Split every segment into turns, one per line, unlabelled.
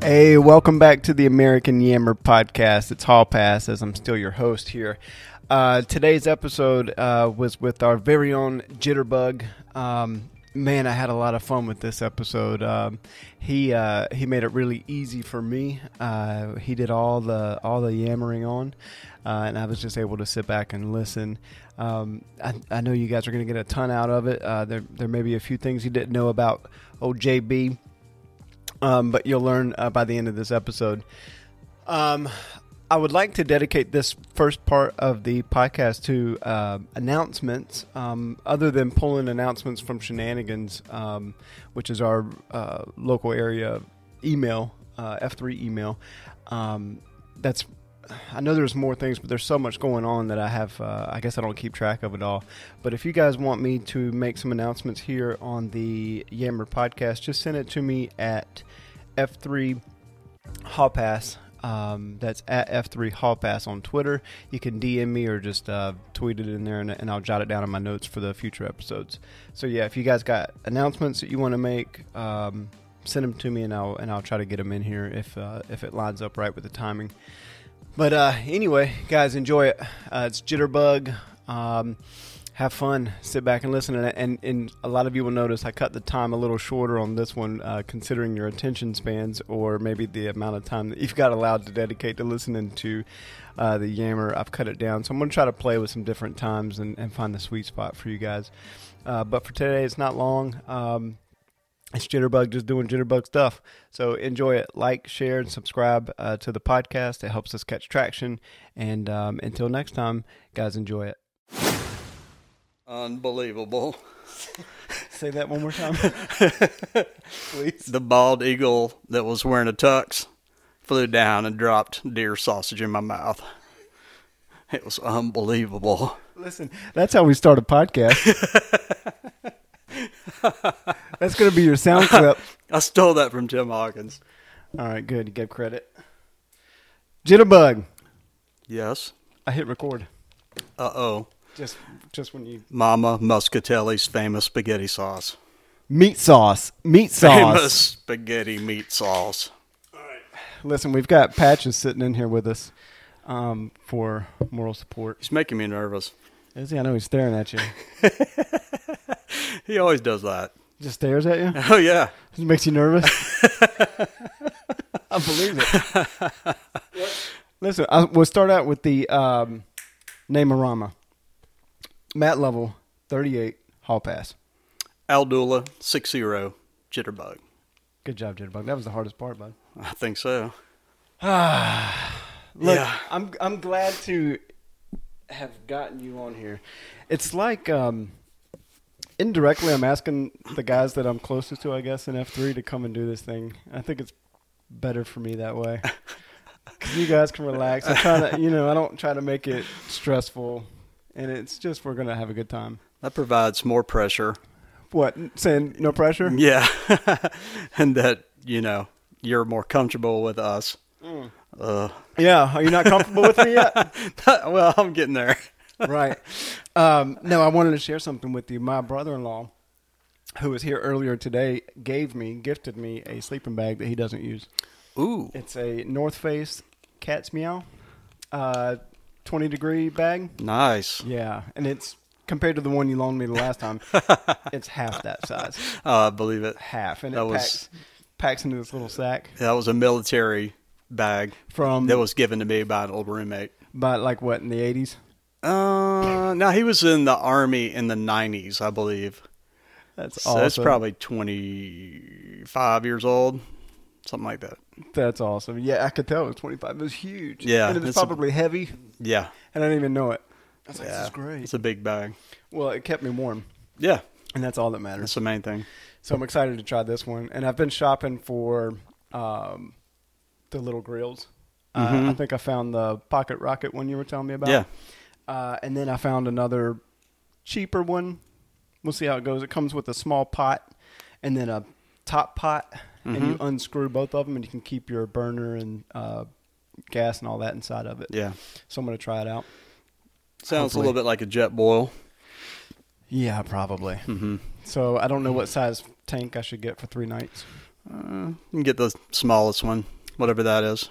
Hey, welcome back to the American Yammer podcast. It's Hall Pass, as I'm still your host here. Uh, today's episode uh, was with our very own Jitterbug. Um, man, I had a lot of fun with this episode. Um, he uh, he made it really easy for me. Uh, he did all the all the yammering on, uh, and I was just able to sit back and listen. Um, I, I know you guys are going to get a ton out of it. Uh, there there may be a few things you didn't know about old JB, um, but you'll learn uh, by the end of this episode. Um, I would like to dedicate this first part of the podcast to uh, announcements, um, other than pulling announcements from Shenanigans, um, which is our uh, local area email, uh, F3 email. Um, that's I know there's more things, but there's so much going on that I have. Uh, I guess I don't keep track of it all. But if you guys want me to make some announcements here on the Yammer podcast, just send it to me at F3 Hall Pass. Um, that's at F3 Hall Pass on Twitter. You can DM me or just uh, tweet it in there, and, and I'll jot it down in my notes for the future episodes. So yeah, if you guys got announcements that you want to make, um, send them to me, and I'll and I'll try to get them in here if uh, if it lines up right with the timing. But uh, anyway, guys, enjoy it. Uh, it's Jitterbug. Um, have fun. Sit back and listen. And, and and a lot of you will notice I cut the time a little shorter on this one, uh, considering your attention spans or maybe the amount of time that you've got allowed to dedicate to listening to uh, the Yammer. I've cut it down, so I'm going to try to play with some different times and, and find the sweet spot for you guys. Uh, but for today, it's not long. Um, it's Jitterbug just doing Jitterbug stuff. So enjoy it. Like, share, and subscribe uh, to the podcast. It helps us catch traction. And um, until next time, guys, enjoy it.
Unbelievable.
Say that one more time. Please.
The bald eagle that was wearing a tux flew down and dropped deer sausage in my mouth. It was unbelievable.
Listen, that's how we start a podcast. that's going to be your sound clip.
I stole that from Tim Hawkins.
All right, good. You gave credit. Jitterbug.
Yes.
I hit record.
Uh oh.
Just just when you
Mama Muscatelli's famous spaghetti sauce.
meat sauce, meat sauce.
Famous spaghetti meat sauce.
Listen, we've got patches sitting in here with us um, for moral support.
He's making me nervous.
Izzy, I know he's staring at you.
He always does that.
Just stares at you.
Oh, yeah.
It makes you nervous. I believe it. Listen, I, we'll start out with the um, Namorama. Matt level thirty-eight hall pass.
Aldula 60 Jitterbug.
Good job, Jitterbug. That was the hardest part, bud.
I think so.
Look,
Yeah.
I'm I'm glad to have gotten you on here. It's like um, indirectly, I'm asking the guys that I'm closest to, I guess, in F3 to come and do this thing. I think it's better for me that way. 'Cause you guys can relax. I'm trying to, you know, I don't try to make it stressful, and it's just we're gonna have a good time.
That provides more pressure.
What saying? No pressure.
Yeah. and that, you know, you're more comfortable with us.
Mm.
Uh,
Yeah. Are you not comfortable with me yet?
well, I'm getting there.
right. Um, no, I wanted to share something with you. My brother-in-law, who was here earlier today, gave me, gifted me a sleeping bag that he doesn't use.
Ooh.
It's a North Face cat's meow, uh, twenty degree bag.
Nice.
Yeah, and it's compared to the one you loaned me the last time, it's half that size,
Uh, I believe it.
half, and it
That was-
packs packs into this little sack
That was a military bag
from
that was given to me by an old roommate.
by like what in the eighties.
Uh, now he was in the army in the 90s, I believe.
That's
So
awesome.
that's probably 25 years old, something like that.
that's awesome. Yeah, I could tell it was twenty five. It was huge.
Yeah,
and it was
it's a-
probably heavy.
Yeah.
and I didn't even know it. I was like,
yeah.
this is great.
It's a big bag.
Well, it kept me warm,
Yeah.
and that's all that matters.
That's the main thing.
So I'm excited to try this one, and I've been shopping for um, the little grills. Uh, I think I found the Pocket Rocket one you were telling me about.
Yeah.
Uh, and then I found another cheaper one. We'll see how it goes. It comes with a small pot and then a top pot, and you unscrew both of them, and you can keep your burner and uh, gas and all that inside of it.
Yeah.
So I'm going to try it out.
Sounds
Hopefully.
a little bit like a jet boil.
Yeah, probably. So I don't know what size tank I should get for three nights.
Uh, You can get the smallest one. whatever that is.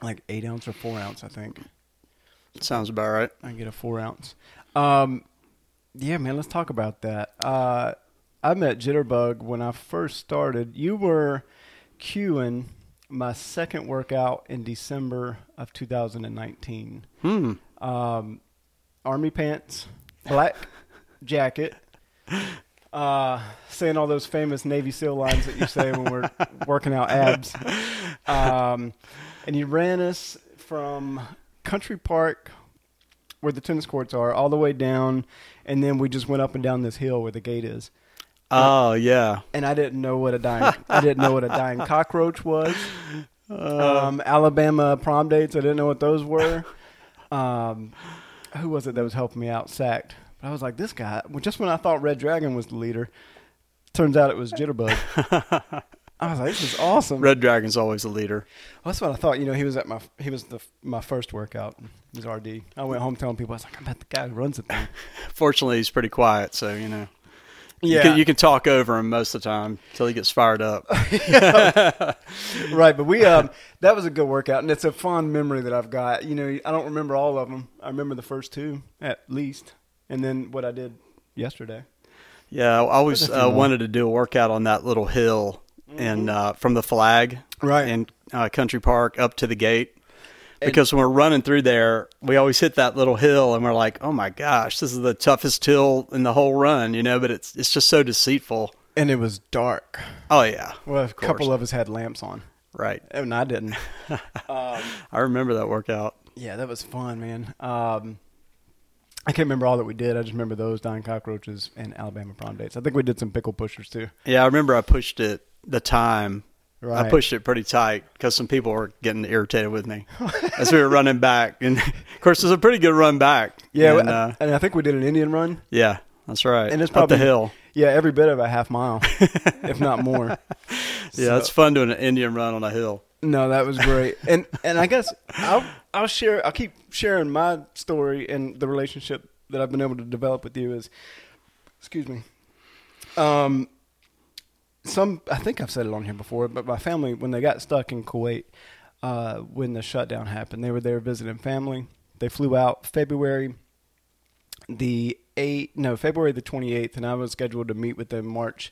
like eight ounce or four ounce, I think.
Sounds about right.
I can get a four ounce. Um, yeah, man, let's talk about that. Uh, I met Jitterbug when I first started. You were queuing my second workout in December of 2019.
Hmm.
Um, army pants, black jacket. Uh, saying all those famous Navy SEAL lines that you say when we're working out abs. Um, and you ran us from Country Park, where the tennis courts are, all the way down, and then we just went up and down this hill where the gate is.
Oh yeah.
And I didn't know what a dying I didn't know what a dying cockroach was. Um, Alabama prom dates, I didn't know what those were. Um, who was it that was helping me out? Sacked. But I was like, this guy. Well, just when I thought Red Dragon was the leader, turns out it was Jitterbug. I was like, this is awesome.
Red Dragon's always the leader.
Well, that's what I thought. You know, he was at my he was the my first workout. He was RD. I went home telling people I was like, I bet the guy who runs the thing.
Fortunately, he's pretty quiet, so you know. You
Yeah.
can, you can talk over him most of the time till he gets fired up.
right, but we um that was a good workout, and it's a fond memory that I've got. You know, I don't remember all of them. I remember the first two at least, and then what I did yesterday.
Yeah, I always
That's a
uh,
lot.
wanted to do a workout on that little hill and uh, from the flag,
Mm-hmm. Right.
in uh, Country Park up to the gate. Because when we're running through there, we always hit that little hill, and we're like, "Oh my gosh, this is the toughest hill in the whole run," you know. But it's it's just so deceitful.
And it was dark.
Oh yeah,
Well, a
course.
couple of us had lamps on,
right.
and I didn't.
I remember that workout.
yeah, that was fun, man. Um, I can't remember all that we did. I just remember those dying cockroaches and Alabama prom dates. I think we did some pickle pushers too.
Yeah, I remember I pushed it the time.
Right.
I pushed it pretty tight because some people were getting irritated with me as we were running back. And of course, it was a pretty good run back.
Yeah,
And,
I-
uh,
and I think we did an Indian run.
Yeah, that's right.
and it's
Up
probably
the hill.
Yeah, every bit of a half mile, if not more.
Yeah, it's fun doing an Indian run on a hill.
No, that was great. And and I guess I'll I'll share I'll keep sharing my story and the relationship that I've been able to develop with you is excuse me. Um some I think I've said it on here before, but my family when they got stuck in Kuwait uh when the shutdown happened, they were there visiting family. They flew out February the 8 no, February the 28th and I was scheduled to meet with them March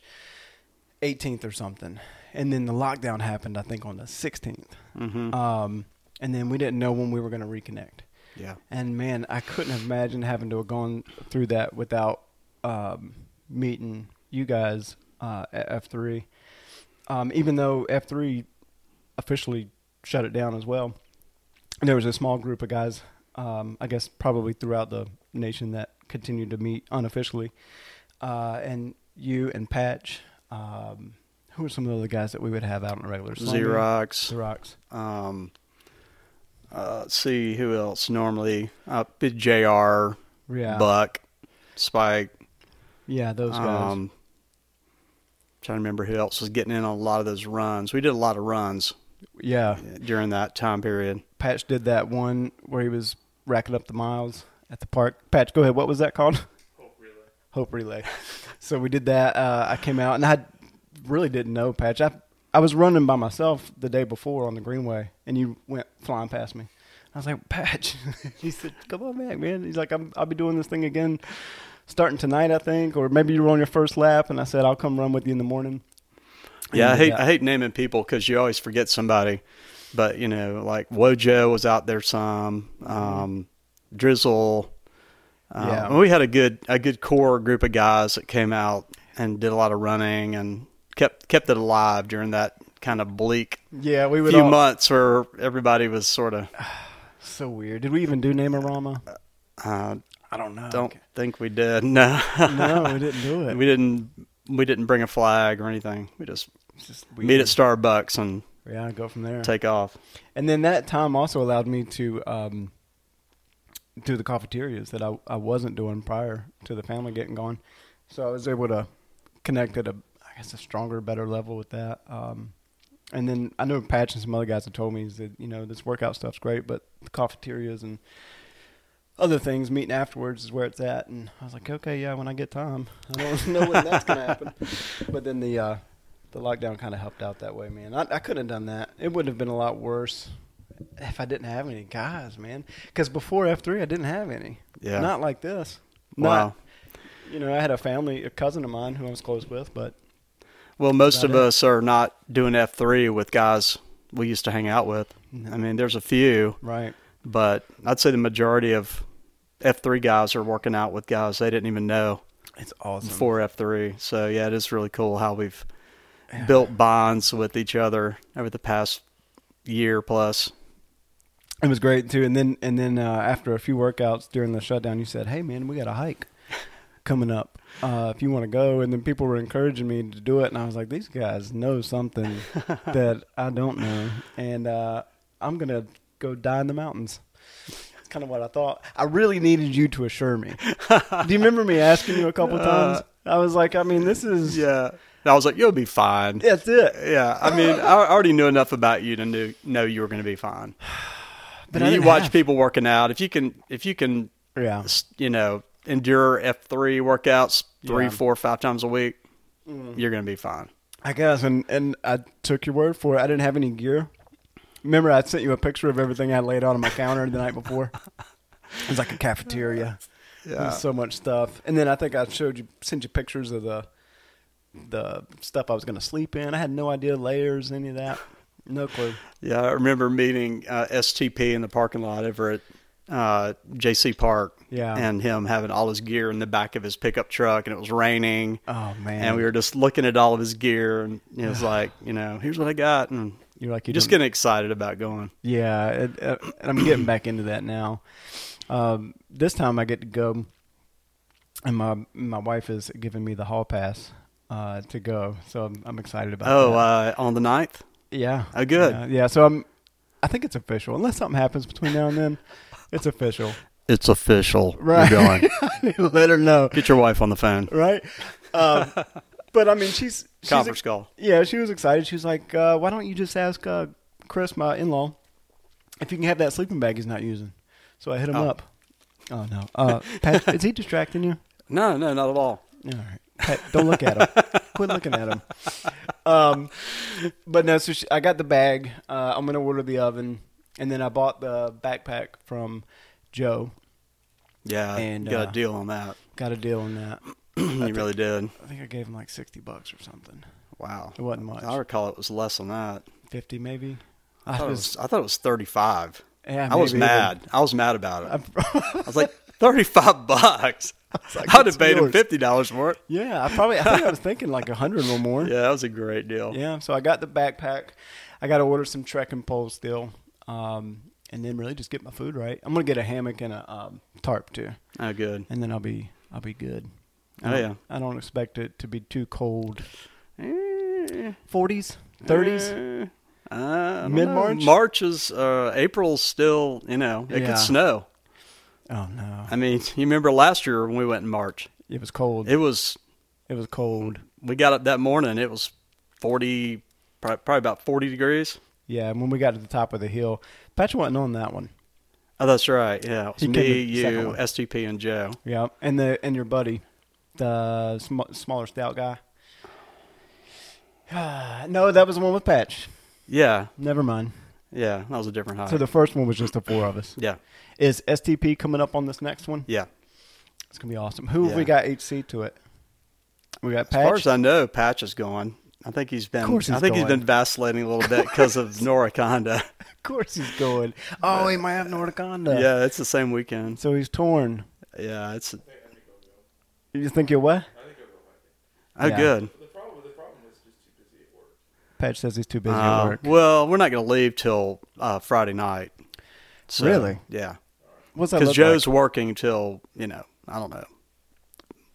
18th or something. And then the lockdown happened, I think, on the 16th.
Mm-hmm.
Um, and then we didn't know when we were going to reconnect.
yeah,
And man, I couldn't imagine having to have gone through that without um, meeting you guys uh, at F3. Um, even though F3 officially shut it down as well, and there was a small group of guys, um, I guess probably throughout the nation, that continued to meet unofficially. Uh, and you and Patch, um, who were some of the other guys that we would have out on a regular?
Xerox.
Xerox.
Um, uh, let's see who else normally. Uh, Big Jr.
Yeah.
Buck, Spike.
yeah, those guys.
Um, trying to remember who else was getting in on a lot of those runs. We did a lot of runs
yeah.
during that time period.
Patch did that one where he was racking up the miles at the park. Patch, go ahead. What was that called? Hope Relay. Hope Relay. so we did that. Uh, I came out and I really didn't know Patch. I I was running by myself the day before on the Greenway, and you went flying past me. I was like, Patch. he said, "Come on back, man." He's like, I'm, "I'll be doing this thing again, starting tonight, I think, or maybe you were on your first lap." And I said, "I'll come run with you in the morning."
Yeah, I
And uh,
hate
that-
I hate naming people because you always forget somebody. But you know, like Wojo was out there some, um, Drizzle. Um,
Yeah.
and we had a good a good core group of guys that came out and did a lot of running and kept kept it alive during that kind of bleak
Yeah, we would
few
all-
months where everybody was sort of.
So weird. Did we even do Namarama?
Uh,
I don't know.
don't think we did. No,
no, we didn't do it.
we didn't. We didn't bring a flag or anything. We just
It's just
meet
weird.
at Starbucks and
Yeah, go from there.
take off.
and then that time also allowed me to um, do the cafeterias that I, I wasn't doing prior to the family getting gone. So I was able to connect at a, I guess, a stronger, better level with that. Um, and then I know Patch and some other guys have told me is that, you know, this workout stuff's great, but the cafeterias and other things, meeting afterwards is where it's at. And I was like, okay, yeah, when I get time. I don't know when that's going to happen. But then the, uh, the lockdown kind of helped out that way, man. I, I couldn't have done that. It would have been a lot worse if I didn't have any guys, man. Because before F three, I didn't have any.
Yeah.
Not like this.
Wow.
Not, you know, I had a family, a cousin of mine who I was close with, but
Well, most
about
of
it.
us are not doing F three with guys we used to hang out with. I mean, there's a few,
right.
but I'd say the majority of F three guys are working out with guys they didn't even know
It's awesome.
before F three. So yeah, it is really cool how we've built bonds with each other over the past year plus.
It was great too. And then and then uh, after a few workouts during the shutdown, you said, "Hey man, we got a hike coming up. Uh, if you want to go." And then people were encouraging me to do it, and I was like, "These guys know something that I don't know," and uh, I'm gonna go die in the mountains. That's kind of what I thought. I really needed you to assure me. do you remember me asking you a couple times? I was like, "I mean, this is
Yeah, and I was like, you'll be fine.
that's it."
Yeah, I mean, I already knew enough about you to knew, know you were going to be fine.
But
And
I
you
didn't
watch
have-
people working out. If you can, if you can,
Yeah.
s- you know, endure F three workouts three,
Yeah. Mm.
four, five times a week, you're going to be fine.
I guess, and and I took your word for it. I didn't have any gear. Remember, I sent you a picture of everything I laid out on my counter the night before. It was like a cafeteria. There was so much stuff, and then I think I showed you, sent you pictures of the the stuff I was going to sleep in. I had no idea layers, any of that. No clue.
Yeah, I remember meeting uh, STP in the parking lot over at uh, JC Park.
Yeah.
and him having all his gear in the back of his pickup truck, and it was raining.
Oh man!
And we were just looking at all of his gear, and it was like, you know, here's what I got, and
you're like you
you're just
don't-
getting excited about going.
Yeah, it, uh, and I'm getting back into that now. Um, this time I get to go, and my my wife is giving me the hall pass uh, to go, so I'm, I'm excited about.
Oh,
that.
uh, on the ninth?
yeah.
oh, good.
Yeah, yeah, so I'm. I think it's official, unless something happens between now and then. It's official.
It's official.
Right.
You're going.
I need to let her know,
Get your wife on the phone.
right? Um, but I mean, she's, she's
Conference call.
Yeah, she was excited. She was like, uh, "Why don't you just ask uh, Chris, my in-law, if you can have that sleeping bag he's not using?" So I hit him
Oh.
up. Oh no, uh, Pat, is he distracting you?
No, no, not at all.
All right, Pat, don't look at him. Quit looking at him. Um, but no, so she, I got the bag. Uh, I'm gonna order the oven, and then I bought the backpack from Joe.
Yeah,
And,
you got
uh,
a deal on that.
Got a deal on that.
you really did.
I think I gave him like sixty bucks or something.
Wow.
It wasn't much.
I recall it was less than that.
Fifty maybe.
I thought it was, I thought it was 35.
Yeah,
I was
maybe even-
mad. I was mad about it.
I-
I was like, 35 bucks?
like,
I'd
it's
have paid him
yours.
$50 for it.
Yeah, I probably I think I was thinking like a hundred or more.
Yeah, that was a great deal.
Yeah, So I got the backpack. I got to order some trekking poles still, um, and then really just get my food right. I'm gonna get a hammock and a um, tarp too,
Oh, good.
and then I'll be I'll be good. I
Oh,
don't-
yeah.
I don't expect it to be too cold.
Eh,
40s, 30s.
eh, I don't know.
Mid-March?
March is, uh, April's still, you know, it
Yeah.
could snow.
Oh no,
I mean, you remember last year when we went in March?
it was cold.
It was
It was cold.
we got up that morning. It was forty, prob- probably about forty degrees.
Yeah, and when we got to the top of the hill, Patch wasn't on that one.
Oh, that's right. Yeah, it was
He came
me,
in the second
you,
one.
STP, and Joe.
Yeah, and the and your buddy, the sm- smaller stout guy. no, that was the one with Patch.
Yeah,
Never mind.
yeah, that was a different high.
So the first one was just the four of us.
yeah,
Is STP coming up on this next one?
yeah.
It's gonna be awesome. Who have we
Yeah.
got HC to it? We got
As far as
Patch.
I know, Patch is gone. I think he's been.
Of course he's
I think he's
going.
been vacillating a little bit because of Noraconda.
of course he's going. Oh, he might have Nordiconda.
yeah, it's the same weekend.
So he's torn.
Yeah, it's.
You think you're what?
Oh,
Yeah.
good.
Patch says he's too busy at
Uh,
work.
well, we're not going to leave till uh, Friday night. So,
Really?
Yeah.
What's that?
Because
look like?
Joe's working till you know, I don't know.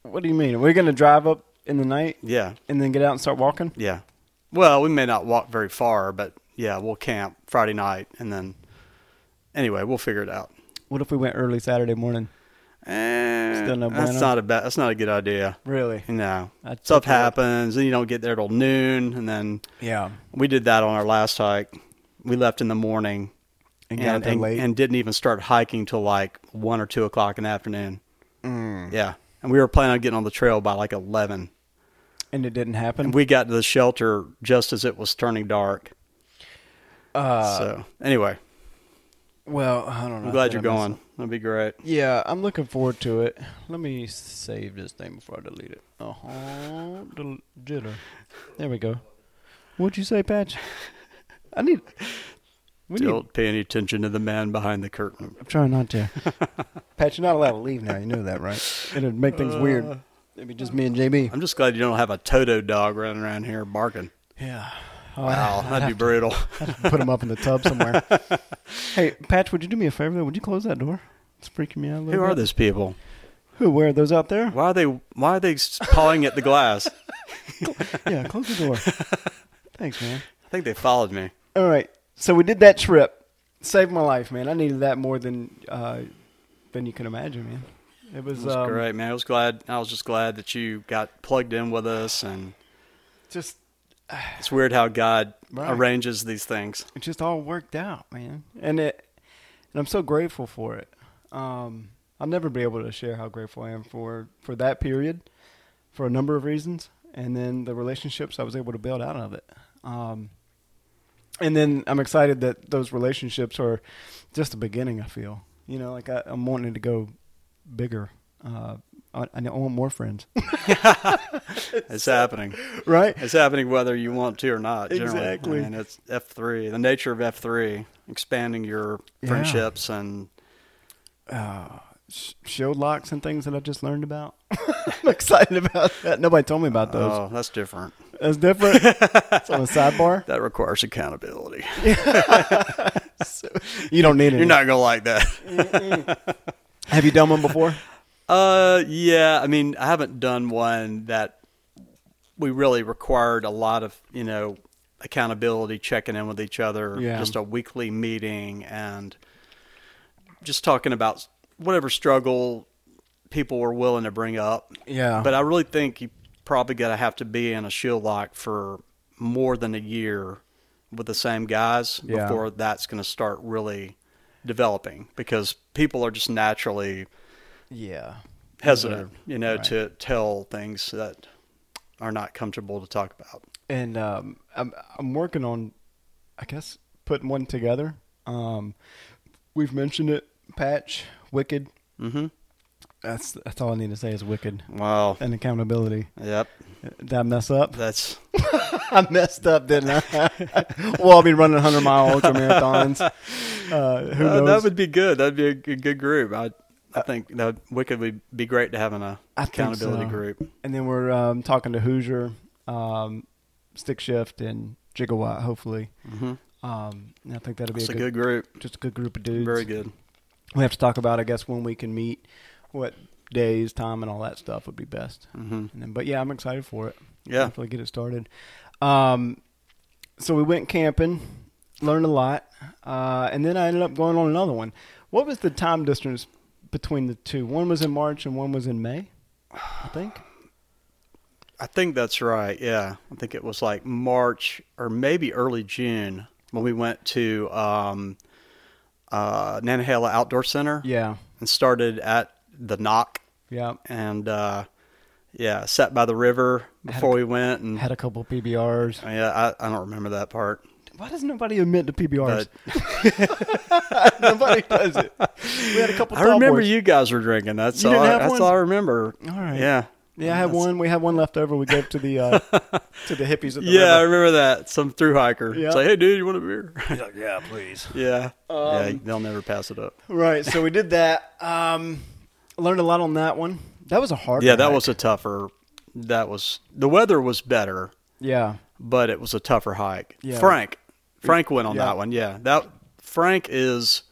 What do you mean? We're gonna drive up in the night
Yeah,
and then get out and start walking?
yeah. Well, we may not walk very far, but yeah, we'll camp Friday night, and then anyway, we'll figure it out.
What if we went early Saturday morning?
Eh,
Still no bueno?
that's not a bad. That's not a good idea.
Really?
No,
I'd
stuff
take it.
happens, and you don't get there till noon, and then
Yeah.
we did that on our last hike. We left in the morning
And got up there
and,
late.
and didn't even start hiking till like one or two
Mm.
o'clock in the afternoon. Yeah, and we were planning on getting on the trail by like eleven.
and it didn't happen.
And we got to the shelter just as it was turning dark.
Uh,
so anyway,
well, I don't know.
I'm
I
glad
think
you're
I messed
going. That'd be great.
Yeah, I'm looking forward to it. Let me save this thing before I delete it. Uh huh. Del- jitter. There we go. What'd you say, Patch? I need. We need.
Don't pay any attention to the man behind the curtain.
I'm trying not to. Patch, you're not allowed to leave now. You know that, right? It'd make things weird. It'd be just me and JB.
Uh. I'm just glad you don't have a Toto dog running around here barking.
Yeah.
Wow, that'd be brutal.
Put him up in the tub somewhere. hey, Patch, would you do me a favor though? Would you close that door? It's freaking me out a little
Who are
bit.
those people?
Who? Where are those out there?
Why are they? Why are they s- pawing at the glass? I
yeah, close the door. Thanks, man.
think they followed me.
All right. So we did that trip. Saved my life, man. I needed that more than uh, than you can imagine, man. It was,
It was
um,
great, man. I was glad. I was just glad that you got plugged in with us, and
just
it's weird how God
Right.
arranges these things.
it just all worked out, man. And it and I'm so grateful for it. Um, I'll never be able to share how grateful I am for for that period, for a number of reasons, and then the relationships I was able to build out of it. Um, and then I'm excited that those relationships are just the beginning. I feel, you know, like I, I'm wanting to go bigger. Uh, I, I want more friends,
It's happening.
right?
It's happening whether you want to or not. Generally.
Exactly.
I mean, it's F three. The nature of F three, expanding your
Yeah.
friendships and
uh, sh- shield locks and things that I just learned about. I'm excited about that. Nobody told me about those.
oh, that's different.
That's different. it's on the sidebar.
That requires accountability.
You don't need it.
You're not gonna like that.
Have you done one before?
Uh, yeah. I mean, I haven't done one that we really required a lot of, you know, accountability, checking in with each other,
Yeah.
just a weekly meeting, and just talking about whatever struggle people were willing to bring up.
Yeah.
But I really think you probably got to have to be in a shield lock for more than a year with the same guys
Yeah.
before that's going to start really developing because people are just naturally
yeah.
hesitant, you know,
Right.
to tell things that are not comfortable to talk about.
and um, I'm I'm working on, I guess, putting one together. Um, we've mentioned it. Patch, Wicked.
Mm-hmm.
That's that's all I need to say is Wicked
Wow.
and accountability.
Yep.
Did I mess up?
That's
I messed up, didn't I? well, I'll be running 100 mile ultra marathons. Uh, who
Uh,
knows?
that would be good. That'd be a good, good group. I I think that Wicked would be great to have in a
I think
accountability
so.
group.
and then we're um, talking to Hoosier, um, Stick Shift, and Gigawatt, hopefully.
Mm-hmm.
Um, and I think that'll be
It's
a
a
good,
good group.
just a good group of dudes.
Very good.
We have to talk about, I guess, when we can meet, what days, time, and all that stuff would be best.
Mm-hmm.
And then, but yeah, I'm excited for it.
Yeah.
Hopefully get it started. Um, so we went camping, learned a lot, uh, and then I ended up going on another one. What was the time distance between the two? One was in March and one was in May, I think.
I think that's right. Yeah. I think it was like March or maybe early June when we went to um, uh, Nantahala Outdoor Center
Yeah,
and started at the Knock
yeah.
and uh, yeah, sat by the river before we went, and Oh,
Had a couple PBRs.
yeah, I, I don't remember that part.
Why does nobody admit to PBRs?
But
nobody does it. We had a couple.
I remember
Tallboys.
you guys were drinking. That's
You
all.
didn't have
that's
one?
all I remember.
All right.
Yeah,
Yeah, I had
That's-
one. We had one left over. We gave to the uh, to the hippies at the
Yeah, I
river.
remember that. Some through hiker.
Yeah.
It's like, hey, dude, you want a beer?
He's like, yeah, please.
yeah. yeah, they'll never pass it up.
Right. So we did that. Um, learned a lot on that one. That was a hard.
Yeah, that
hike.
was a tougher. That was the weather was better,
Yeah.
but it was a tougher hike.
Yeah.
Frank, Frank went on
Yeah.
that one. Yeah, that Frank is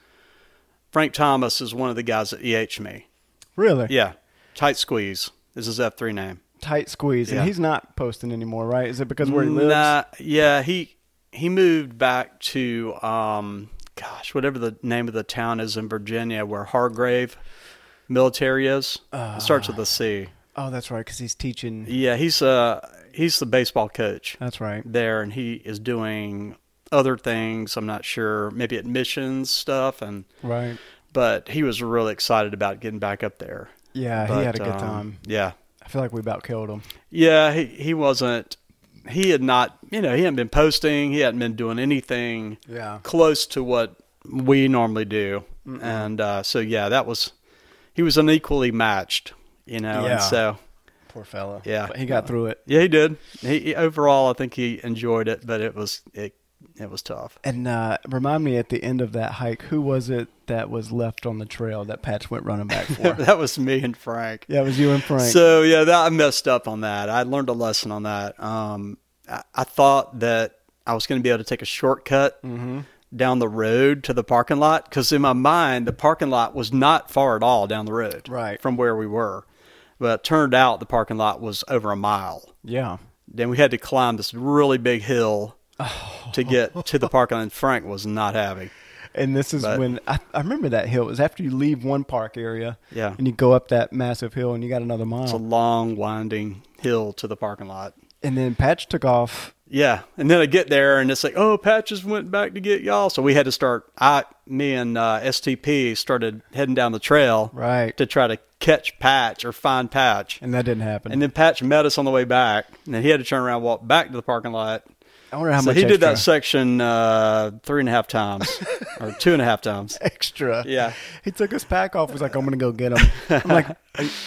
Frank Thomas is one of the guys that eh me.
Really.
Yeah, tight squeeze is his F three name.
Tight squeeze,
Yeah.
and he's not posting anymore, right? Is it because where he lives?
Nah, yeah, he he moved back to um, gosh, whatever the name of the town is in Virginia, where Hargrave military is. it starts with a C.
Oh, that's right, because he's teaching.
Yeah, he's uh he's the baseball coach
That's right.
there, and he is doing other things. I'm not sure, maybe admissions stuff, and
Right.
but he was really excited about getting back up there.
Yeah, he
But,
had a good
um,
time.
Yeah,
I feel like we about killed him.
Yeah, he, he wasn't. He had not, you know, he hadn't been posting. He hadn't been doing anything
Yeah.
close to what we normally do. And uh, so, yeah, that was, he was unequally matched, you know.
Yeah.
And so,
Poor fellow.
Yeah.
But he got through it.
yeah, he did. He, he- overall, I think he enjoyed it, but it was, it, it was tough.
And uh, remind me at the end of that hike, who was it that was left on the trail that Patch went running back for?
that was me and Frank.
yeah, it was you and Frank.
So yeah, that I messed up on that. I learned a lesson on that. Um, I, I thought that I was going to be able to take a shortcut
Mm-hmm.
down the road to the parking lot because in my mind the parking lot was not far at all down the road,
Right.
from where we were. But it turned out the parking lot was over a mile.
yeah.
Then we had to climb this really big hill
Oh.
to get to the parking lot. And Frank was not happy.
And this is
But-
when I, I remember that hill. It was after you leave one park area.
Yeah.
And you go up that massive hill and you got another mile.
It's a long, winding hill to the parking lot.
and then Patch took off.
Yeah, and then I get there, and it's like, oh, Patches went back to get y'all, so we had to start. I, me, and uh, STP started heading down the trail,
Right.
to try to catch Patch or find Patch,
And that didn't happen.
and then Patch met us on the way back, and then he had to turn around, and walk back to the parking lot.
I wonder how
so
much
he did that
extra-
section uh, three and a half times or two and a half times.
extra.
Yeah.
He took his pack off. Was like, I'm gonna go get him. I'm like, are,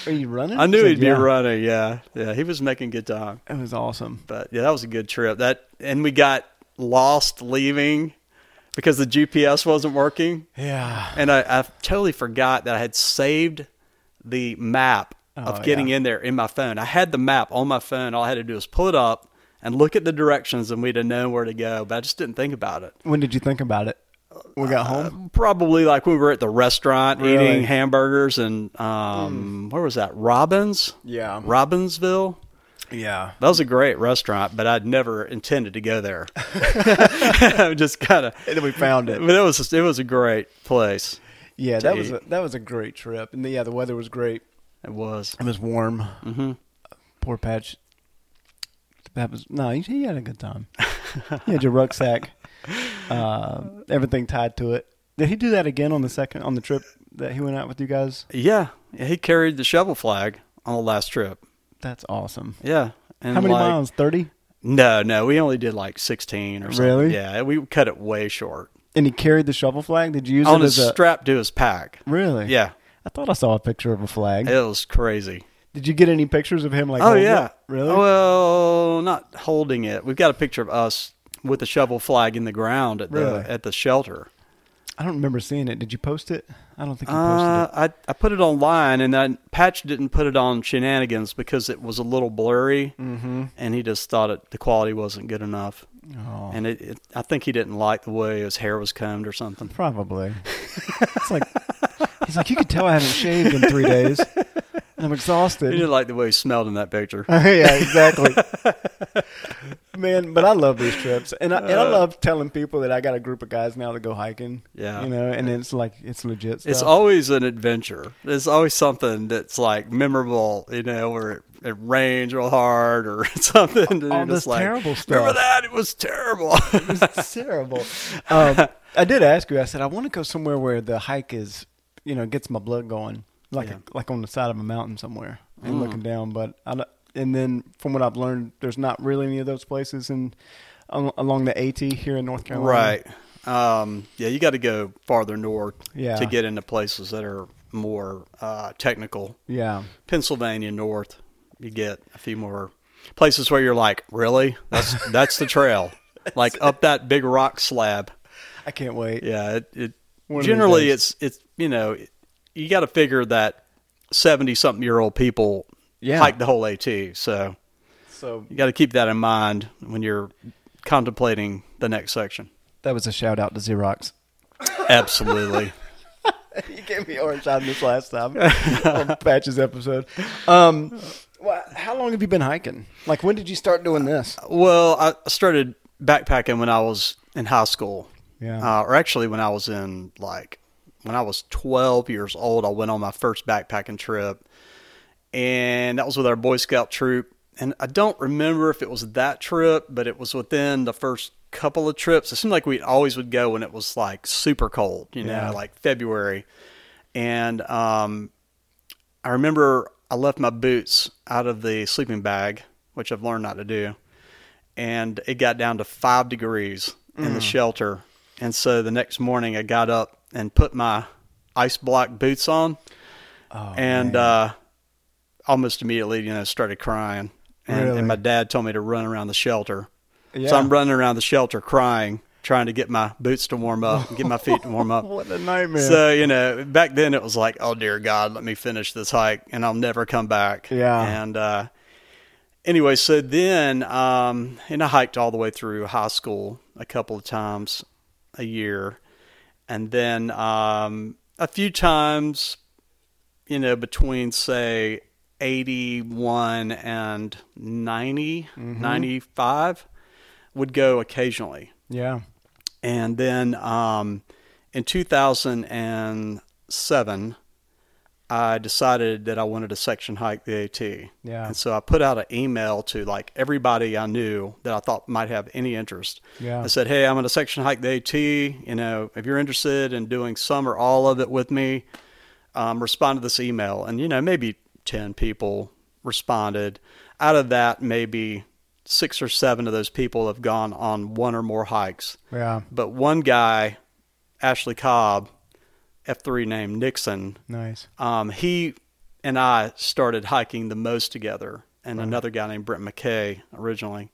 are you running?
I knew
He said,
he'd be
"Yeah."
running. Yeah, yeah, he was making good time.
It was awesome.
But yeah, that was a good trip. That and we got lost leaving because the GPS wasn't working.
Yeah.
And I, I totally forgot that I had saved the map
Oh,
of getting in there in my phone. I had the map on my phone. All I had to do was pull it up and look at the directions, and we'd have known where to go. But I just didn't think about it.
When did you think about it? We got
Uh,
home.
Probably like we were at the restaurant
Really? Mm.
eating hamburgers, and um, where was that? Robbins?
Yeah.
Robbinsville?
Yeah.
That was a great restaurant, but I'd never intended to go there. I'm just kind of.
And then we found it.
But it was it was a great place.
Yeah, that was a, that was a great trip. And yeah, the weather was great.
It was.
It was warm. Mm-hmm. Poor Patch. That was no. He, he had a good time. he had your rucksack, uh, everything tied to it. Did he do that again on the second on the trip that he went out with you guys?
Yeah, yeah, he carried the shovel flag on the last trip.
That's awesome.
Yeah. And
How many
like-
miles? Thirty.
No, no, we only did like 16 or something.
Really?
Yeah, we cut it way short.
And he carried the shovel flag. Did you use
on
it as
his
a
strap to his pack.
really?
Yeah,
I thought I saw a picture of a flag.
it was crazy.
Did you get any pictures of him? Like
oh,
holding
yeah.
it? really?
Well, not holding it. We've got a picture of us with the shovel flag in the ground at
Really?
the at the shelter.
I don't remember seeing it. Did you post it? I don't think you posted
Uh,
it.
I, I put it online, and then Patch didn't put it on Shenanigans because it was a little blurry, mm-hmm. and he just thought it, the quality wasn't good enough.
Oh.
And it, it, I think he didn't like the way his hair was combed or something.
Probably. it's like he's like, you could tell I haven't shaved in three days. And I'm
He
exhausted.
didn't like the way he smelled in that picture.
yeah, exactly. Man, but I love these trips, and I, and
Uh,
I love telling people that I got a group of guys now that go hiking.
Yeah.
you know, and it's like it's legit. Stuff.
It's always an adventure. There's always something that's like memorable, you know, where it, it rains real hard or something. and you're
All
just
this
like,
terrible
Remember
stuff."
that? It was terrible.
It's terrible. Um, I did ask you. I said I want to go somewhere where the hike is, you know, gets my blood going, like like on the side of a mountain somewhere and
Mm.
looking down. But I don't- and then from what I've learned, there's not really any of those places in al- along the AT here in North Carolina.
right. Um, yeah, you got to go farther north
Yeah.
to get into places that are more uh, technical.
Yeah.
Pennsylvania north, you get a few more places where you're like, really? That's that's the trail. Like up that big rock slab.
I can't wait.
Yeah, it, it
One of these
generally
days.
it's it's you know you got to figure that seventy something year old people
Yeah.
hike the whole AT, so
So
you got to keep that in mind when you're contemplating the next section.
that was a shout out to Xerox.
Absolutely.
you gave me orange on this last time on Patches episode. Um, well, how long have you been hiking? Like, when did you start doing this?
Well, I started backpacking when I was in high school.
Yeah.
Uh, or actually, when I was in like when I was 12 years old, I went on my first backpacking trip, and that was with our Boy Scout troop. And I don't remember if it was that trip, but it was within the first couple of trips. It seemed like we always would go when it was like super cold, you
Yeah.
know, like February. And um, I remember I left my boots out of the sleeping bag, which I've learned not to do, and it got down to five degrees in the shelter. And so the next morning, I got up and put my ice block boots on,
Oh,
and
man.
uh, almost immediately, you know, started crying. And,
Really?
and my dad told me to run around the shelter.
Yeah.
So I'm running around the shelter crying, trying to get my boots to warm up, get my feet to warm up.
what a nightmare.
So, you know, back then it was like, oh, dear God, let me finish this hike and I'll never come back.
Yeah.
And uh, anyway, so then, um, and I hiked all the way through high school a couple of times a year. And then um, a few times, you know, between, say, 81 and 90,
Mm-hmm.
95 would go occasionally.
yeah.
And then um, in 2007, I decided that I wanted to section hike the AT.
Yeah.
And so I put out an email to like everybody I knew that I thought might have any interest.
Yeah.
I said, hey, I'm going to section hike the AT. You know, if you're interested in doing some or all of it with me, um, respond to this email. And, you know, maybe 10 people responded. Out of that, maybe six or seven of those people have gone on one or more hikes
Yeah.
but one guy, Ashley Cobb, F3 named Nixon,
Nice.
um, he and I started hiking the most together, and another guy named Brent McKay originally.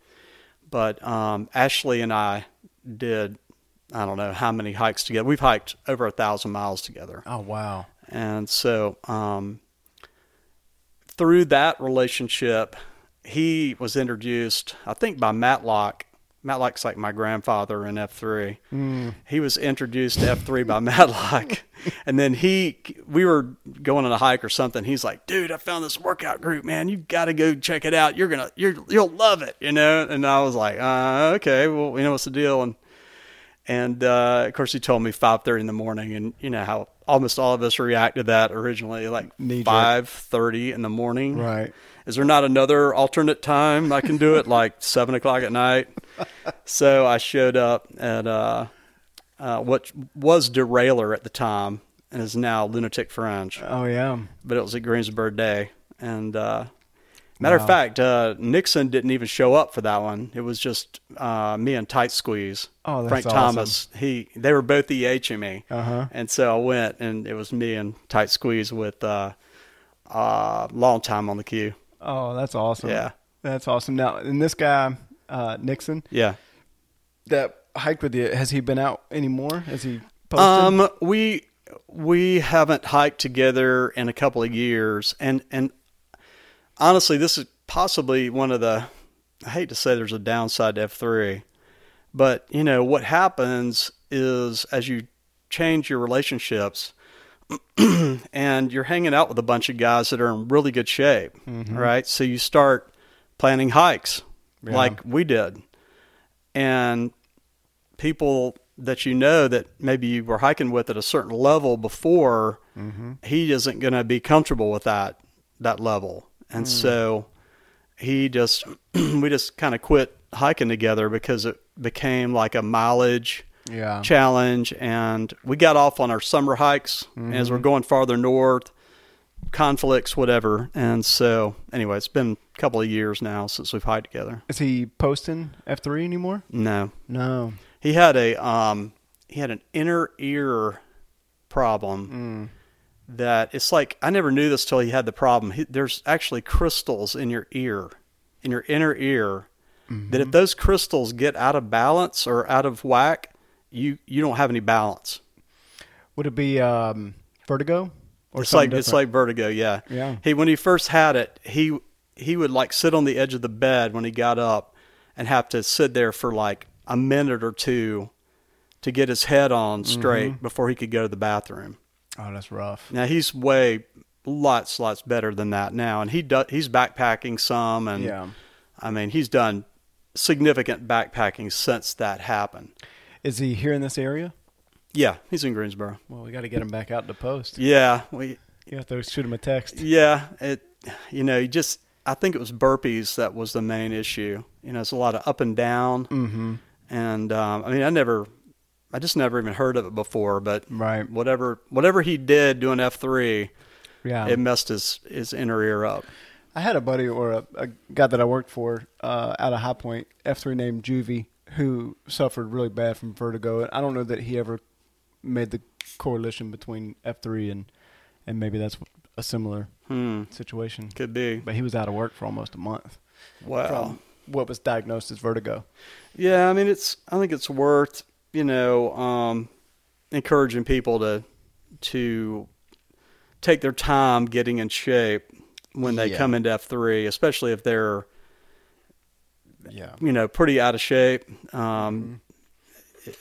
But um, Ashley and I did, I don't know how many hikes together. We've hiked over a thousand miles together.
Oh wow.
And so um, through that relationship, he was introduced, I think, by Matlock. Matlock's like my grandfather in F3.
Hmm.
He was introduced to F3 by Matlock. And then he, we were going on a hike or something. He's like, dude, I found this workout group, man. You got to go check it out. You're going to, you're, you'll love it, you know? And I was like, uh, okay, well, you know, what's the deal? And and uh, of course, he told me five thirty in the morning, and you know how almost all of us react to that originally, like
Knee jerk.
five thirty in the morning.
Right.
Is there not another alternate time I can do it, like seven o'clock at night? so I showed up at uh, uh, what was Derailer at the time, and is now Lunatic Fringe
Oh yeah.
but it was at Greensburg Day. And uh, matter of fact, uh, Nixon didn't even show up for that one. It was just uh, me and Tight Squeeze.
Oh, that's
Frank
awesome.
Thomas. He they were both E EHing me,
Uh-huh.
and so I went, and it was me and Tight Squeeze with uh, uh, long time on the queue.
Oh, that's awesome.
Yeah.
That's awesome. Now, and this guy uh, Nixon
Yeah.
that hiked with you, has he been out anymore? Has he posted?
Um, we we haven't hiked together in a couple of years, and and honestly, this is possibly one of the. I hate to say there's a downside to F three, but you know what happens is as you change your relationships, and you're hanging out with a bunch of guys that are in really good shape, right? So you start planning hikes
Yeah.
like we did, and people that you know that maybe you were hiking with at a certain level before, he isn't going to be comfortable with that that level, and so he just we just kind of quit hiking together because it became like a mileage
yeah.
challenge and we got off on our summer hikes as we're going farther north conflicts whatever and so anyway it's been a couple of years now since we've hiked together
Is he posting F three anymore?
no
No.
he had a um he had an inner ear problem that it's like I never knew this till he had the problem. He, there's actually crystals in your ear, in your inner ear, that if those crystals get out of balance or out of whack, you you don't have any balance.
Would it be um, vertigo or
it's like
something
it's
different?
like vertigo. Yeah.
Yeah.
He when he first had it, he he would like sit on the edge of the bed when he got up, and have to sit there for like a minute or two to get his head on
Mm-hmm.
straight before he could go to the bathroom.
oh, that's rough.
Now he's way lots lots better than that now, and he do, he's backpacking some, and
Yeah.
I mean he's done significant backpacking since that happened.
Is he here in this area?
Yeah, he's in Greensboro.
Well, we got to get him back out to post.
Yeah, we
You have to shoot him a text.
Yeah, it you know, you just I think it was burpees that was the main issue. You know, it's a lot of up and down. Mm-hmm. And um, I mean, I never, I just never even heard of it before. But
Right.
whatever, whatever he did doing F three,
Yeah.
it messed his his inner ear up.
I had a buddy or a, a guy that I worked for uh, out of High Point, F3 named Juvie, who suffered really bad from vertigo. And I don't know that he ever made the correlation between F3 and, and maybe that's a similar
Hmm,
situation.
could be. Oh.
But he was out of work for almost a month
Wow.
from what was diagnosed as vertigo.
Yeah, I mean, it's. I think it's worth you know um, encouraging people to to take their time getting in shape when they
Yeah.
come into F three, especially if they're
Yeah.
you know pretty out of shape. Um,
Mm-hmm.
it-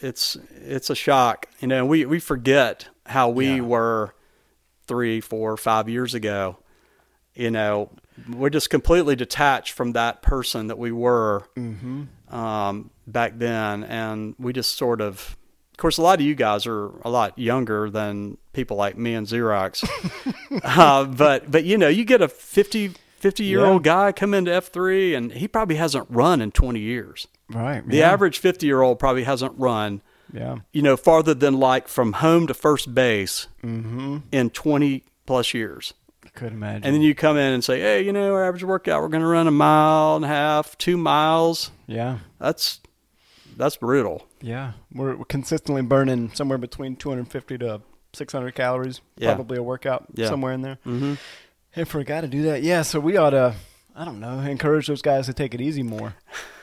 It's it's a shock, you know. We we forget how we
Yeah.
were three, four, five years ago. You know, we're just completely detached from that person that we were
Mm-hmm.
um, back then, and we just sort of, of course, a lot of you guys are a lot younger than people like me and Xerox, uh, but but you know, you get a 50, 50 year old guy come into F three, and he probably hasn't run in twenty years.
Right.
The
yeah.
average fifty year old probably hasn't run,
Yeah.
you know, farther than like from home to first base
Mm-hmm.
in twenty plus years.
Could imagine.
And then you come in and say, hey, you know, our average workout, we're going to run a mile and a half, two miles.
yeah.
That's that's brutal.
Yeah, we're we're consistently burning somewhere between 250 to 600 calories.
Yeah.
Probably a workout
Yeah.
somewhere in there.
Mm-hmm.
If we're got to do that, yeah. So we ought to, I don't know, encourage those guys to take it easy more.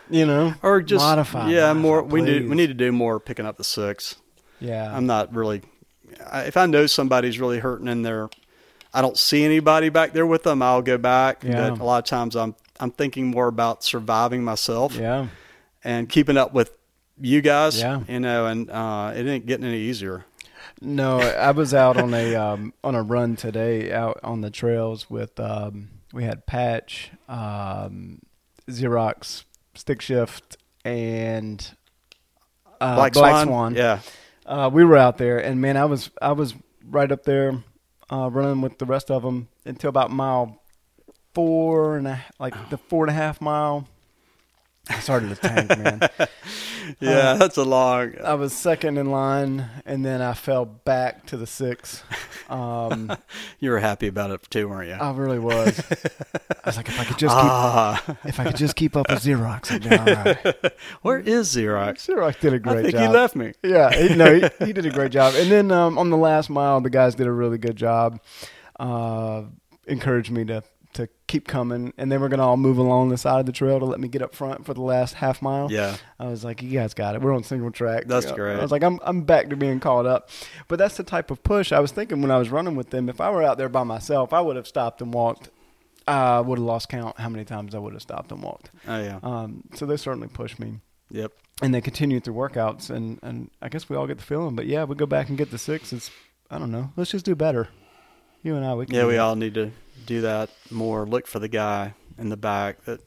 You know,
or just
modify.
Yeah,
modify,
more. We need we
please.
need to do more picking up the six.
Yeah,
I'm not really. I- If I know somebody's really hurting in there, I don't see anybody back there with them. I'll go back.
Yeah.
But a lot of times, I'm I'm thinking more about surviving myself
yeah,
and keeping up with you guys.
Yeah.
You know, and uh, it ain't getting any easier.
No, I was out on a um, on a run today out on the trails with um, we had Patch, um, Xerox, Stick Shift, and uh,
Black, Swan. Yeah.
uh, we were out there, and man, I was I was right up there uh, running with the rest of them until about mile four and a, like the four and a half mile. Oh. I started to tank, man. Uh,
Yeah. that's a long.
I was second in line, and then I fell back to the six. Um,
You were happy about it too, weren't you?
I really was. I was like, if I could just
ah,
keep, if I could just keep up with Xerox, I'd be all right.
where is Xerox?
Xerox did a great
I think
job.
he left me.
Yeah, he, no, he, he did a great job. And then um, on the last mile, the guys did a really good job. Uh, encouraged me to to keep coming, and they were gonna all move along the side of the trail to let me get up front for the last half mile.
Yeah.
I was like, you guys got it. We're on single track.
That's
Yeah.
great.
I was like, I'm I'm back to being called up, but that's the type of push I was thinking when I was running with them. If I were out there by myself, I would have stopped and walked. I would have lost count how many times I would have stopped and walked.
Oh yeah.
Um, so they certainly pushed me
Yep.
and they continue through workouts and and I guess we all get the feeling, but yeah, we go back and get the six. It's I don't know. Let's just do better. You and I, we can
Yeah,
do
we
that.
all need to do that more. Look for the guy in the back that is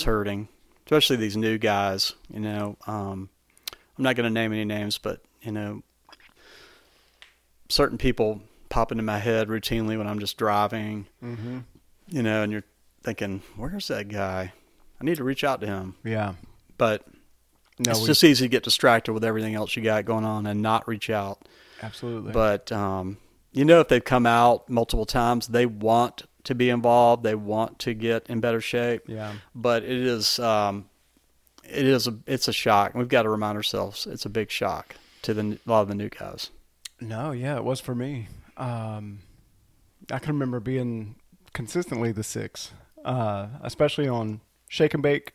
Mm-hmm.
hurting, especially these new guys. You know, um, I'm not going to name any names, but you know, certain people pop into my head routinely when I'm just driving.
Mm-hmm.
You know, and you're thinking, "Where's that guy? I need to reach out to him."
Yeah.
But
No,
it's
we,
just easy to get distracted with everything else you got going on and not reach out.
absolutely.
But um, you know, if they've come out multiple times, they want to be involved. They want to get in better shape.
yeah.
But it is, um, it is a, it's a shock. We've got to remind ourselves it's a big shock to the a lot of the new guys.
No, yeah, it was for me. Um, I can remember being consistently the six, uh, especially on shake and bake,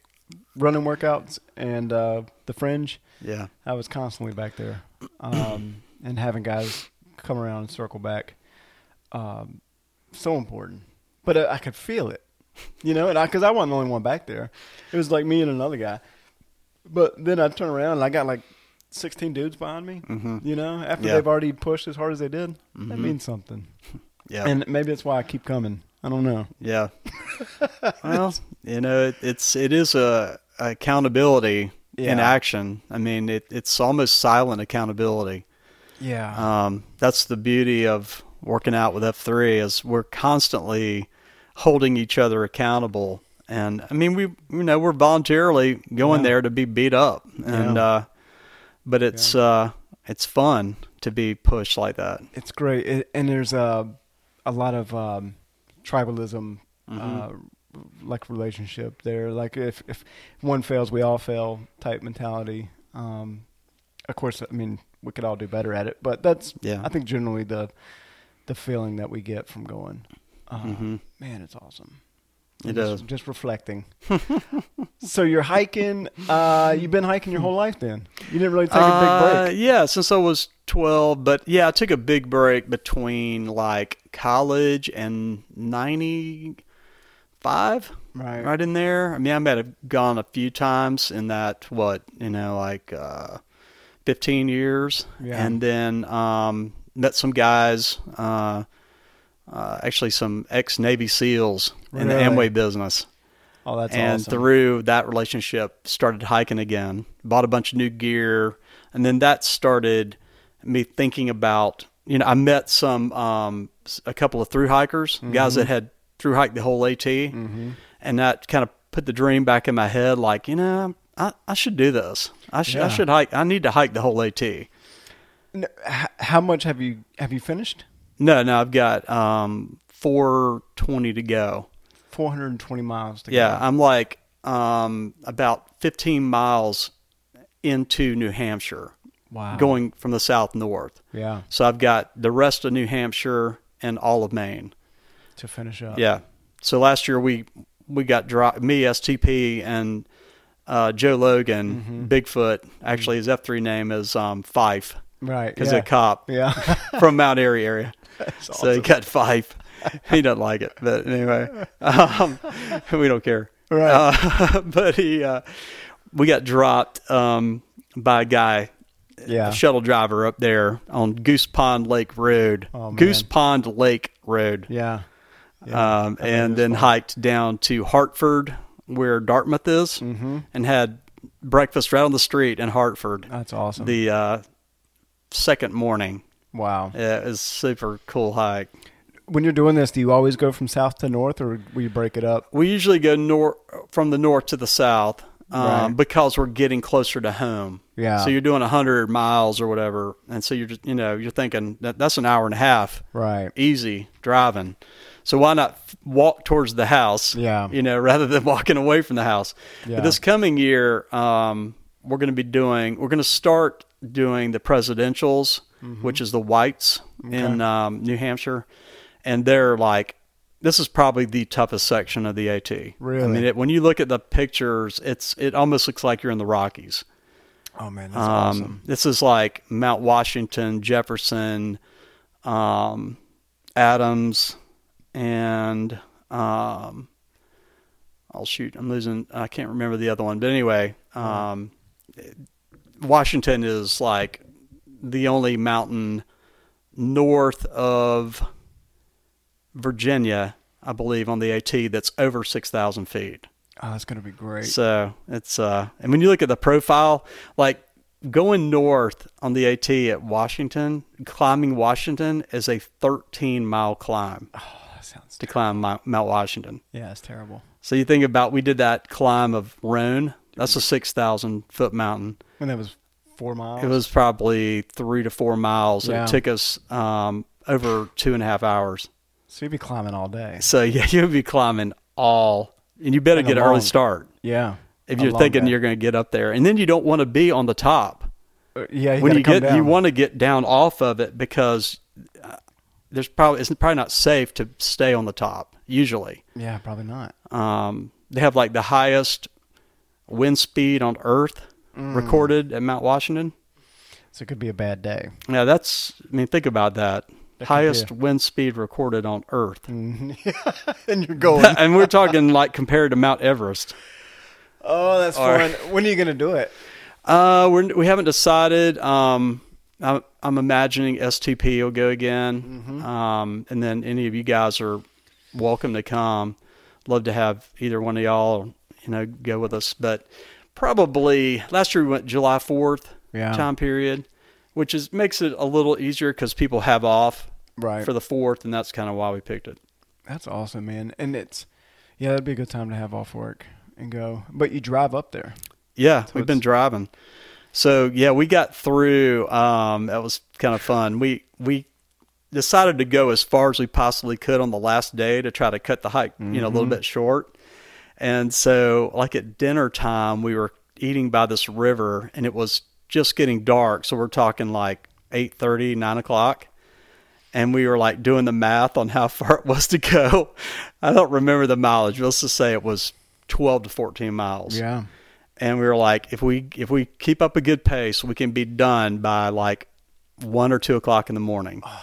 running workouts, and uh, the fringe.
Yeah,
I was constantly back there, um, and having guys come around and circle back, um, so important. But I, I could feel it, you know, and I because I wasn't the only one back there. It was like me and another guy. But then I turn around and I got like sixteen dudes behind me.
Mhm.
You know, after
Yeah. Mm-hmm.
they've already pushed as hard as they did, that means something.
yeah,
And maybe that's why I keep coming. I don't know.
yeah. well, you know, it, it's it is a accountability
Yeah.
in action. I mean, it, it's almost silent accountability.
Yeah.
Um, that's the beauty of working out with F3 is we're constantly holding each other accountable. And I mean, we you know we're voluntarily going
Yeah.
there to be beat up, and
Yeah.
uh, but it's uh, it's fun to be pushed like that.
It's great, it, and there's a a lot of um, tribalism,
Mm-hmm.
uh, like relationship there. Like if if one fails, we all fail type mentality. Um, of course, I mean we could all do better at it, but that's
Yeah.
I think generally the the feeling that we get from going. Uh,
Mhm.
Man, it's awesome.
It
And just,
is.
Just reflecting. so you're hiking. Uh, you've been hiking your whole life. Then you didn't really take a big
Uh,
break.
yeah, since I was 12, but yeah, I took a big break between like college and 95,
Right.
Uh, right in there. I mean, I might have gone a few times in that, what, you know, like uh, 15 years.
Yeah.
And then um, met some guys, uh, uh, actually some ex Navy SEALs in the
Really?
Amway business
Oh, that's
and
awesome.
through that relationship, started hiking again. Bought a bunch of new gear, and then that started me thinking about. You know, I met some um, s- a couple of through hikers, guys
Mm-hmm.
that had through hiked the whole AT, and that kind of put the dream back in my head. Like, you know, I, I should do this. I should
Yeah.
I should hike. I need to hike the whole AT.
N- h- how much have you have you finished?
No, no, I've got um, four twenty to go.
420 miles to
Yeah,
go.
I'm like um, about 15 miles into New Hampshire,
Wow.
going from the south north.
Yeah.
So I've got the rest of New Hampshire and all of Maine.
To finish up.
Yeah. So last year we we got dro- me STP and uh, Joe
Mm-hmm.
Logan, Bigfoot. Actually, his F3 name is um, Fife
Right.
because
Mm-hmm. yeah.
a cop
Yeah.
from Mount Airy area. So he
awesome.
got Fife. He doesn't like it, but anyway, um, we don't care.
Right.
Uh, but he, uh, we got dropped um, by a guy,
Yeah.
a shuttle driver up there on Goose Pond Lake Road,
Oh, man.
Goose Pond Lake Road,
yeah.
um, and then hiked down to Hartford, where Dartmouth is,
Mm-hmm.
and had breakfast right on the street in Hartford.
That's awesome.
The uh, second morning,
wow.
yeah, it was super cool hike.
When you're doing this, do you always go from south to north or will you break it up?
We usually go north from the north to the south um,
Right.
because we're getting closer to home.
Yeah.
So you're doing hundred miles or whatever, and so you're just you know you're thinking that that's an hour and a half,
Right.
easy driving. So why not f- walk towards the house?
Yeah.
You know, rather than walking away from the house.
Yeah.
But this coming year, um, we're going to be doing. We're going to start doing the presidentials,
Mm-hmm.
which is the whites in um, New Hampshire, and they're like. This is probably the toughest section of the AT. I
Really?
mean, it, when you look at the pictures, it's it almost looks like you're in the Rockies.
Oh man, that's
Um,
awesome.
This is like Mount Washington, Jefferson, um, Adams, and um, I'll shoot. I'm losing. I can't remember the other one. But anyway, um, Washington is like the only mountain north of Virginia, I believe, on the AT that's over six thousand feet.
Oh, that's going to be great.
So it's uh, and when you look at the profile, like going north on the AT at Washington, climbing Washington is a 13 mile climb
Oh, that sounds
to climb Mount, Mount Washington.
Yeah, it's terrible.
So you think about we did that climb of Roan. That's a 6,000 foot mountain.
When that was 4 miles.
It was probably three to four miles.
Yeah.
It took us um, over two and a half hours.
so you'd be climbing all day.
So yeah, you'll be climbing all, and you better
And a
get an early
long-
start
Yeah.
if
A
you're
long
thinking
day.
you're going to get up there. And then you don't want to be on the top.
Uh, yeah, you
when
gotta
you
come
get
down.
you want to get down off of it because uh, there's probably it's probably not safe to stay on the top usually
Yeah, probably not.
um, they have like the highest wind speed on earth
Mm.
recorded at mount washington
So it could be a bad day.
now that's i mean think about that,
That could
highest
be Mm.
wind speed recorded on earth
and you're going
and we're talking like compared to mount everest
Oh, that's
Or-
fun. When are you going to do it?
Uh, we're, we haven't decided. Um, I'm, I'm imagining STP will go again.
Mm-hmm.
Um, and then any of you guys are welcome to come. Love to have either one of y'all, you know, go with us. But probably last year we went July 4th
Yeah.
time period, which is makes it a little easier because people have off
Right.
for the 4th. And that's kind of why we picked it.
That's awesome, man. And it's yeah, that'd be a good time to have off work and go. But you drive up there.
Yeah, we've been
it's-
driving. So yeah, we got through. Um, that was kind of fun. We we decided to go as far as we possibly could on the last day to try to cut the hike, you know, a little
Mm-hmm.
bit short. And so, like at dinner time, we were eating by this river, and it was just getting dark. So we're talking like 8.30, 9 o'clock and we were like doing the math on how far it was to go. I don't remember the mileage. Let's just say it was 12 to 14 miles.
Yeah.
And we were like, if we if we keep up a good pace, we can be done by like one or two o'clock in the morning.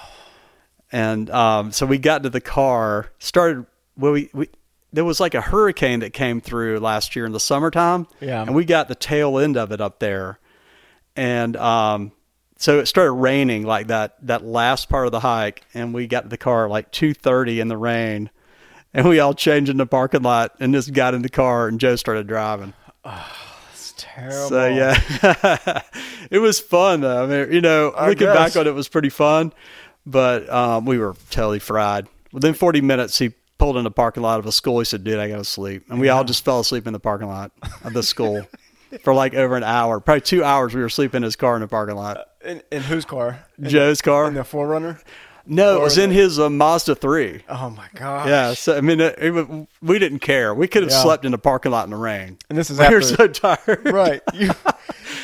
And um, so we got to the car, started. Well, we, we there was like a hurricane that came through last year in the summertime.
Yeah.
And we got the tail end of it up there, and um, so it started raining like that that last part of the hike, and we got to the car at like two thirty in the rain, and we all changed in the parking lot and just got in the car, and Joe started driving.
It's terrible.
So yeah, it was fun though. I mean, you know, looking
guess.
back on it, it was pretty fun, but um, we were totally fried. Within 40 minutes, he pulled in the parking lot of a school. He said, "Dude, I gotta sleep," and we all just fell asleep in the parking lot of the school for like over an hour, probably two hours. We were sleeping in his car in the parking lot,
In, in whose car? Uh, In,
Joe's car.
in the Forerunner?
no, it was in his uh, Mazda 3.
Oh my god.
Yeah, so I mean, it, it, was- we didn't care. We could have
Yeah.
slept in the parking lot in the rain.
And this is
we
after
were so tired.
right. You,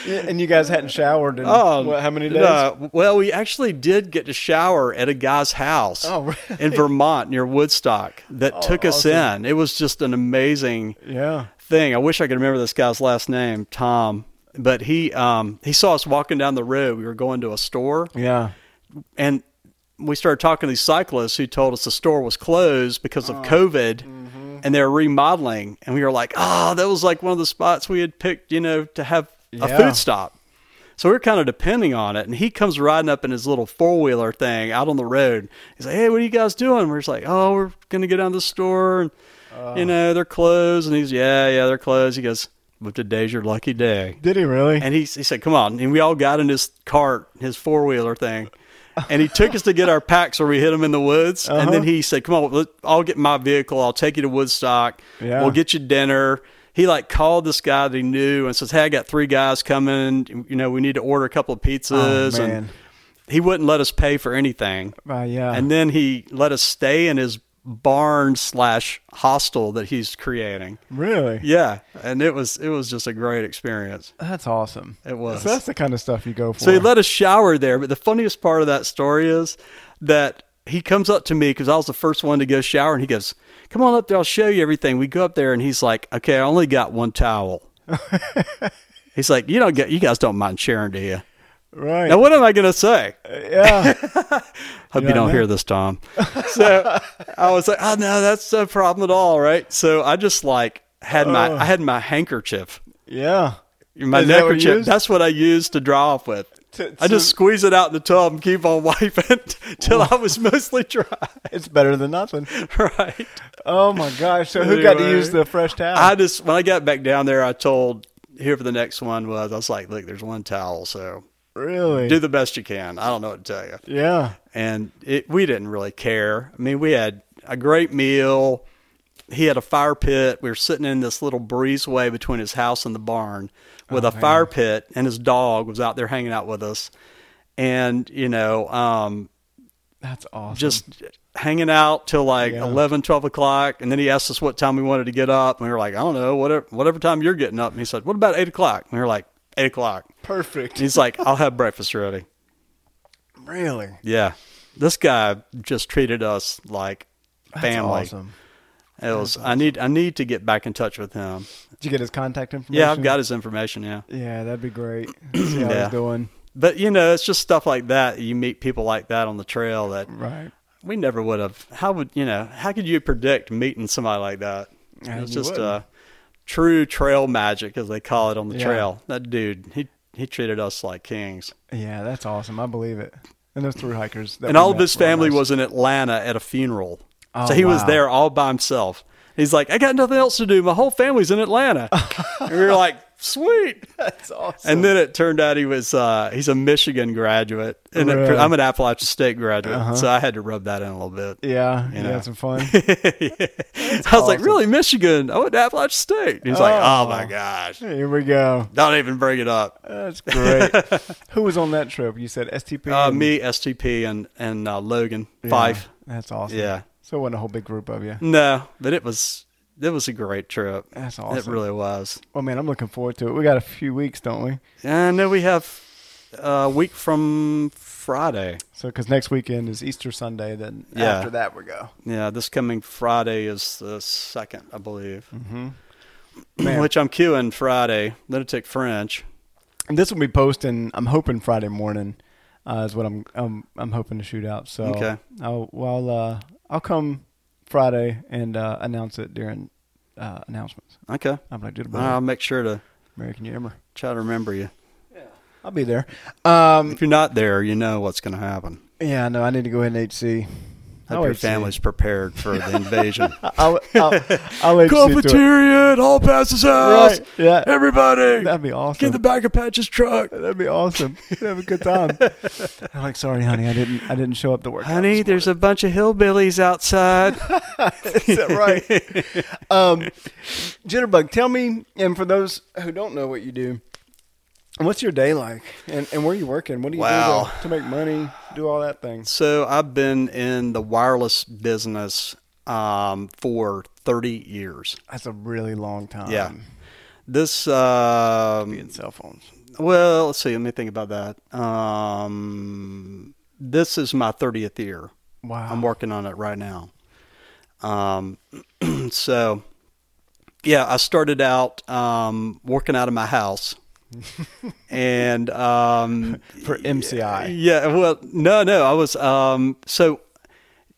yeah, and you guys hadn't showered in
Um,
what, how many days?
no, well, we actually did get to shower at a guy's house
Oh, really? Oh,
in Vermont near Woodstock that took us in. It was just an amazing
Yeah.
thing. I wish I could remember this guy's last name, Tom. But he um, he saw us walking down the road. We were going to a store,
Yeah.
and we started talking to these cyclists who told us the store was closed because of COVID and they're remodeling. And we were like, oh, that was like one of the spots we had picked, you know, to have
Yeah.
a food stop. So we are kind of depending on it. And he comes riding up in his little four wheeler thing out on the road. He's like, hey, what are you guys doing? We're just like, oh, we're going to go down to the store. And, you know, they're closed. And he's, yeah, yeah, they're closed. He goes, but today's your lucky day.
Did he really?
And he, he said, "Come on!" And we all got in his cart, his four wheeler thing, and he took us to get our packs, where we hit him in the woods. And
Uh-huh.
then he said, "Come on, let, I'll get my vehicle. I'll take you to Woodstock.
Yeah.
We'll get you dinner." He like called this guy that he knew and says, "Hey, I got three guys coming. You know, we need to order a couple of pizzas."
Oh, man.
and he wouldn't let us pay for anything.
Uh, yeah.
And then he let us stay in his barn slash hostel that he's creating.
really?
Yeah, and it was it was just a great experience.
That's awesome.
It was.
So that's the kind of stuff you go for.
So he let us shower there. But the funniest part of that story is that he comes up to me because I was the first one to go shower, and he goes, "Come on up there, I'll show you everything." We go up there, and he's like, "Okay, I only got one towel." he's like, "You don't get, you guys don't mind sharing, do you?"
right.
Now, what am I gonna say?
yeah.
Hope you don't hear this, Tom. So I was like, "Oh no, that's no problem at all, right?" So I just like had my I had my handkerchief
Yeah.
my
Is that what you
neckerchief.
use?
that's what I used to dry off with.
To-
I just squeeze it out in the tub and keep on wiping till I was mostly dry.
It's better than nothing.
right.
Oh my gosh. So who got to
Anyway.
use the fresh towel?
I just when I got back down there, I told here for the next one was I was like, look, there's one towel, so
really?
do the best you can. I don't know what to tell you.
yeah.
And it, we didn't really care. I mean, we had a great meal. He had a fire pit. We were sitting in this little breezeway between his house and the barn with a fire pit, and his dog was out there hanging out with us. And, you know, um,
That's awesome.
just hanging out till like
Yeah.
eleven, twelve 11, 12 o'clock. And then he asked us what time we wanted to get up. And we were like, I don't know, whatever, whatever time you're getting up. And he said, What about 8 o'clock? And we were like, 8 o'clock.
perfect.
And he's like, I'll have breakfast ready.
really.
Yeah. This guy just treated us like family.
That's awesome.
It was I need I need to get back in touch with him.
Did you get his contact information?
Yeah, I've got his information, yeah.
Yeah, that'd be great. See how
Yeah.
he's doing.
But you know, it's just stuff like that. You meet people like that on the trail that
Right.
we never would have how would you know, how could you predict meeting somebody like that?
Yeah,
it's
you
just
wouldn't.
uh true trail magic as they call it on the
Yeah.
trail. That dude, he he treated us like kings.
Yeah, that's awesome. I believe it. And those through hikers. that
and
we
all of
met
his
were
family
nice.
was in Atlanta at a funeral.
Oh,
so he was
wow.
there all by himself. He's like, I got nothing else to do. My whole family's in Atlanta. and we were like, sweet.
That's awesome.
And then it turned out he was uh, he's a Michigan graduate, and it-
Right.
I'm an Appalachian State graduate,
Uh-huh.
so I had to rub that in a little bit.
yeah, you
know.
had some fun.
I was like,
awesome.
really, Michigan? I went to Appalachian State. He's like,
Oh.
oh my gosh,
Here we go.
don't even bring it up.
That's great. Who was on that trip? You said STP.
Uh,
and-
me, STP, and and uh, Logan
Yeah,
Fife.
That's awesome.
Yeah,
So it wasn't a whole big group of you.
no, but it was it was a great trip.
That's
It
awesome.
really was.
Oh man, I'm looking forward to it. We got a few weeks, don't we?
And then we have a week from Friday.
So because next weekend is Easter Sunday, then
Yeah.
after that we go.
Yeah, this coming Friday is the second, I believe.
Mm-hmm. Man.
Which I'm queuing Friday. Lunatic French.
And this will be posting. I'm hoping Friday morning uh, is what I'm I'm I'm hoping to shoot out. So
Okay.
I'll well uh, I'll come Friday and uh, announce it during uh, announcements.
Okay.
I'm like, dude,
I'll make sure to
American Yammer.
try to remember you.
I'll be there. Um,
If you're not there, you know what's going to happen.
yeah, no, I need to go ahead and HC.
Hope
I'll
your
HC.
family's prepared for the invasion.
I'll, I'll, I'll HC to it.
Cafeteria, at all passes
Right. Yeah.
Everybody,
That'd be awesome.
back of Patch's truck.
That'd be awesome. Have a good time. I'm like, sorry, honey, I didn't, I didn't show up to work.
Honey, there's a bunch of hillbillies outside.
Is that right? um, Jitterbug, tell me, and for those who don't know what you do, what's your day like, and, and where you working? What do you
Wow.
do to, to make money? Do all that thing?
So I've been in the wireless business um, for 30 years.
That's a really long time.
Yeah. This, um,
being cell phones.
well, let's see. Let me think about that. Um, this is my 30th year.
Wow.
I'm working on it right now. Um, so, yeah, I started out um, working out of my house. and um,
for MCI.
Yeah, well, no, no, I was um so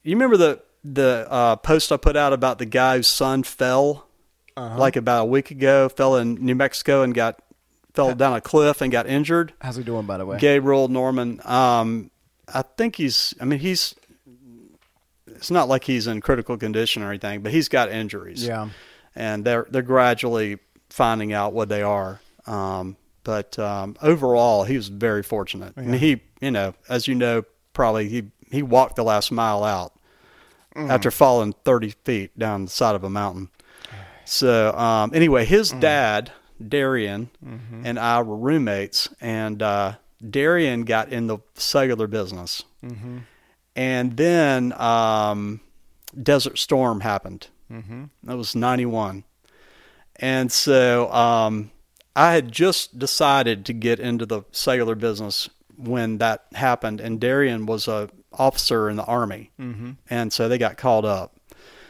you remember the the uh, post I put out about the guy whose son fell like about a week ago, fell in New Mexico and got fell down a cliff and got injured.
How's he doing, by the way?
Gabriel Norman. Um, I think he's. I mean, he's. It's not like he's in critical condition or anything, but he's got injuries.
Yeah.
and they're they're gradually finding out what they are. Um, but um, overall, he was very fortunate. I mean, he, you know, as you know, probably he he walked the last mile out after falling thirty feet down the side of a mountain. So um, anyway, his dad Darian and I were roommates, and uh, Darian got in the cellular business, and then um, Desert Storm happened. Mm-hmm. That was ninety one, and so um, I had just decided to get into the cellular business when that happened, and Darian was a officer in the army, mm-hmm. and so they got called up.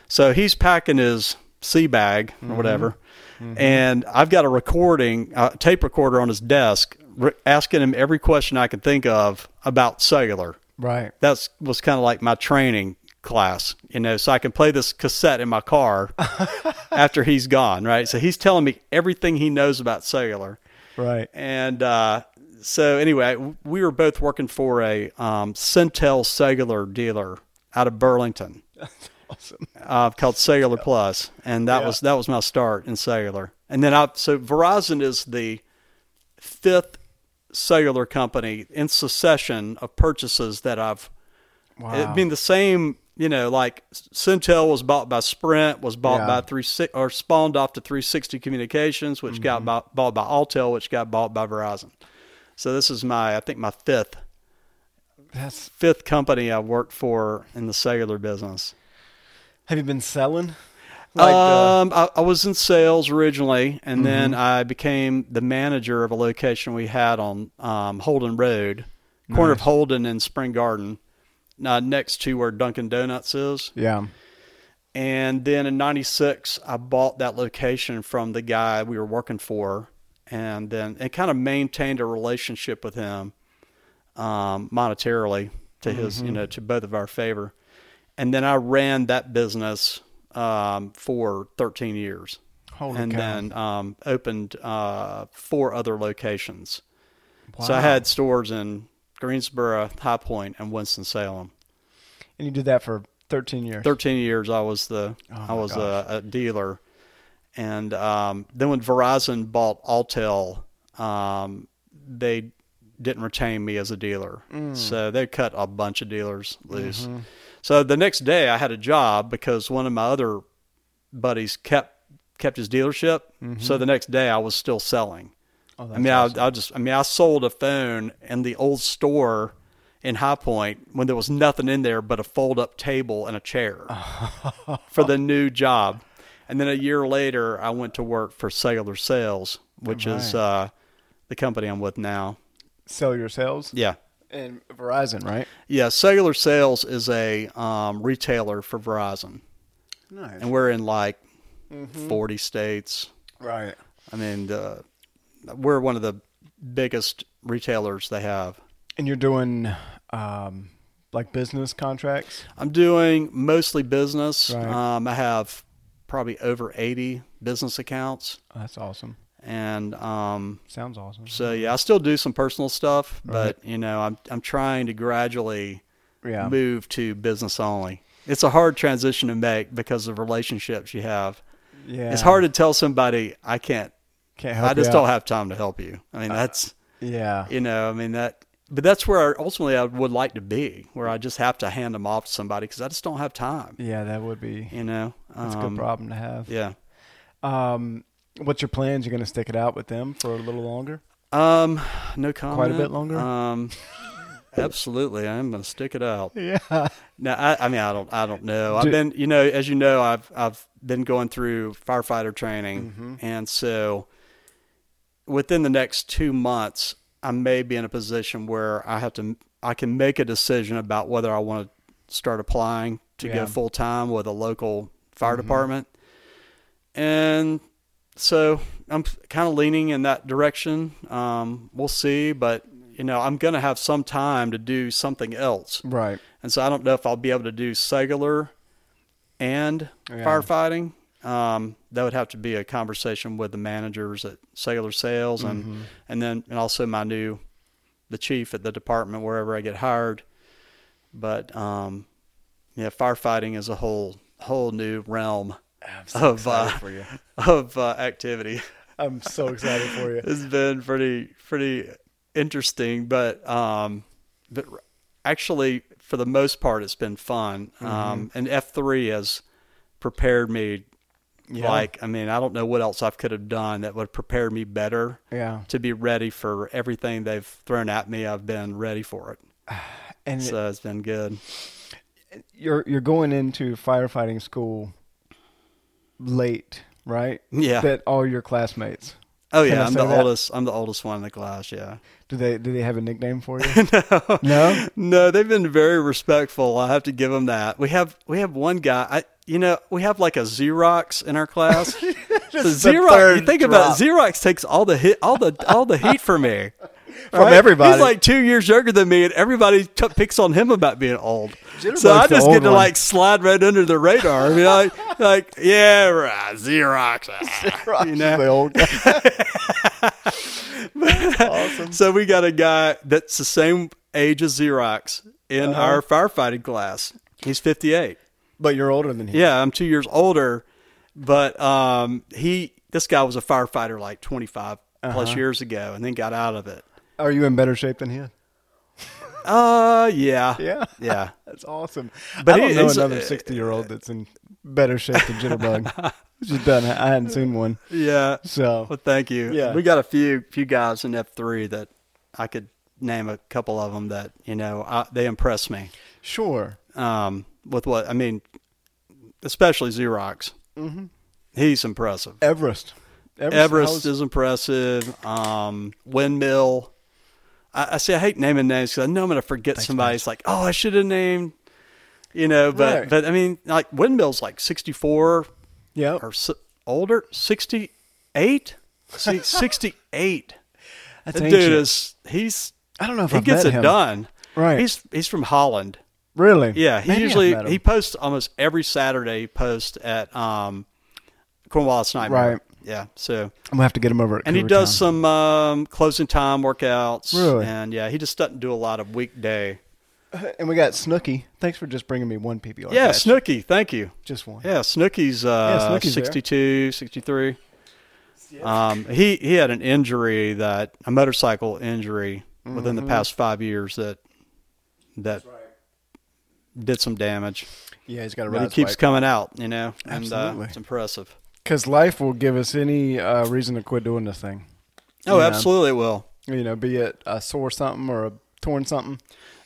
So he's packing his sea bag or whatever, Mm-hmm. and I've got a recording, uh, tape recorder on his desk, re- asking him every question I could think of about cellular.
Right.
That's was kind of like my training class, you know, so I can play this cassette in my car after he's gone, right? So he's telling me everything he knows about cellular.
Right.
And uh, so, anyway, we were both working for a um, Centel cellular dealer out of Burlington
Awesome.
uh, called Cellular Plus, and that
Yeah.
was that was my start in cellular. And then I so Verizon is the fifth cellular company in succession of purchases that I've.
Wow.
I mean the same, you know, like Centel was bought by Sprint, was bought
Yeah.
by three si- or spawned off to 360 Communications, which
Mm-hmm.
got bought, bought by Altel, which got bought by Verizon. So this is my I think my fifth
That's.
fifth company I worked for in the cellular business.
Have you been selling? uh,
um, I, I was in sales originally, and
Mm-hmm.
then I became the manager of a location we had on um, Holden Road, corner of Holden and Spring Garden, uh, next to where Dunkin' Donuts is.
the, yeah.
And then in '96, I bought that location from the guy we were working for, and then it kind of maintained a relationship with him um, monetarily to his,
Mm-hmm.
you know, to both of our favor. And then I ran that business um, for 13 years,
Holy
and
cow.
then um, opened uh, four other locations. So I had stores in Greensboro, High Point, and Winston Salem.
and you did that for 13 years. Oh,
13 years I was the I
my
was a, a dealer And um, then when Verizon bought Altel, um, they didn't retain me as a dealer.
Mm.
So they cut a bunch of dealers loose.
Mm-hmm.
So the next day I had a job because one of my other buddies kept kept his dealership.
Mm-hmm.
So the next day I was still selling.
Oh,
I mean, I, I just, I mean, I sold a phone in the old store in High Point when there was nothing in there but a fold up table and a chair for the new job. And then a year later, I went to work for Cellular Sales, which is uh, the company I'm with now.
sell your sales
Yeah.
and Verizon, right?
Yeah. Cellular Sales is a um, retailer for Verizon.
Nice.
And we're in like 40 states.
right.
I mean, uh, we're one of the biggest retailers they have.
And you're doing um, like business contracts.
I'm doing mostly business.
Right.
Um, I have probably over 80 business accounts.
Oh, that's awesome.
And um,
Sounds awesome.
so, yeah, I still do some personal stuff, but, you know, I'm, I'm trying to gradually
Yeah.
move to business only. It's a hard transition to make because of relationships you have.
Yeah.
It's hard to tell somebody, I can't,
Can't help
I just
you
don't
out. Uh,
have time to help you. I mean, that's,
Yeah.
you know, I mean, that, but that's where ultimately I would like to be, where I just have to hand them off to somebody because I just don't have time.
Yeah, that would be.
you know
That's a
um,
good problem to have.
yeah
Um, what's your plans? You're going to stick it out with them for a little longer?
um no comment
bit longer?
um absolutely i'm gonna stick it out
Yeah.
no I, I mean i don't i don't know
Do-
i've been you know as you know i've i've been going through firefighter training
Mm-hmm.
and so within the next two months i may be in a position where i have to i can make a decision about whether i want to start applying to
Yeah. Mm-hmm.
go full-time with a local fire department and so I'm kind of leaning in that direction. Um, we'll see, but you know, I'm going to have some time to do something else,
Right.
and so I don't know if I'll be able to do cellular and
Yeah.
firefighting. Um, that would have to be a conversation with the managers at cellular sales, and and then and also my new the chief at the department wherever I get hired. But um, yeah, firefighting is a whole whole new realm
I'm
Of, uh,
excited for you.
of uh, activity.
Oh, I'm so excited for you.
it's been pretty pretty interesting, but um, but actually for the most part it's been fun.
Mm-hmm.
Um, and F three has prepared me.
Yeah.
Like I mean, I don't know what else I could have done that would have prepared me better
Yeah.
to be ready for everything they've thrown at me. I've been ready for it,
And
so it's been good.
you're you're going into firefighting school late, right?
Yeah.
That all your classmates.
Oh
Can
yeah,
I
I'm
say
the
that?
oldest. I'm the oldest one in the class. Yeah.
Do they do they have a nickname for you? no. No?
No, they've been very respectful. I have to give them that. We have we have one guy. I you know we have like a Xerox in our class. so
the
Xerox,
third
you think about it, Xerox takes all the hit all the all the heat for me.
From everybody.
he's like two years younger than me, and everybody t- picks on him about being old.
Jitterbug's
so I
the
just
old
get to
one.
like slide right under the radar. I mean, like, like yeah, right, Xerox. ah.
Ross is the old guy. awesome.
So we got a guy that's the same age as Xerox in
Uh-huh.
our firefighting class. He's 58.
But you're older than him.
Yeah, I'm two years older, but um, he this guy was a firefighter like 25
Uh-huh.
plus years ago, and then got out of it.
Are you in better shape than him?
Uh, yeah,
Yeah.
yeah.
That's awesome.
But
I don't
he- uh,
know
he's-
another sixty year old that's in better shape than Jitterbug. Just done. I hadn't seen one.
Yeah.
So
Well, thank you.
Yeah.
We got a few few guys in F3 that I could name a couple of them that, you know, I, they impressed me.
sure.
Um, with what I mean, especially Xerox. Mm-hmm. He's impressive.
Everest. Everest,
Everest
how's-
is impressive. Um, Windmill. I, I see. I hate naming names because I know I'm going to forget somebody. It's like, oh, I should have named. You know, but
Right.
but I mean, like Windmill's like 64
Yep.
or s- older, 68, See, 68.
That's
That dude
ancient.
is he's.
I don't know if
he
I've
gets
met
it
him.
done.
Right.
He's he's from Holland.
Really?
Yeah, he
Maybe I've
usually
met him.
he posts almost every Saturday. He posts at um, Cornwallis Nightmare.
Right.
Yeah. So
I'm gonna have to get him over. At
and he
Cougar
does
Town.
some um, closing time workouts.
Really?
And yeah, he just doesn't do a lot of weekday
And we got Snooky. Thanks for just bringing me one PBR.
Yeah,
patch.
Snooky. Thank you.
Just one.
Yeah, Snooky's, uh,
Yeah, Snooki's there.
62, 63. Um, he, he had an injury that, a motorcycle injury within the
Mm-hmm.
past five years that, that did some damage.
Yeah, he's got a
But he
ride
keeps
keeps
coming out, you know, and uh,
Absolutely.
it's impressive.
Because life will give us any uh, reason to quit doing this thing.
Oh,
Yeah.
absolutely it will.
You know, be it a sore something or a torn something.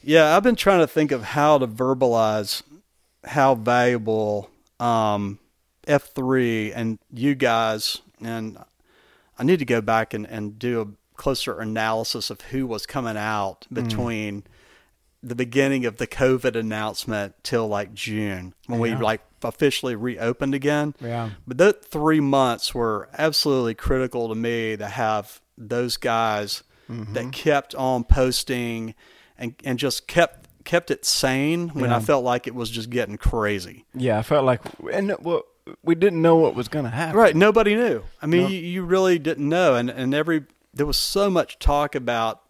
Yeah, I've been trying to think of how to verbalize how valuable um, F3 and you guys, and I need to go back and, and do a closer analysis of who was coming out between the beginning of the COVID announcement till like June when we like officially reopened again.
Yeah.
But those three months were absolutely critical to me to have those guys that kept on posting and, and just kept kept it sane when I felt like it was just getting crazy.
Yeah, I felt like, and well, we didn't know what was going to happen.
Right. Nobody knew. I mean, you, you really didn't know. And, and every, there was so much talk about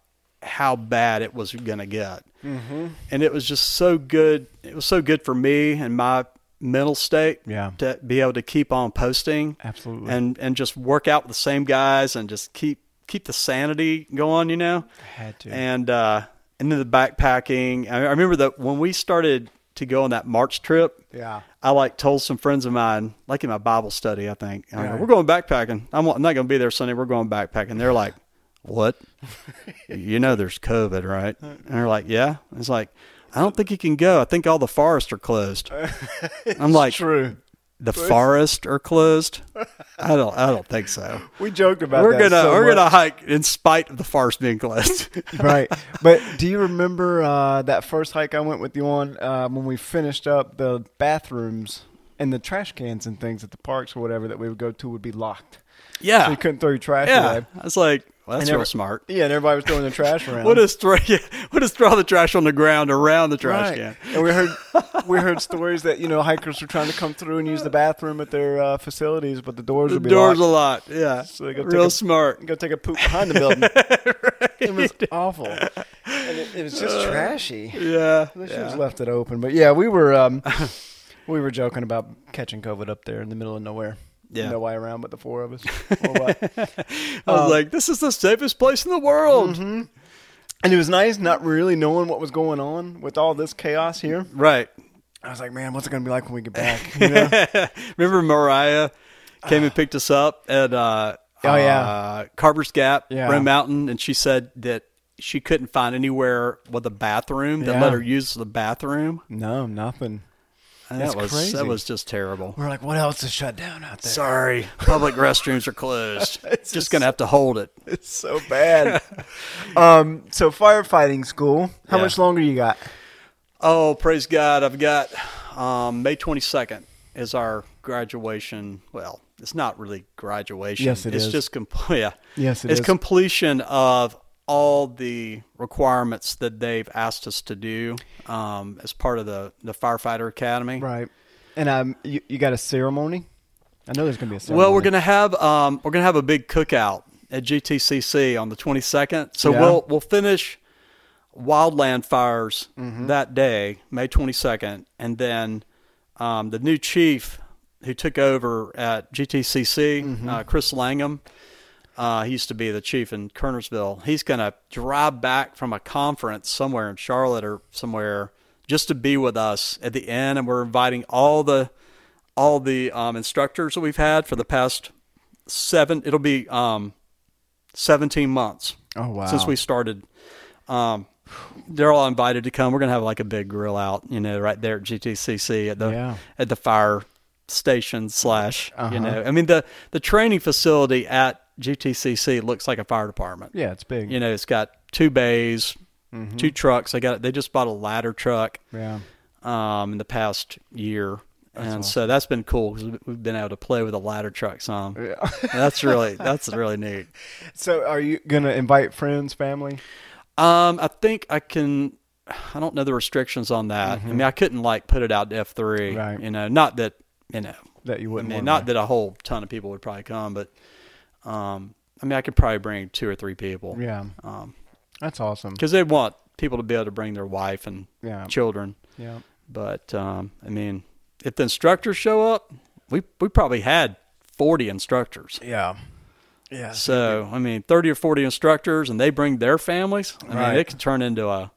how bad it was going to get. Mm-hmm. And it was just so good. It was so good for me and my mental state
Yeah.
to be able to keep on posting
Absolutely.
and, and just work out with the same guys and just keep, keep the sanity going, you know?
had to.
and uh, and then the backpacking. I I remember that when we started to go on that March trip.
Yeah.
I like told some friends of mine, like in my Bible study, I think, I go,
Right.
we're going backpacking. I'm, I'm not going to be there Sunday. We're going backpacking. They're like, what? you know, there's COVID, right? And they're like, yeah. It's like, I don't think you can go. I think all the forests are closed. I'm like,
True.
the forests are closed. I don't, I don't think so.
We joked about
We're
that
gonna,
so
we're
much.
gonna hike in spite of the forest being closed.
right. But do you remember uh, that first hike I went with you on uh, when we finished up the bathrooms and the trash cans and things at the parks or whatever that we would go to would be locked.
yeah.
So you couldn't throw your trash
Ah. Yeah,
away.
I was like, well, that's
And every-
real smart.
Yeah, and everybody was throwing their trash around.
What is throw? Yeah, what is throw the trash on the ground around the trash
right.
can?
And we heard we heard stories that you know hikers were trying to come through and use the bathroom at their uh, facilities, but the doors
The
would be
doors
locked.
a lot. Yeah,
So they go take
real
a-
smart.
Go take a poop behind the building. It was awful, and it, it was just trashy.
Yeah,
They should
Uh, yeah.
have left it open. But yeah, we were um, we were joking about catching COVID up there in the middle of nowhere.
Yeah.
No way around but the four of us. Or what.
I
um,
was like, this is the safest place in the world.
Mm-hmm. and it was nice not really knowing what was going on with all this chaos here.
Right.
I was like, man, what's it going to be like when we get back? You know?
Remember Mariah came and picked us up at uh,
Oh, yeah.
uh, Carver's Gap,
Yeah.
Rim Mountain, and she said that she couldn't find anywhere with a bathroom that
Yeah.
let her use the bathroom.
no, nothing.
And
That's
that was
crazy.
that was just terrible.
We're like, what else is shut down out there?
Sorry, public restrooms are closed. just, gonna have to hold it.
It's so bad. um, so firefighting school. How
Yeah.
much longer you got?
Oh, praise God! I've got um, May twenty second is our graduation. Well, it's not really graduation.
Yes, it
it's
is.
just com- yeah.
Yes, it
it's
is.
completion of all the requirements that they've asked us to do um, as part of the the firefighter academy.
Right. And um, you, you got a ceremony? I know there's going to be a ceremony.
Well, we're gonna have um, we're gonna have a big cookout at GTCC on the 22nd. So
Yeah.
we'll we'll finish wildland fires that day, May 22nd, and then um, the new chief who took over at GTCC, uh, Chris Langham. Uh, he used to be the chief in Kernersville. He's going to drive back from a conference somewhere in Charlotte or somewhere just to be with us at the end. And we're inviting all the all the um, instructors that we've had for the past seven. It'll be um, seventeen months.
Oh, wow.
Since we started, um, they're all invited to come. We're gonna have like a big grill out, you know, right there at GTCC at the
Yeah. Uh-huh.
at the fire station slash. You know, I mean the the training facility at GTCC looks like a fire department.
Yeah, Mm-hmm. it's big.
You know, it's got two bays, two trucks. They got they just bought a ladder truck
yeah.
um, in the past year. and so that's been cool because we've been able to play with the ladder truck some.
Yeah.
that's really that's really neat.
So, are you gonna invite friends, family?
Um, I think I can. I don't know the restrictions on that. I mean, I couldn't like put it out to F three.
Mm-hmm. Right.
You know, not that you know.
That you
I
wouldn't
mean,
want
not that a whole ton of people would probably come, but um, I mean, I could probably bring two or three people.
Yeah,
Um,
that's awesome.
because they want people to be able to bring their wife and
Yeah.
children.
Yeah.
But um, I mean, if the instructors show up, we we probably had forty instructors.
Yeah. Yeah.
So I mean, thirty or forty instructors, and they bring their families. I
Right.
mean, it could turn into a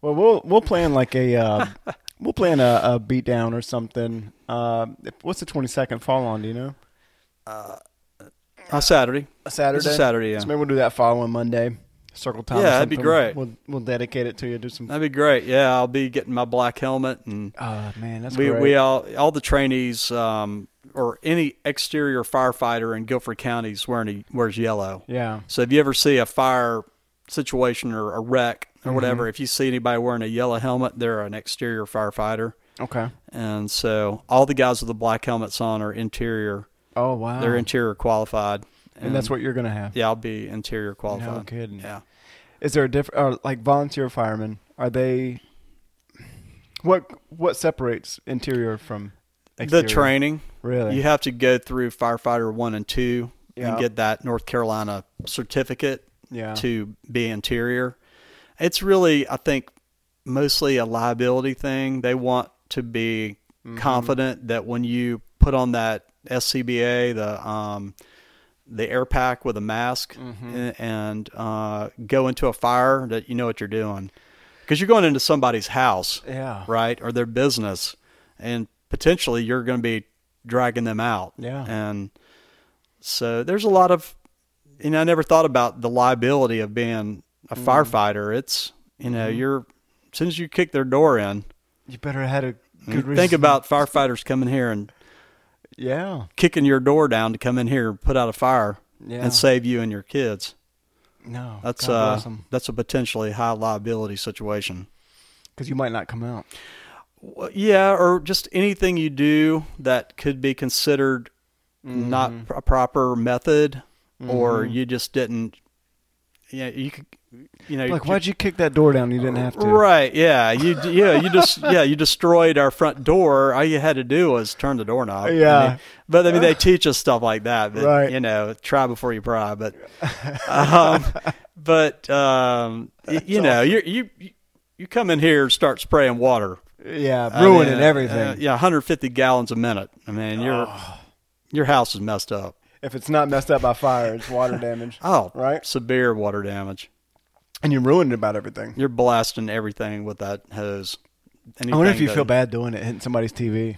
Well, we'll we'll plan like a uh, we'll plan a, a beatdown or something. Uh, if- what's the twenty second fall on? Do you know?
a Saturday.
A Saturday.
It's a Saturday, yeah.
So maybe we'll do that following Monday. Circle time. or
Yeah, that'd be
something.
great.
We'll we'll dedicate it to you. Do some.
That'd be great. Yeah, I'll be getting my black helmet, and
Oh man, that's
we
great.
we uh, all all the trainees um, or any exterior firefighter in Guilford County is wearing a, wears yellow.
yeah.
So if you ever see a fire situation or a wreck or whatever,
Mm-hmm.
if you see anybody wearing a yellow helmet, they're an exterior firefighter.
Okay.
And so all the guys with the black helmets on are interior.
Oh wow.
They're interior qualified.
and, that's what you're gonna have.
Yeah, I'll be interior qualified.
No kidding.
Yeah.
Is there a different uh, like volunteer firemen? Are they? What what separates interior from exterior?
The training.
Really?
You have to go through firefighter one and two
Yeah.
and get that North Carolina certificate
Yeah.
to be interior. It's really, I think, mostly a liability thing. They want to be confident that when you put on that SCBA, the um, the air pack with a mask, a- and uh, go into a fire, that you know what you're doing, because you're going into somebody's house,
Yeah.
right, or their business, and potentially you're going to be dragging them out,
Yeah.
and so there's a lot of, you know, I never thought about the liability of being a
Mm.
firefighter. It's, you
Mm-hmm.
know, you're, as soon as you kick their door in,
You better had a
you
good reason.
Mm. think about firefighters coming here and
Yeah.
kicking your door down to come in here and put out a fire
Yeah.
and save you and your kids.
No.
That's
God
uh, that's a potentially high liability situation.
because you might not come out.
Well, yeah, or just anything you do that could be considered
Mm-hmm.
not pr- a proper method, or you just didn't. Yeah, you could. You know,
Like, why'd you kick that door down? You didn't have to.
Right? Yeah, you. d- Yeah, you just. yeah, you destroyed our front door. All you had to do was turn the doorknob. I
Yeah.
mean, but I mean, they teach us stuff like that. But,
Right.
You know, try before you pry. But, um, but um, y- you know, you you you- you come in here and start spraying water.
Yeah,
I
ruining
mean,
everything. Oh.
uh, yeah, 150 gallons a minute. I mean, your your house is messed up.
If it's not messed up by fire, it's water damage.
Oh,
Right.
Severe water damage.
and you ruined about everything.
You're blasting everything with that hose.
I wonder if
Anything
you
that-
feel bad doing it, hitting somebody's TV.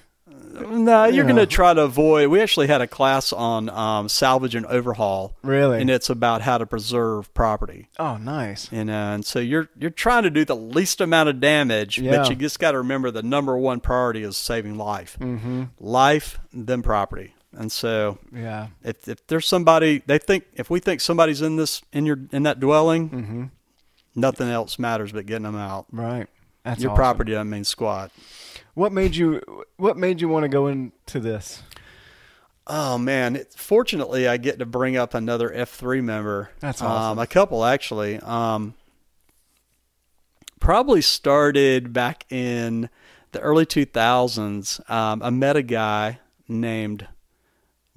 No, you're
Yeah.
going to try to avoid. We actually had a class on um, salvage and overhaul,
Really?
and it's about how to preserve property.
oh, nice.
And, uh, and so you're you're trying to do the least amount of damage,
Yeah.
but you just got to remember the number one priority is saving life, mm-hmm. life then property. And so
Yeah.
if if there's somebody they think if we think somebody's in this in your in that dwelling,
Mm-hmm.
nothing else matters but getting them out.
Right. That's
your
awesome.
property doesn't mean squat.
What made you? What made you want to go into this?
Oh man! It, fortunately, I get to bring up another F three member.
That's awesome.
um, a couple actually. Um, probably started back in the early two thousands. Um, I met a guy named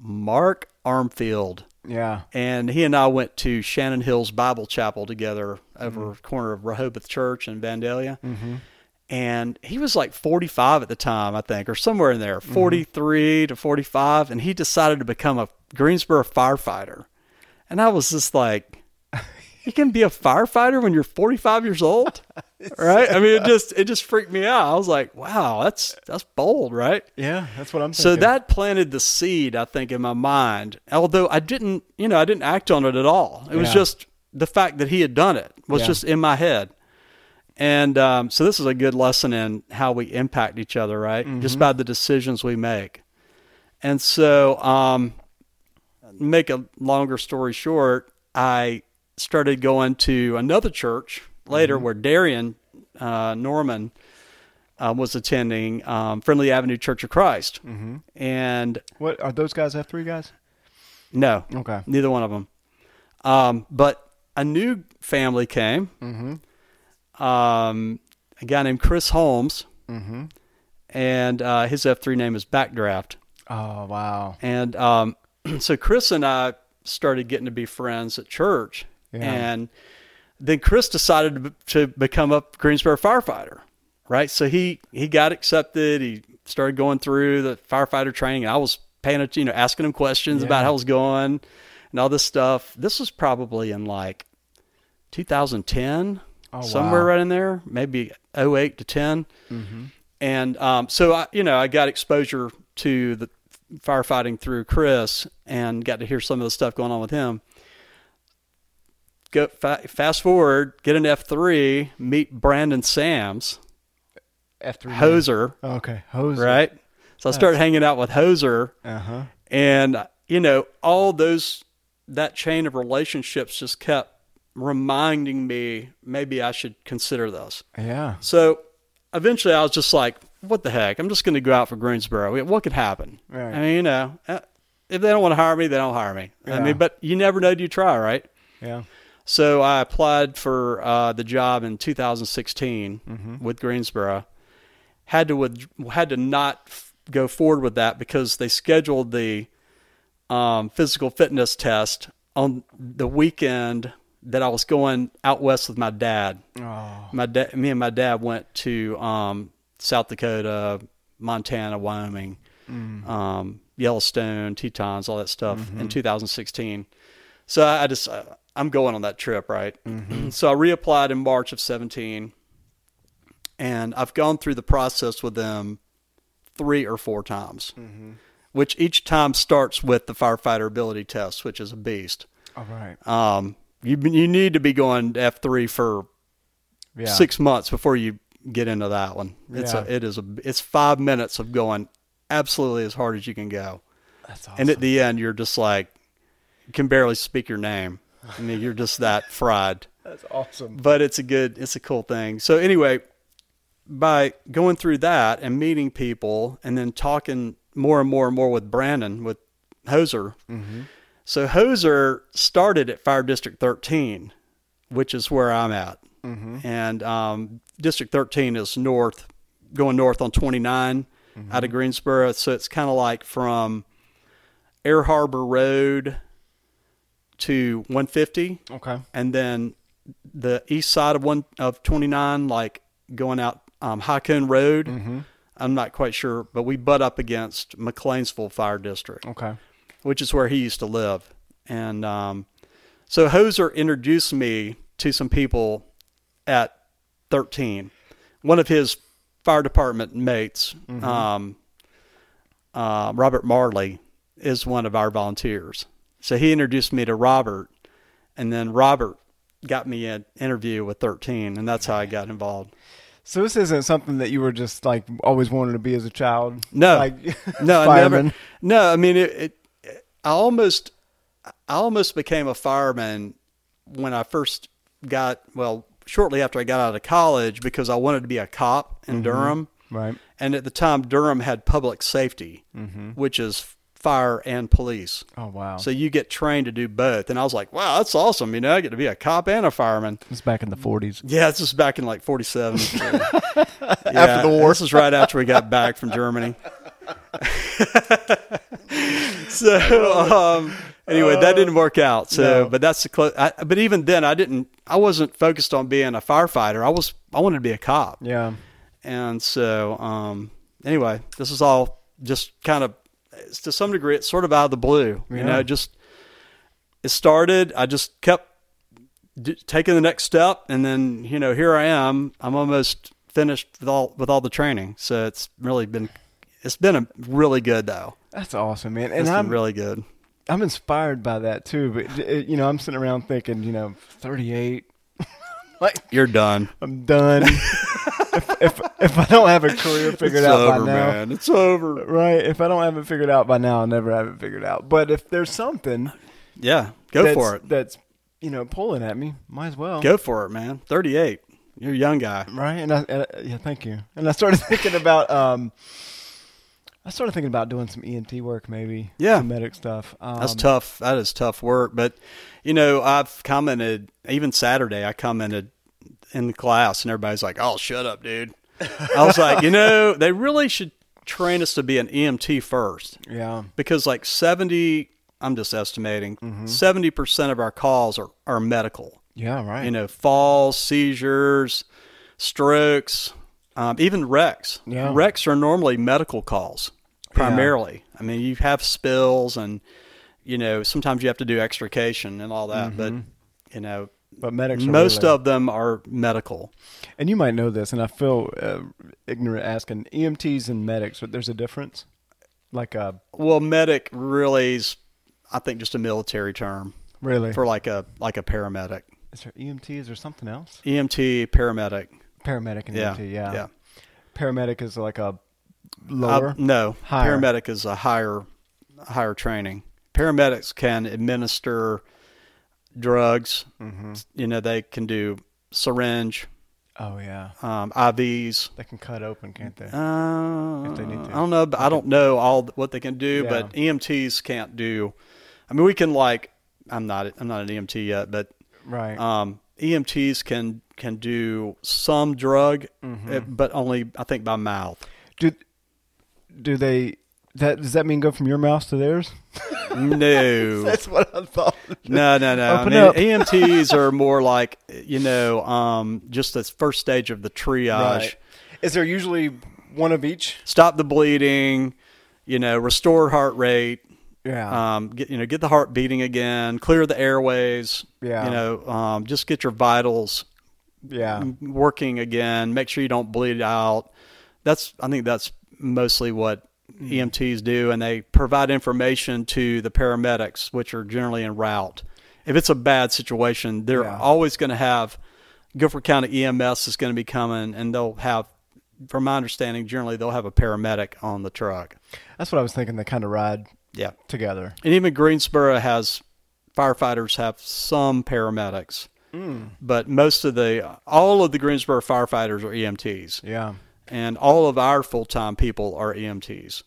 Mark Armfield,
Yeah.
and he and I went to Shannon Hills Bible Chapel together over the corner of Rehoboth Church in Vandalia. Mm-hmm. And he was like 45 at the time, I think, or somewhere in there, 43 to 45. And he decided to become a Greensboro firefighter. And I was just like, you can be a firefighter when you're 45 years old, right? I mean, it just it just freaked me out. I was like, wow, that's that's bold, right?
Yeah. That's what I'm.
So
thinking.
that planted the seed, I think, in my mind. Although I didn't, you know, I didn't act on it at all. It was
Yeah.
just the fact that he had done it was
Yeah.
just in my head. And um, so this is a good lesson in how we impact each other, right? Just by the decisions we make. And so, um, make a longer story short, I started going to another church later where Darian uh, Norman uh, was attending um, Friendly Avenue Church of Christ. Mm-hmm. And
What are those guys? F three guys?
no,
Okay.
neither one of them. Um, but a new family came. Mm-hmm. Um, a guy named Chris Holmes,
Mm-hmm.
and uh, his F3 name is Backdraft.
Oh wow.
And um, so Chris and I started getting to be friends at church.
Yeah.
And Then Chris decided to, to become a Greensboro firefighter, right? So he he got accepted. He started going through the firefighter training. I was paying, att- you know, asking him questions about how it was going and all this stuff. This was probably in like 2010,
Oh,
somewhere
wow. Mm-hmm.
right in there, maybe 08 to 10. And um, so I, you know, I got exposure to the firefighting through Chris and got to hear some of the stuff going on with him. Go fa- fast forward, get an F three, meet Brandon Sams,
After
Hoser,
Okay. Hose.
right? So I started hanging out with Hoser,
Uh huh.
and you know, all those that chain of relationships just kept reminding me maybe I should consider those.
Yeah.
So eventually I was just like, what the heck? I'm just going to go out for Greensboro. What could happen?
Right.
I mean, you know, uh, if they don't want to hire me, they don't hire me. I
Yeah.
mean, but you never know till you try, right?
Yeah.
So I applied for uh, the job in 2016 with Greensboro. Had to with, had to not f- go forward with that because they scheduled the um, physical fitness test on the weekend that I was going out west with my dad
Oh.
my dad, me and my dad went to um, South Dakota, Montana, Wyoming, um, Yellowstone, Tetons, all that stuff in 2016. So I I just uh, I'm going on that trip, right? so I reapplied in March of 17, and I've gone through the process with them three or four times, which each time starts with the firefighter ability test, which is a beast.
All right.
Um, you you need to be going F three for
Yeah.
six months before you get into that one. It's
Yeah.
a, it is a, it's five minutes of going absolutely as hard as you can go,
That's awesome.
and at the end you're just like, you can barely speak your name. I mean, you're just that fried.
That's awesome.
But it's a good, it's a cool thing. So anyway, by going through that and meeting people, and then talking more and more and more with Brandon with Hoser.
Mm-hmm.
So Hoser started at Fire District 13, which is where I'm at
Mm-hmm.
and um, District 13 is north, going north on 29
Mm-hmm.
out of Greensboro. So it's kind of like from Air Harbor Road to 150,
Okay.
and then the east side of one of 29, like going out um, Highcone Road. I'm not quite sure, but we butt up against McLeansville Fire District
Okay.
which is where he used to live. And um, so Hoser introduced me to some people at 13. One of his fire department mates, um, uh, Robert Marley, is one of our volunteers. So he introduced me to Robert, and then Robert got me an interview with 13, and that's how I got involved.
So this isn't something that you were just like always wanted to be as a child.
No,
Like
no, I
fireman.
never. No, I mean it, it. I almost, I almost became a fireman when I first got well, shortly after I got out of college because I wanted to be a cop
Mm-hmm.
in Durham,
Right.
and at the time Durham had public safety, which is fire and police.
Mm-hmm. Oh wow.
So you get trained to do both, and I was like, wow, that's awesome. You know, I get to be a cop and a fireman.
it's back in the forties.
Yeah, this was back in like '47.
After the war.
this is right after we got back from Germany. so um, anyway, that didn't work out. So,
No.
but that's the close. But even then, I didn't. I wasn't focused on being a firefighter. I was. I wanted to be a cop.
Yeah.
And so, um, anyway, this is all just kind of, it's to some degree, it's sort of out of the blue. You
Yeah.
know, just it started. I just kept d- taking the next step, and then you know, here I am. I'm almost finished with all with all the training. So it's really been, it's been a really good though.
That's awesome, man.
It's
And
been
I'm
really good.
I'm inspired by that too. But uh, you know, I'm sitting around thinking, you know, 38. like
You're done.
I'm done. if, if if I don't have a career figured
it's
out
over,
by now,
man. It's over.
right? If I don't have it figured out by now, I'll never have it figured out. But if there's something
Yeah, go
that's,
for it.
that's you know pulling at me, might as well.
Go for it, man. Thirty-eight. You're a young guy.
right? And I, and I- yeah, thank you. And I started thinking about um, I started thinking about doing some ENT work, maybe.
Yeah.
some medic stuff. Um,
That's tough. That is tough work. But you know, I've commented even Saturday. I commented in the class, and everybody's like, "Oh, shut up, dude." I was like, you know, they really should train us to be an EMT first
Yeah,
because like seventy. I'm just estimating. 70 percent of our calls are, are medical.
Yeah, right.
You know, falls, seizures, strokes, um, even wrecks.
Yeah.
Wrecks are normally medical calls primarily. I mean, you have spills and, you know, sometimes you have to do extrication and all that,
Mm-hmm.
but, you know,
but medics are
most
really-
of them are medical.
and you might know this, and I feel uh, ignorant asking EMTs and medics, but there's a difference. Like uh, a
Well, medic really is, I think, just a military term
really,
for like a like a paramedic,
is there EMTs or something else?
EMT, paramedic.
Paramedic and
Yeah,
EMT, E yeah,
yeah.
Paramedic is like a
Uh,
lower.
no,
Higher.
paramedic is a higher higher training. Paramedics can administer drugs.
Mm-hmm.
You know, they can do syringe,
oh yeah,
um, IVs.
they can cut open, can't they?
Uh,
If they need to.
I don't know. but I don't know all th- what they can do,
Yeah.
but EMTs can't do. I mean, we can like. I'm not. I'm not an EMT yet, but
right.
um, EMTs can can do some drug,
Mm-hmm.
eh, but only I think by mouth.
do do they? That does that mean go from your mouth to theirs?
No,
That's what I thought.
No, no, no.
Open
I mean,
up.
EMTs are more like you know, um, just the first stage of the triage.
Right. Is there usually one of each?
Stop the bleeding, you know, restore heart rate,
Yeah.
um, get you know, get the heart beating again, clear the airways.
Yeah.
You know, um, just get your vitals
yeah.
mm. working again. Make sure you don't bleed out. That's I think that's mostly what EMTs do, and they provide information to the paramedics, which are generally en route. If it's a bad situation, they're
Yeah.
always going to have Guilford County EMS is going to be coming, and they'll have, from my understanding, generally they'll have a paramedic on the truck.
That's what I was thinking. They kind of ride
Yeah,
together.
and even Greensboro has firefighters have some paramedics. But most of the, all of the Greensboro firefighters are EMTs,
Yeah. I'm
and all of our full time people are E EMTs.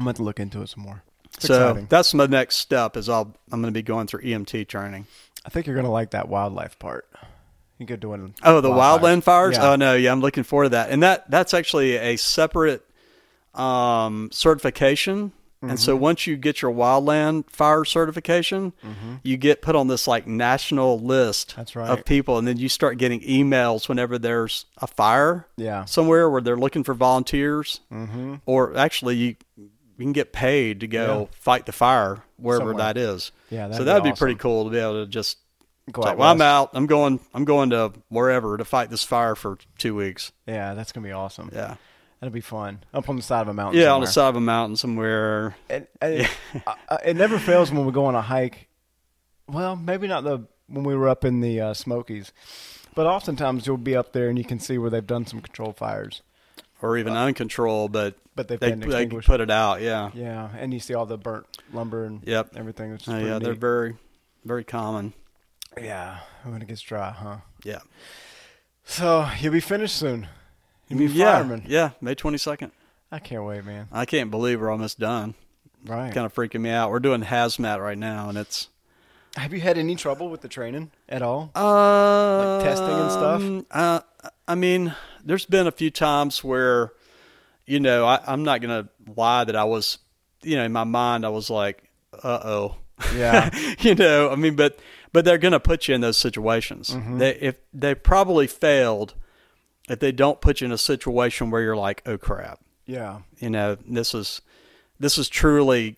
going to look into it some more. It's
so
exciting.
that's my next step is I'll, I'm going to be going through EMT training.
I think you're going to like that wildlife part. You could do it. in
Oh, the
wildlife.
wildland fires.
Yeah.
Oh no, yeah, I'm looking forward to that. And that that's actually a separate um, certification. And
Mm-hmm.
so once you get your wildland fire certification, you get put on this like national list
Mm-hmm. That's right.
of people, and then you start getting emails whenever there's a fire
Yeah.
somewhere where they're looking for volunteers, mm-hmm. or actually you you can get paid to go fight the fire wherever
Somewhere.
that is.
Yeah, that'd
so
be
that'd be
awesome.
pretty cool to be able to just
Go
it's
out
like, well, I'm
west.
out. I'm going. I'm going to wherever to fight this fire for two weeks.
Yeah. That's going to be awesome.
Yeah,
That'll be fun. Up on the side of a mountain.
yeah, on the
somewhere.
side of a mountain somewhere.
And, and I- I- it never fails when we go on a hike. Well, maybe not the when we were up in the uh, Smokies, but oftentimes you'll be up there and you can see where they've done some controlled fires.
Or
Uh,
even uncontrolled, but
But they've
they,
been
they
extinguished.
put it out. Yeah, yeah,
Yeah, and you see all the burnt lumber and
Yep.
everything. Which is
Oh,
pretty
yeah they're
neat.
very, very common.
yeah, when it gets dry, huh?
Yeah,
So you'll be finished soon. You'll be
Mm, yeah,
fireman.
yeah. May twenty second.
I can't wait, man.
I can't believe we're almost done.
Right.
Kind of freaking me out. We're doing hazmat right now, and it's
Have you had any trouble with the training at all?
Uh,
testing and stuff?
Uh, I mean, there's been a few times where, you know, I, I'm not gonna lie that I was, you know, in my mind I was like, uh oh,
Yeah.
you know, I mean, but but they're gonna put you in those situations.
Mm-hmm.
They if they probably failed if they don't put you in a situation where you're like, oh crap,
yeah.
you know, this is this is truly,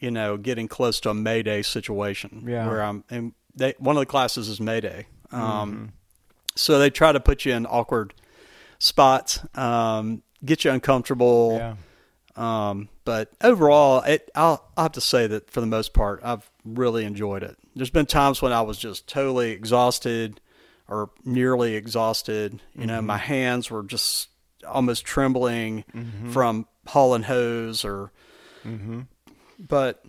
you know, getting close to a Mayday situation.
Yeah.
Where I'm and they one of the classes is Mayday. Um
Mm-hmm.
so they try to put you in awkward spots, um, get you uncomfortable.
Yeah.
Um, but overall it I'll I have to say that for the most part I've really enjoyed it. There's been times when I was just totally exhausted or nearly exhausted. You know, my hands were just almost trembling from hauling hose or but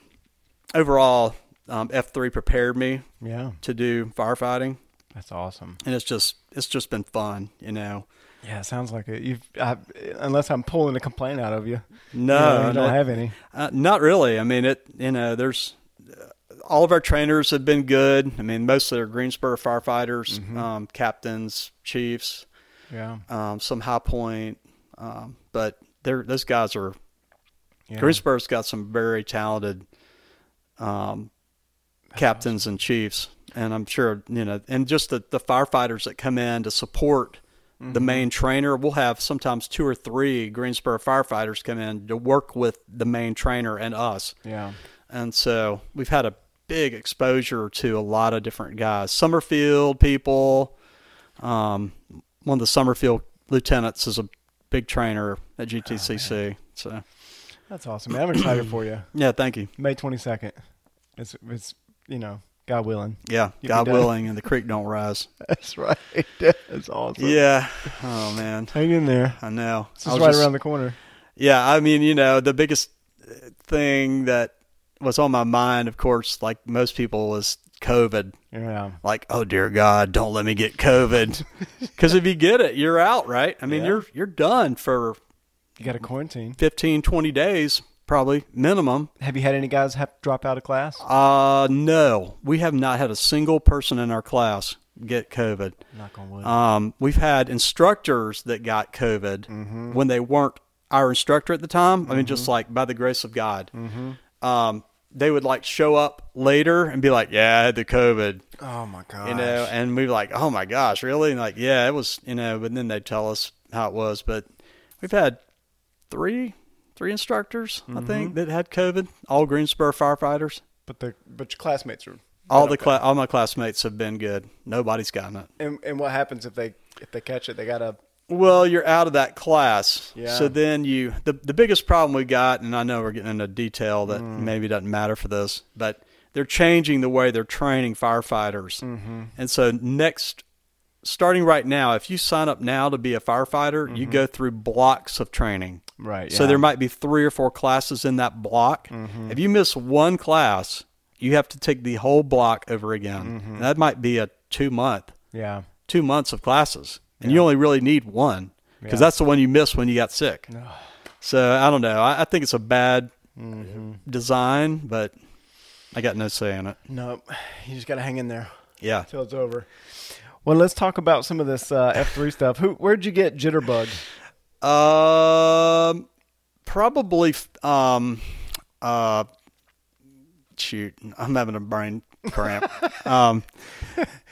overall um, F3 prepared me
Yeah.
to do firefighting
That's awesome.
and it's just it's just been fun, you know.
Yeah, it sounds like it. You've I, unless I'm pulling a complaint out of you.
No,
you, know, you don't
no.
have any.
Uh, not really. I mean, it. You know, there's uh, all of our trainers have been good. I mean, mostly are Greensboro firefighters, um, captains, chiefs,
Yeah.
um, some High Point, um, but they're those guys are.
yeah.
Greensboro's got some very talented um, captains and chiefs. and I'm sure you know, and just the, the firefighters that come in to support the main trainer. We'll have sometimes two or three Greensboro firefighters come in to work with the main trainer and us.
Yeah.
And so we've had a big exposure to a lot of different guys. Summerfield people. Um, one of the Summerfield lieutenants is a big trainer
Ah,
at GTCC. so
That's awesome. man. I'm excited for you.
yeah, thank you.
May 22nd. It's it's you know God willing.
Yeah,
You can
God
do it.
willing, and the creek don't rise.
That's right. That's awesome.
Yeah. Oh man,
Hang in there.
I know.
It's
I
just
was
right
just-
around the corner.
Yeah, I mean, you know, the biggest uh, thing that was on my mind, of course, like most people, was COVID.
Yeah.
Like, oh dear God, don't let me get COVID, because if you get it, you're out, right? I mean,
Yeah.
you're you're done for
You got a quarantine.
15, 20 days, probably minimum.
Have you had any guys have drop out of class?
Uh no, we have not had a single person in our class get COVID.
Knock on wood.
Um, we've had instructors that got COVID when they weren't our instructor at the time. I mean, just like by the grace of God, um, they would like show up later and be like, "Yeah, I had the COVID,"
oh my god.
you know, and we'd be like, "Oh my gosh, really?" And like, yeah, it was, you know. But then they'd tell us how it was. But we've had three, three instructors, I think, that had COVID. All Greensboro firefighters.
but the but your classmates are.
All the cla- all my classmates have been good. Nobody's gotten it.
And and what happens if they if they catch it? They gotta.
Well, you're out of that class.
Yeah.
So then you the the biggest problem we got, and I know we're getting into detail that
Mm.
maybe doesn't matter for this, but they're changing the way they're training firefighters. Mm-hmm. And so next, starting right now, if you sign up now to be a firefighter, you go through blocks of training.
Mm-hmm. Right.
So there might be three or four classes in that block.
Mm-hmm.
If you miss one class, you have to take the whole block over again.
Mm-hmm.
And that might be a two month
Yeah.
two months of classes, and you only really need one because
Yeah.
that's the one you missed when you got sick. So I don't know. I, I think it's a bad design, but I got no say in it.
Nope. You just gotta hang in there
Yeah.
till it's over. Well, let's talk about some of this uh, F three stuff. Who? Where'd you get Jitterbug?
Um, probably. f- Um, uh, shoot, I'm having a brain cramp. um,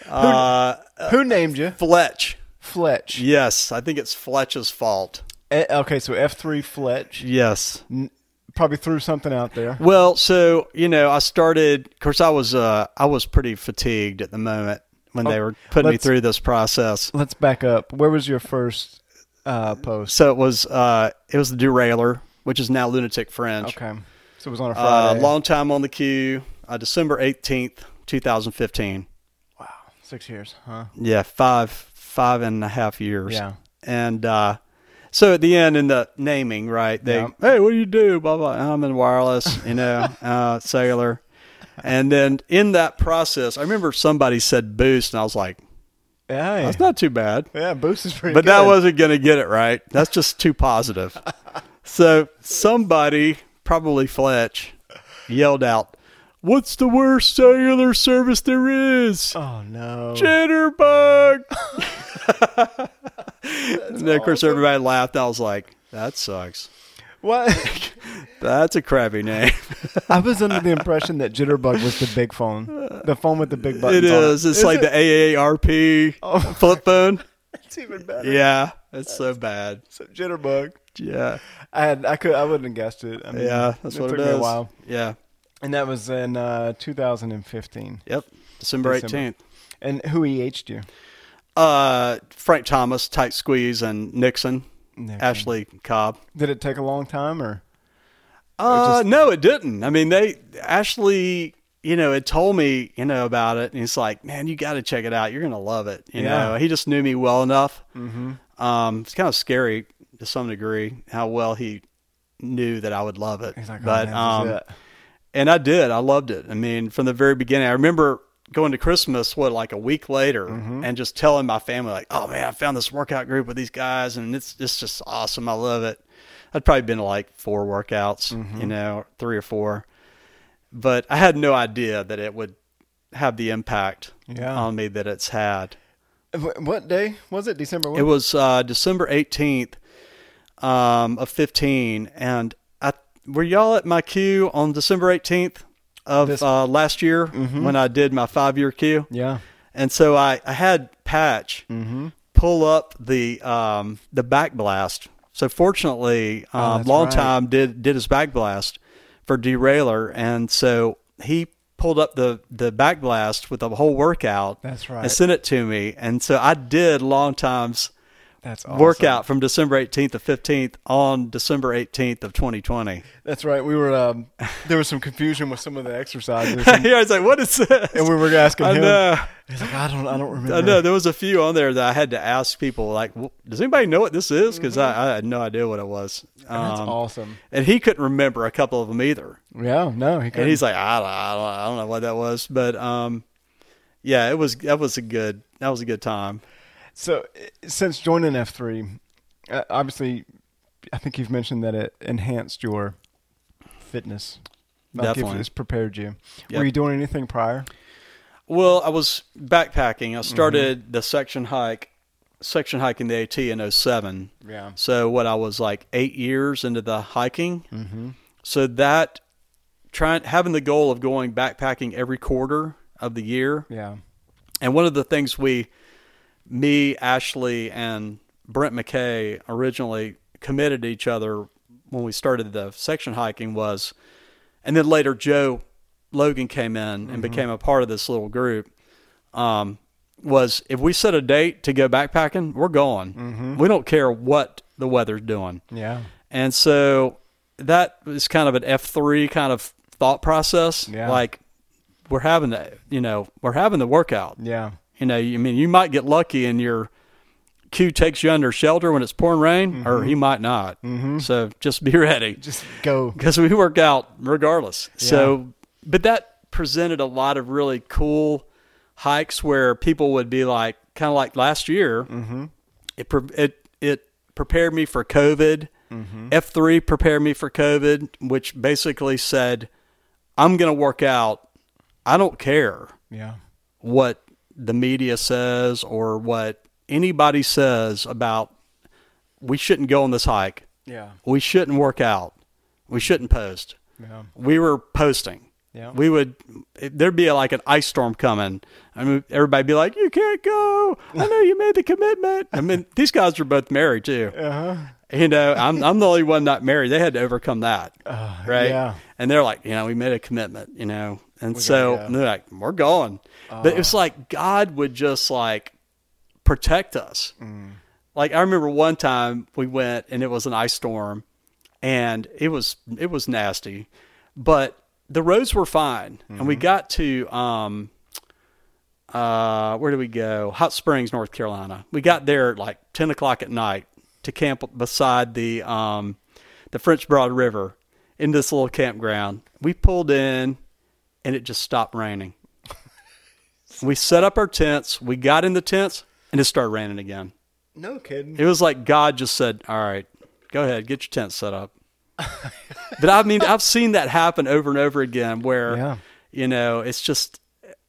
uh,
Who named you?
Fletch.
Fletch.
Yes, I think it's Fletch's fault.
Eh, okay, so F three Fletch
Yes.
N- probably threw something out there.
Well, so you know, I started. Of course, I was uh, I was pretty fatigued at the moment when they were putting me
Oh, let's-
through this process.
Let's back up. Where was your first uh, post?
So it was uh, it was the derailleur, which is now lunatic fringe.
Okay, so it was on a
Uh,
Friday.
long time on the queue. Uh, December eighteenth, two thousand fifteen.
wow, six years, huh?
Yeah, five five and a half years.
Yeah.
and uh, so at the end in the naming, right? They
Yeah.
hey, what do you do? Blah blah. I'm in wireless, you know, uh, cellular. And then in that process, I remember somebody said boost, and I was like,
Yeah,
that's not too bad,
yeah. Boost is pretty.
but that
good.
wasn't going to get it right. That's just too positive. so somebody, probably Fletch, yelled out, "What's the worst cellular service there is?"
Oh no.
jitterbug. and then, of course, everybody laughed. I was like, that sucks.
What?
That's a crappy name.
I was under the impression that Jitterbug was the big phone, the phone with the big buttons.
it
on
is. It's like the AARP
Oh
flip phone.
It's even better.
Yeah, it's so bad.
So Jitterbug.
Yeah,
I had. I could. I wouldn't have guessed it. I mean,
yeah, that's
it
what
took
it is.
Me a while.
Yeah,
And that was in uh, 2015.
yep. December
December.
eighteenth.
And who EH'd you?
Uh, Frank Thomas, tight squeeze, and Nixon,
Nixon.
Ashley Cobb.
Did it take a long time or?
Uh, no, it didn't. I mean, they Ashley, you know, had told me, you know, about it, and he's like, "Man, you got to check it out. You're gonna love it." You
Yeah.
know, he just knew me well enough. Mm-hmm. Um, it's kind of scary to some degree how well he knew that I would love it.
He's like, oh,
but
man,
um,
this is it.
and I did. I loved it. I mean, from the very beginning, I remember going to Christmas, what, like a week later, and just telling my family, like, oh man, I found this workout group with these guys, and it's, it's just awesome. I love it. I'd probably been to like four workouts, you know, three or four. But I had no idea that it would have the impact
Yeah.
on me that it's had.
Wh- What day was it? December what?
um, It was uh, December 18th um, of 15. And I, were y'all at my queue on December 18th? of
This- Mm-hmm.
uh, last year when I did my five year queue.
Yeah.
And so I, I had Patch
Mm-hmm.
pull up the um, the back blast. So fortunately, um,
Oh, that's
long
right.
time did did his back blast for derailer, and so he pulled up the the back blast with the whole workout.
That's right.
And sent it to me, and so I did long times
That's awesome.
workout from December 18th to 15th on December 18th of 2020.
That's right. We were um, there was some confusion with some of the exercises, and,
yeah, I was like, what is this?
and we were asking
I
him.
know.
He's like, I don't, I don't remember.
I know there was a few on there that I had to ask people, like, "Wh- does anybody know what this is? Because I, I had no idea what it was.
That's
Um,
awesome.
And he couldn't remember a couple of them either.
Yeah. No, he
And
couldn't.
he's like, I don't, I don't, I don't know what that was, but um, yeah, it was that was a good that was a good time.
So, uh, since joining F three, uh, obviously, I think you've mentioned that it enhanced your fitness. Like
Definitely.
if it's prepared you.
Yep.
Were you doing anything prior?
Well, I was backpacking. I started the section hike, section hiking the AT in 07.
Yeah.
So what I was like eight years into the hiking. So that trying having the goal of going backpacking every quarter of the year.
Yeah.
And one of the things we, me, Ashley, and Brent McKay originally committed to each other when we started the section hiking was, and then later Joe Logan came in and became a part of this little group. Um, was if we set a date to go backpacking, we're going. We don't care what the weather's doing.
Yeah.
And so that is kind of an F3 kind of thought process.
Yeah.
Like we're having the, you know, we're having the workout.
Yeah.
You know, you- I mean, you might get lucky and your Q takes you under shelter when it's pouring rain, or he might not. So just be ready
Just go.
because we work out regardless. So, but that presented a lot of really cool hikes where people would be like, kind of like last year, mm-hmm. it pre- it it prepared me for COVID. F three prepared me for COVID, which basically said, I'm going to work out. I don't care
Yeah.
what the media says or what anybody says about we shouldn't go on this hike.
Yeah.
We shouldn't work out. We shouldn't post.
Yeah.
We were posting.
Yeah.
We would, it- there'd be like an ice storm coming. I mean, everybody'd be like, you can't go. I know you made the commitment. I mean, these guys are both married too.
Uh-huh.
You know, I'm, I'm the only one not married. They had to overcome that. right.
yeah.
And they're like, you know, we made a commitment, you know. And so
go.
and they're like, we're going. but it's like God would just like protect us. Like I remember one time we went and it was an ice storm and it was it was nasty. But the roads were fine. And we got to um uh where do we go? Hot Springs, North Carolina. We got there at like ten o'clock at night to camp beside the um the French Broad River in this little campground. We pulled in and it just stopped raining. we set up our tents, we got in the tents, and it started raining again.
No kidding.
It was like God just said, "All right, go ahead, get your tent set up." but I mean, I've seen that happen over and over again, where
Yeah.
you know it's just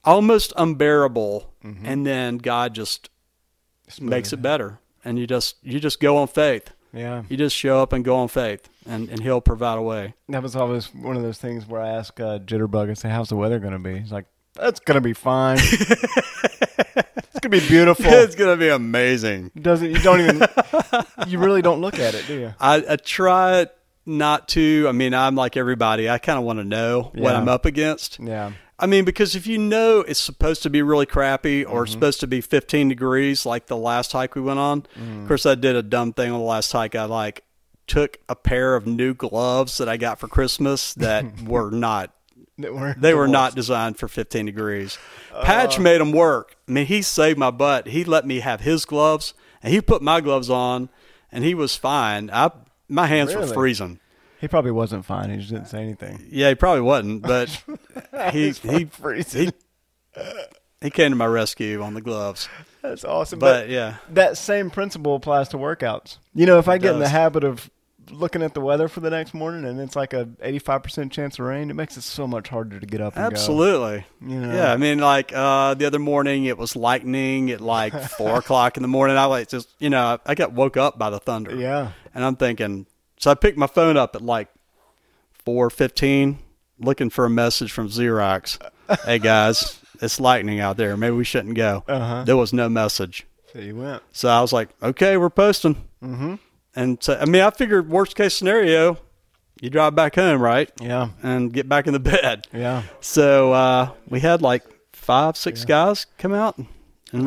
almost unbearable, and then God just makes it better, and you just you just go on faith.
yeah.
You just show up and go on faith, and, and He'll provide a way.
That was always one of those things where I ask uh, Jitterbug, I say, "How's the weather going to be?" He's like, "That's going to be fine. it's going to be beautiful."
gonna be amazing.
Doesn't you don't even you really don't look at it, do you?
I, I try not to. I mean, I'm like everybody. I kind of want to know what
Yeah.
I'm up against.
Yeah.
I mean, because if you know it's supposed to be really crappy or it's supposed to be 15 degrees, like the last hike we went on. Of course, I did a dumb thing on the last hike. I like took a pair of new gloves that I got for Christmas that were not.
That we're-
They were not designed for 15 degrees. Patch made them work. I mean, he saved my butt. He let me have his gloves, and he put my gloves on, and he was fine. I my hands were
Really?
freezing.
He probably wasn't fine. He just didn't say anything.
Yeah, he probably wasn't, but he he
Freezing.
he came to my rescue on the gloves.
That's awesome.
But yeah,
that same principle applies to workouts. You know, if I get in the
does.
habit of looking at the weather for the next morning and it's like a 85% chance of rain, it makes it so much harder to get up and go.
absolutely.
You know.
Yeah, I mean, like uh, the other morning, it was lightning at like four o'clock in the morning. I like just you know, I got woke up by the thunder.
Yeah.
and I'm thinking, so I picked my phone up at like four fifteen. looking for a message from Xerox. hey guys, it's lightning out there. Maybe we shouldn't go.
Uh-huh.
There was no message.
So you went.
So I was like, okay, we're posting.
Mm-hmm.
And so, I mean, I figured worst case scenario, you drive back home, right?
Yeah.
And get back in the bed.
Yeah.
So uh, we had like five, six guys come out, and,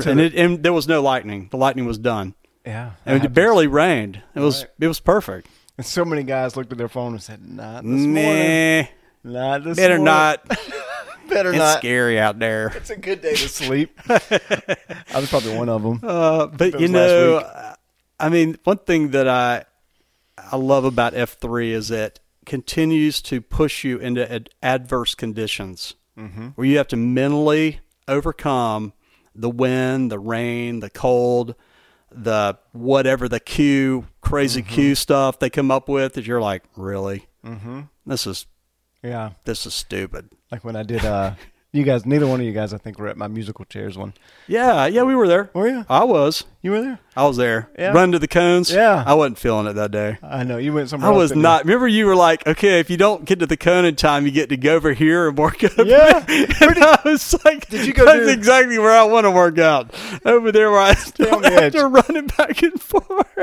So
and,
the-
it, and there was no lightning. The lightning was done,
Yeah.
and it barely rained. It was
Right.
it was perfect.
And so many guys looked at their phone and said, "Not this morning.
Nah,
Not this
better
morning.
not.
Better
It's
not."
scary out there.
It's a good day to sleep. I was probably one of them.
Uh, but
That
you
was last
know,
week.
uh, I mean, one thing that I I love about F three is it continues to push you into ad- adverse conditions
Mm-hmm.
where you have to mentally overcome the wind, the rain, the cold, the whatever the Q crazy Q stuff they come up with that you're like, really,
Mm-hmm.
this is
Yeah.
this is stupid.
Like when I did. uh You guys, neither one of you guys, I think, were at my musical chairs one.
Yeah, yeah, we were there.
Were you?
I was,
You were there.
I was there.
Yeah.
Run to the cones.
Yeah.
I wasn't feeling it that day.
I know you went somewhere.
I
else,
was
didn't you?
not. Remember, you were like, "Okay, if you don't get to the Conan time, you get to go over here and work out."
Yeah,
and I was like,
Did you go
That's
do-
exactly where I want to work out. Over there, where I
on
don't
the
have
edge.
to run it back and forth."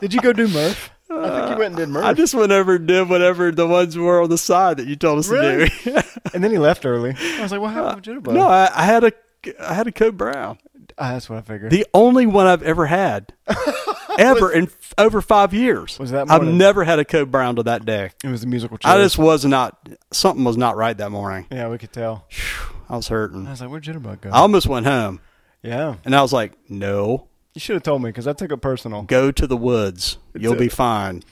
Did you go do Murph? I think you went and did Murph.
I just went over and did whatever the ones were on the side that you told us
Really?
to do.
and then he left early. I was like, "What happened with Jitterbug?"
Uh, no, I, I had a, I had a code brown,
Ah, that's what I figured.
the only one I've ever had, ever in f- over five years.
Was that
I've
morning?
never had a code brown to that day.
it was the musical chair.
I just was not. Something was not right that morning.
yeah, we could tell.
I was
I
hurting.
was like, "Where'd Jitterbug go?"
I almost went home,
yeah,
and I was like, "No,
you should have told me because I took it personal.
go to the woods. You'll be fine."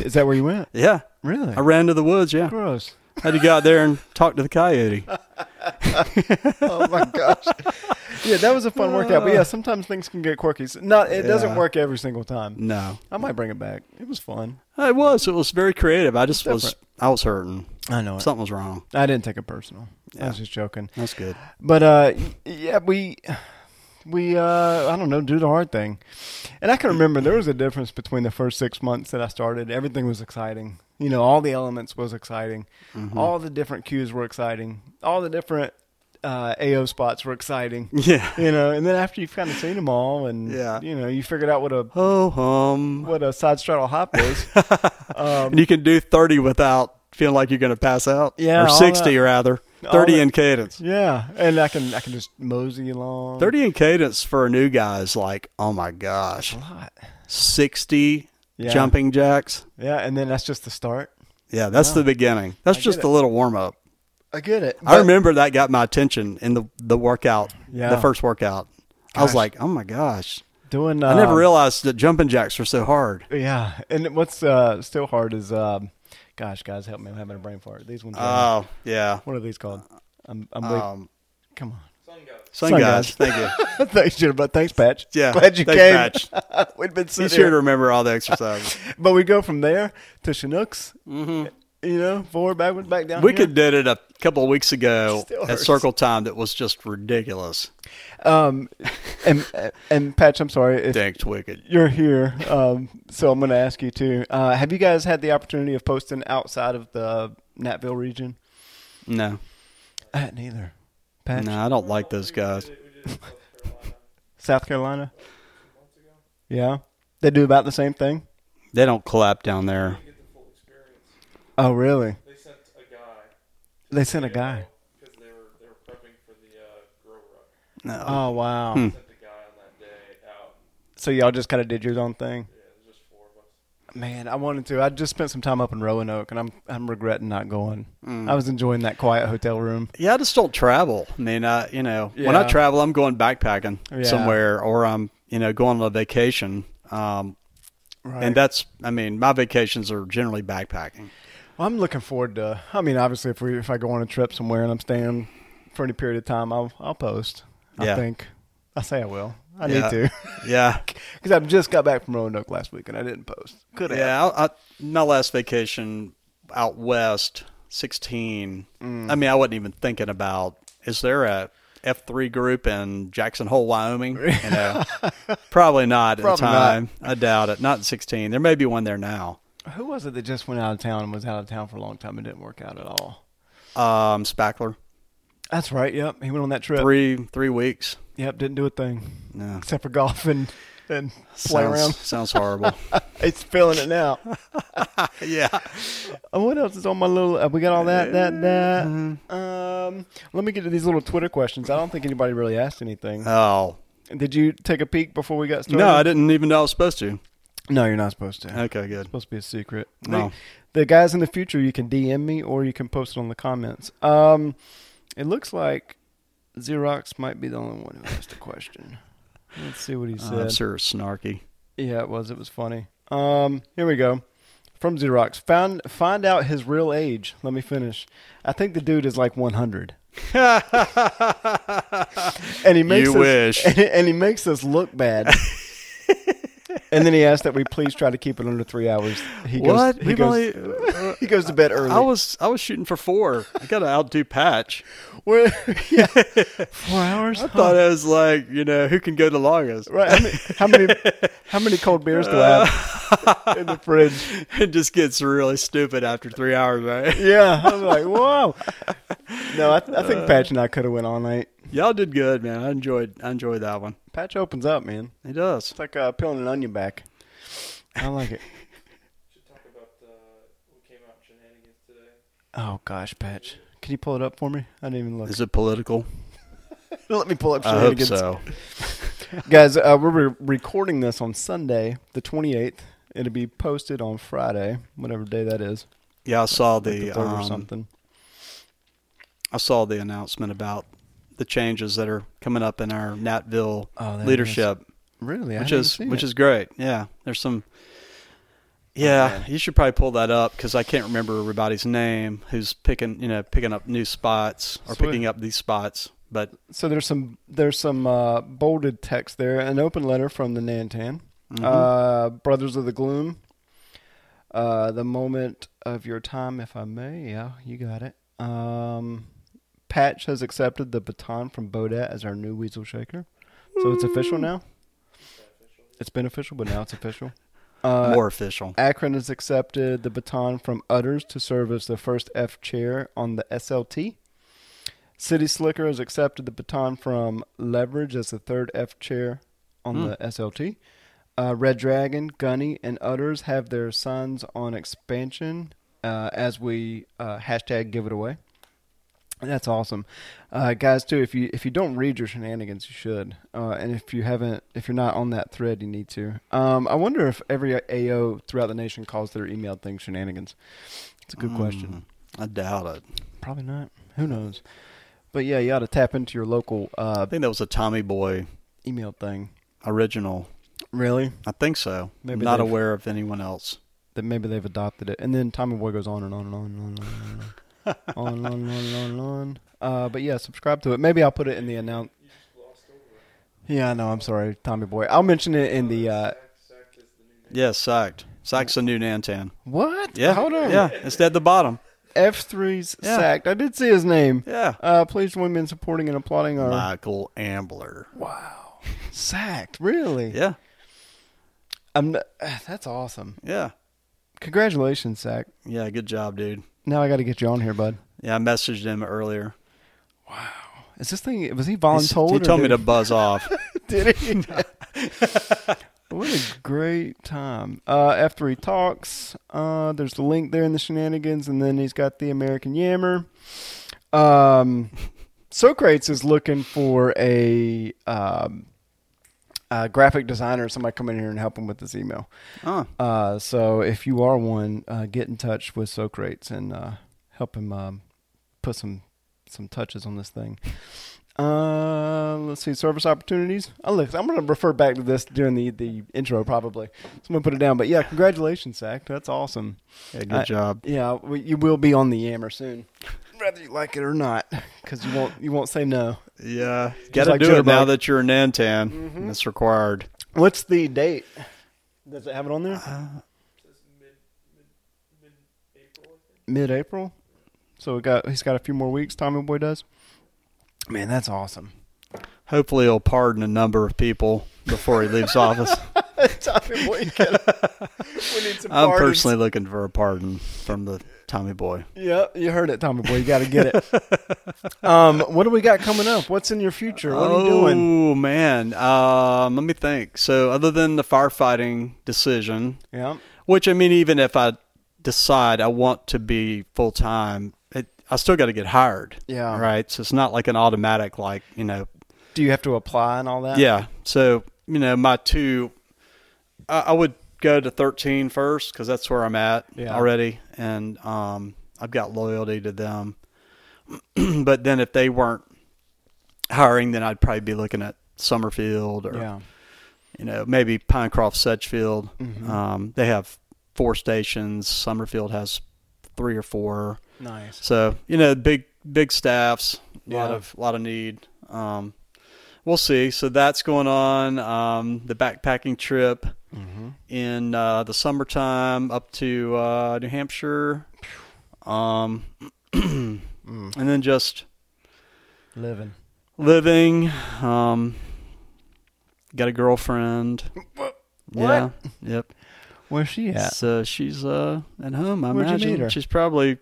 Is that where you went?
Yeah,
Really?
I ran to the woods. Yeah,
Gross.
had to go out there and talk to the coyote.
Oh my gosh. yeah, that was a fun workout. But yeah, sometimes things can get quirky. So Not, it doesn't
Uh. Yeah.
work every single time.
No, Uh,
I might bring it back. It was fun.
it was. It was very creative. I just was.
different.
I was hurting.
I know
Something was wrong.
I didn't take it personal. I
Yeah.
was just joking.
That's good.
But uh, yeah, we we uh, I don't know, do the hard thing. And I can remember there was a difference between the first six months that I started. Everything was exciting. You know, all the elements was exciting.
Mm-hmm.
All the different cues were exciting. All the different uh, AO spots were exciting.
Yeah.
You know, and then after you've kind of seen them all, and
Yeah.
you know, you figured out what a
Oh hum.
what a side straddle hop is. Um,
and you can do thirty without feeling like you're going to pass out.
Yeah,
or
all
sixty
that-
rather.
all
Thirty
that-
in cadence.
yeah, and I can I can just mosey along.
Thirty in cadence for a new guy is like, oh my gosh,
a lot.
sixty
Yeah.
jumping jacks.
Yeah, and then that's just the start.
Yeah, that's the beginning. That's
I get
just
it.
a little warm up.
I get it.
I remember that got my attention in the the workout,
Yeah.
the first workout. I was
Gosh.
like, oh my gosh.
doing.
I never
um,
realized that jumping jacks were so hard.
Yeah, and what's uh, still hard is, um, gosh, guys, help me! I'm having a brain fart. These ones.
Oh,
Are,
yeah.
what are these called? I'm, I'm wait-
Um,
Come on.
sun
Sun
guys. Thank you.
thanks, Jennifer. but Thanks, Patch.
Yeah.
glad you
Thanks,
came. We'd been
Be
sitting
sure to
here,
remember all the exercises.
but we go from there to Chinooks. Mm-hmm. You know, forward, backward, back down.
we
here.
could did it a couple of weeks ago
Still
at
hurts.
Circle Time that was just ridiculous.
Um, and and Patch, I'm sorry if
Dang, wicked.
you're here. Um, so I'm going to ask you too. Uh, have you guys had the opportunity of posting outside of the Natville region?
No.
Uh, neither. Patch.
No, I don't like those guys.
South Carolina. Yeah, they do about the same thing.
They don't clap down there.
get the full experience.
Oh, really?
They sent a guy
They sent a guy.
because they were they were prepping for the uh, grow ruck.
No.
Oh, wow.
They sent a guy on that day out.
So y'all just kind of did your own thing.
Yeah, it was just four of us.
Man, I wanted to. I just spent some time up in Roanoke, and I'm I'm regretting not going. I was enjoying that quiet hotel room.
Yeah, I just don't travel. I mean, I you know, when I
Yeah.
travel, I'm going backpacking
Yeah.
somewhere, or I'm you know going on a vacation. Um,
Right.
And that's, I mean, my vacations are generally backpacking.
Well, I'm looking forward to. I mean, obviously, if we if I go on a trip somewhere and I'm staying for any period of time, I'll I'll post. I
Yeah.
think. I say I will. I
Yeah.
need to
Yeah,
because I've just got back from Roanoke last week and I didn't post. Could have.
yeah. I, I, my last vacation out west, sixteen.
Mm.
I mean, I wasn't even thinking about is there a F three group in Jackson Hole, Wyoming? You know, probably not at the
Probably not.
time. I doubt it. Not in sixteen. There may be one there now.
Who was it that just went out of town and was out of town for a long time and didn't work out at all?
um, Spackler.
That's right. Yep, he went on that trip.
Three three weeks.
Yep, didn't do a thing
No,
except for golf and and play
sounds,
around.
sounds horrible.
It's feeling it now.
yeah.
Uh, what else is on my little? Uh, we got all that, that, that.
Mm-hmm.
Um, let me get to these little Twitter questions. I don't think anybody really asked anything.
Oh
Did you take a peek before we got started?
no, I didn't even know I was supposed to.
No, you're not supposed to. It's
Okay, good.
supposed to be a secret.
No.
The, the guys in the future, you can DM me or you can post it on the comments. Um, it looks like Xerox might be the only one who asked a question. Let's see what he said.
Uh, I'm sure it's snarky.
Yeah, it was. It was funny. Um, here we go. From Xerox. Found find out his real age. Let me finish. I think the dude is like 100. and he makes
You
us,
wish.
And, and he makes us look bad. and then he asked that we please try to keep it under three hours. He
what?
Goes, he,
We've
goes,
only-
he goes to bed early.
I was I was shooting for four. I got to outdo Patch.
We're- yeah. Four hours.
I thought it was like you know who can go the longest,
Uh-huh. Right. How many, how many how many cold beers do I have in the fridge?
It just gets really stupid after three hours, right?
Yeah, I was like, whoa. No, I, I
Uh.
think Patch and I could have went all night.
Y'all did good, man. I enjoyed I enjoyed that one.
Patch opens up, man.
He does.
It's like uh, peeling an onion back. I like it.
Should talk about the what came out in shenanigans today.
Oh gosh, Patch, can you pull it up for me? I didn't even look.
Is it political?
Let me pull up.
I hope
shenanigans.
so.
Guys, uh, we're re- recording this on Sunday, the twenty eighth. It'll be posted on Friday, whatever day that is,
Yeah, I saw
like the
the,
third or
um,
something.
I saw the announcement about the changes that are coming up in our Natville
Oh, there it is.
leadership,
Really,
which is which is great. Yeah, there's some.
Oh,
Yeah, you should probably pull that up because I can't remember everybody's name who's picking you know picking up new spots or
Sweet.
picking up these spots. But
so there's some there's some uh, bolded text there. An open letter from the Nantan, uh, Brothers of the Gloom. Uh, the moment of your time, if I may. Yeah, you got it. Um, Patch has accepted the baton from Bodat as our new Weasel Shaker, so it's official now. Mm. It's been official, but now it's official. Uh,
more official.
Akron has accepted the baton from Utters to serve as the first F chair on the SLT. City Slicker has accepted the baton from Leverage as the third F chair on the SLT. Uh, Red Dragon, Gunny, and Utters have their sons on expansion uh, as we uh, hashtag give it away. That's awesome, uh, guys. Too, if you if you don't read your shenanigans, you should. Uh, and if you haven't, if you're not on that thread, you need to. Um, I wonder if every AO throughout the nation calls their emailed thing shenanigans. It's a good
Hmm.
question.
Mm, I doubt it.
Probably not. Who knows? But yeah, you ought to tap into your local uh,
I think that was a Tommy Boy
email thing.
original.
Really?
I think so.
Maybe
Not
they've-
aware of anyone else.
That maybe they've adopted it. And then Tommy Boy goes on and on and on and on and on and on and on and on. And on. Uh, but yeah, subscribe to it. Maybe I'll put it in the announce.
You just lost over. it.
Yeah, I know. I'm sorry, Tommy Boy. I'll mention it in the. Uh,
Sack, sack is the new name.
Yeah, sacked. Sack's a new Nantan.
what?
Yeah,
Hold on.
Yeah, it's at the bottom.
F3's
Yeah.
sacked. I did see his name.
Yeah,
Uh, please join me in supporting and applauding our
Michael Ambler.
wow sacked. Really?
Yeah,
I'm. n- uh, that's awesome.
yeah,
Congratulations, sack.
yeah. Good job, dude.
Now I got to get you on here, bud.
Yeah, I messaged him earlier.
Is this thing? Was he
He's-
voluntold?
he
or
told me to
did
buzz off.
Did he? what a great time. Uh, after he talks, uh, there's the link there in the shenanigans, and then he's got the American Yammer. Um, Socrates is looking for a, um, a graphic designer, somebody come in here and help him with this email.
Huh.
Uh, so if you are one, uh, get in touch with Socrates and uh, help him um, put some some touches on this thing. Uh, let's see service opportunities. Oh, look, I'm going to refer back to this during the, the intro probably. So I'm going to put it down. But yeah, congratulations, Zach. That's awesome.
Yeah, good
I-
job.
Yeah, we, you will be on the Yammer soon, whether you like it or not, because you won't you won't say no.
Yeah, got to
like
do it now
Jitterbug.
that you're a Nantan. It's required.
What's the date? Does it have it on there?
It's mid, mid, mid April, I think.
mid-April. So we got he's got a few more weeks. Tommy Boy does. Man, that's awesome.
Hopefully, he'll pardon a number of people before he leaves office.
Tommy Boy, you gotta, we need some
I'm
pardons.
personally looking for a pardon from the Tommy Boy.
Yeah, you heard it, Tommy boy. You got to get it. um, what do we got coming up? What's in your future? What are you doing?
Oh man, um, let me think. So other than the firefighting decision,
Yeah.
which I mean, even if I decide I want to be full time, I still got to get hired.
Yeah.
Right. So it's not like an automatic, like you know,
Do you have to apply and all that?
Yeah. So, you know, my two, I, I would go to 13 first because that's where I'm at
Yeah.
already. And um, I've got loyalty to them. but then if they weren't hiring, then I'd probably be looking at Summerfield or,
Yeah.
you know, maybe Pinecroft Sedgefield.
Mm-hmm.
Um, they have four stations, Summerfield has three or four.
Nice.
So you know, big big staffs, a lot
Yeah.
of lot of need. Um, we'll see. So that's going on. Um, the backpacking trip
Mm-hmm.
in uh, the summertime up to uh, New Hampshire, um,
Mm.
and then just
Living.
living. Um, got a girlfriend. Yeah. Yep.
Where's she at?
So she's uh, at home. I
Where'd you
imagine
meet her?
she's probably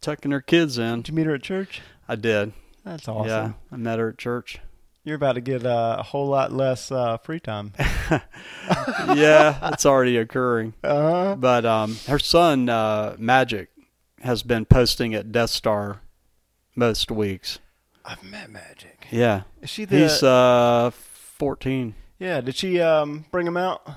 tucking her kids in.
Did you meet her at church?
I did.
That's awesome.
Yeah, I met her at church.
You're about to get uh, a whole lot less uh, free time.
yeah, it's already occurring.
Uh,
But um, her son uh, Magic has been posting at Death Star most weeks.
I've met Magic.
Yeah,
Is she the?
he's uh, fourteen.
yeah. Did she um, bring him out?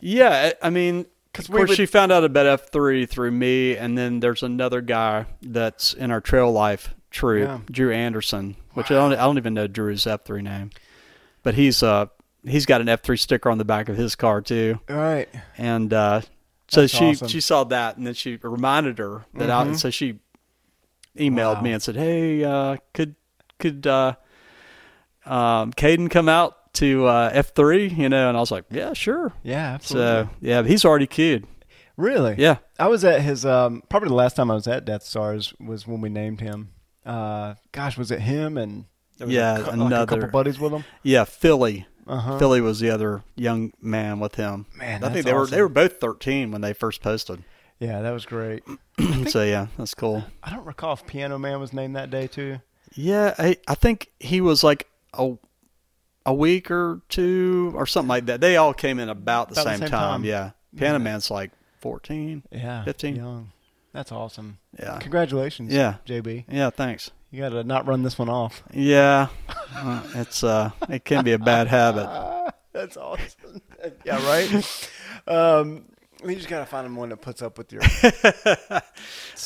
Yeah, I I mean,
'Cause
of
we
course
would-
she found out about F three through me, and then there's another guy that's in our Trail Life troop,
Yeah.
Drew Anderson, which I don't I don't even know Drew's F three name, but he's uh he's got an F three sticker on the back of his car too.
All right.
and uh, so
That's
she
awesome. Mm-hmm.
she saw that, and then she reminded her that. I, so she emailed
Wow.
me and said, "Hey, uh, could could uh, um, Caden come out to uh, F three? You know?" And I was like, "Yeah, sure."
Yeah.
So yeah, he's already kid.
really.
Yeah,
I was at his um, probably the last time I was at Death Stars was when we named him. Uh, gosh, was it him and there was
Yeah,
a, cou- like a
another-
couple buddies with him?
yeah. Philly,
Uh-huh.
Philly was the other young man with him.
Man,
I think
that's
they were
awesome.
they were both thirteen when they first posted.
Yeah, that was great.
so yeah, that's cool.
I don't recall if Piano Man was named that day too.
Yeah, I, I think he was like a a week or two or something like that. They all came in about the,
About the
same,
same
time.
time.
Yeah. Panaman's Man's like 14.
Yeah,
15.
Young. That's awesome.
Yeah.
Congratulations.
Yeah.
JB,
Yeah, thanks.
you got to not run this one off.
Yeah. Uh, it's uh it can be a bad habit.
That's awesome. yeah, right. Um, you just gotta find one that puts up with your. stuff.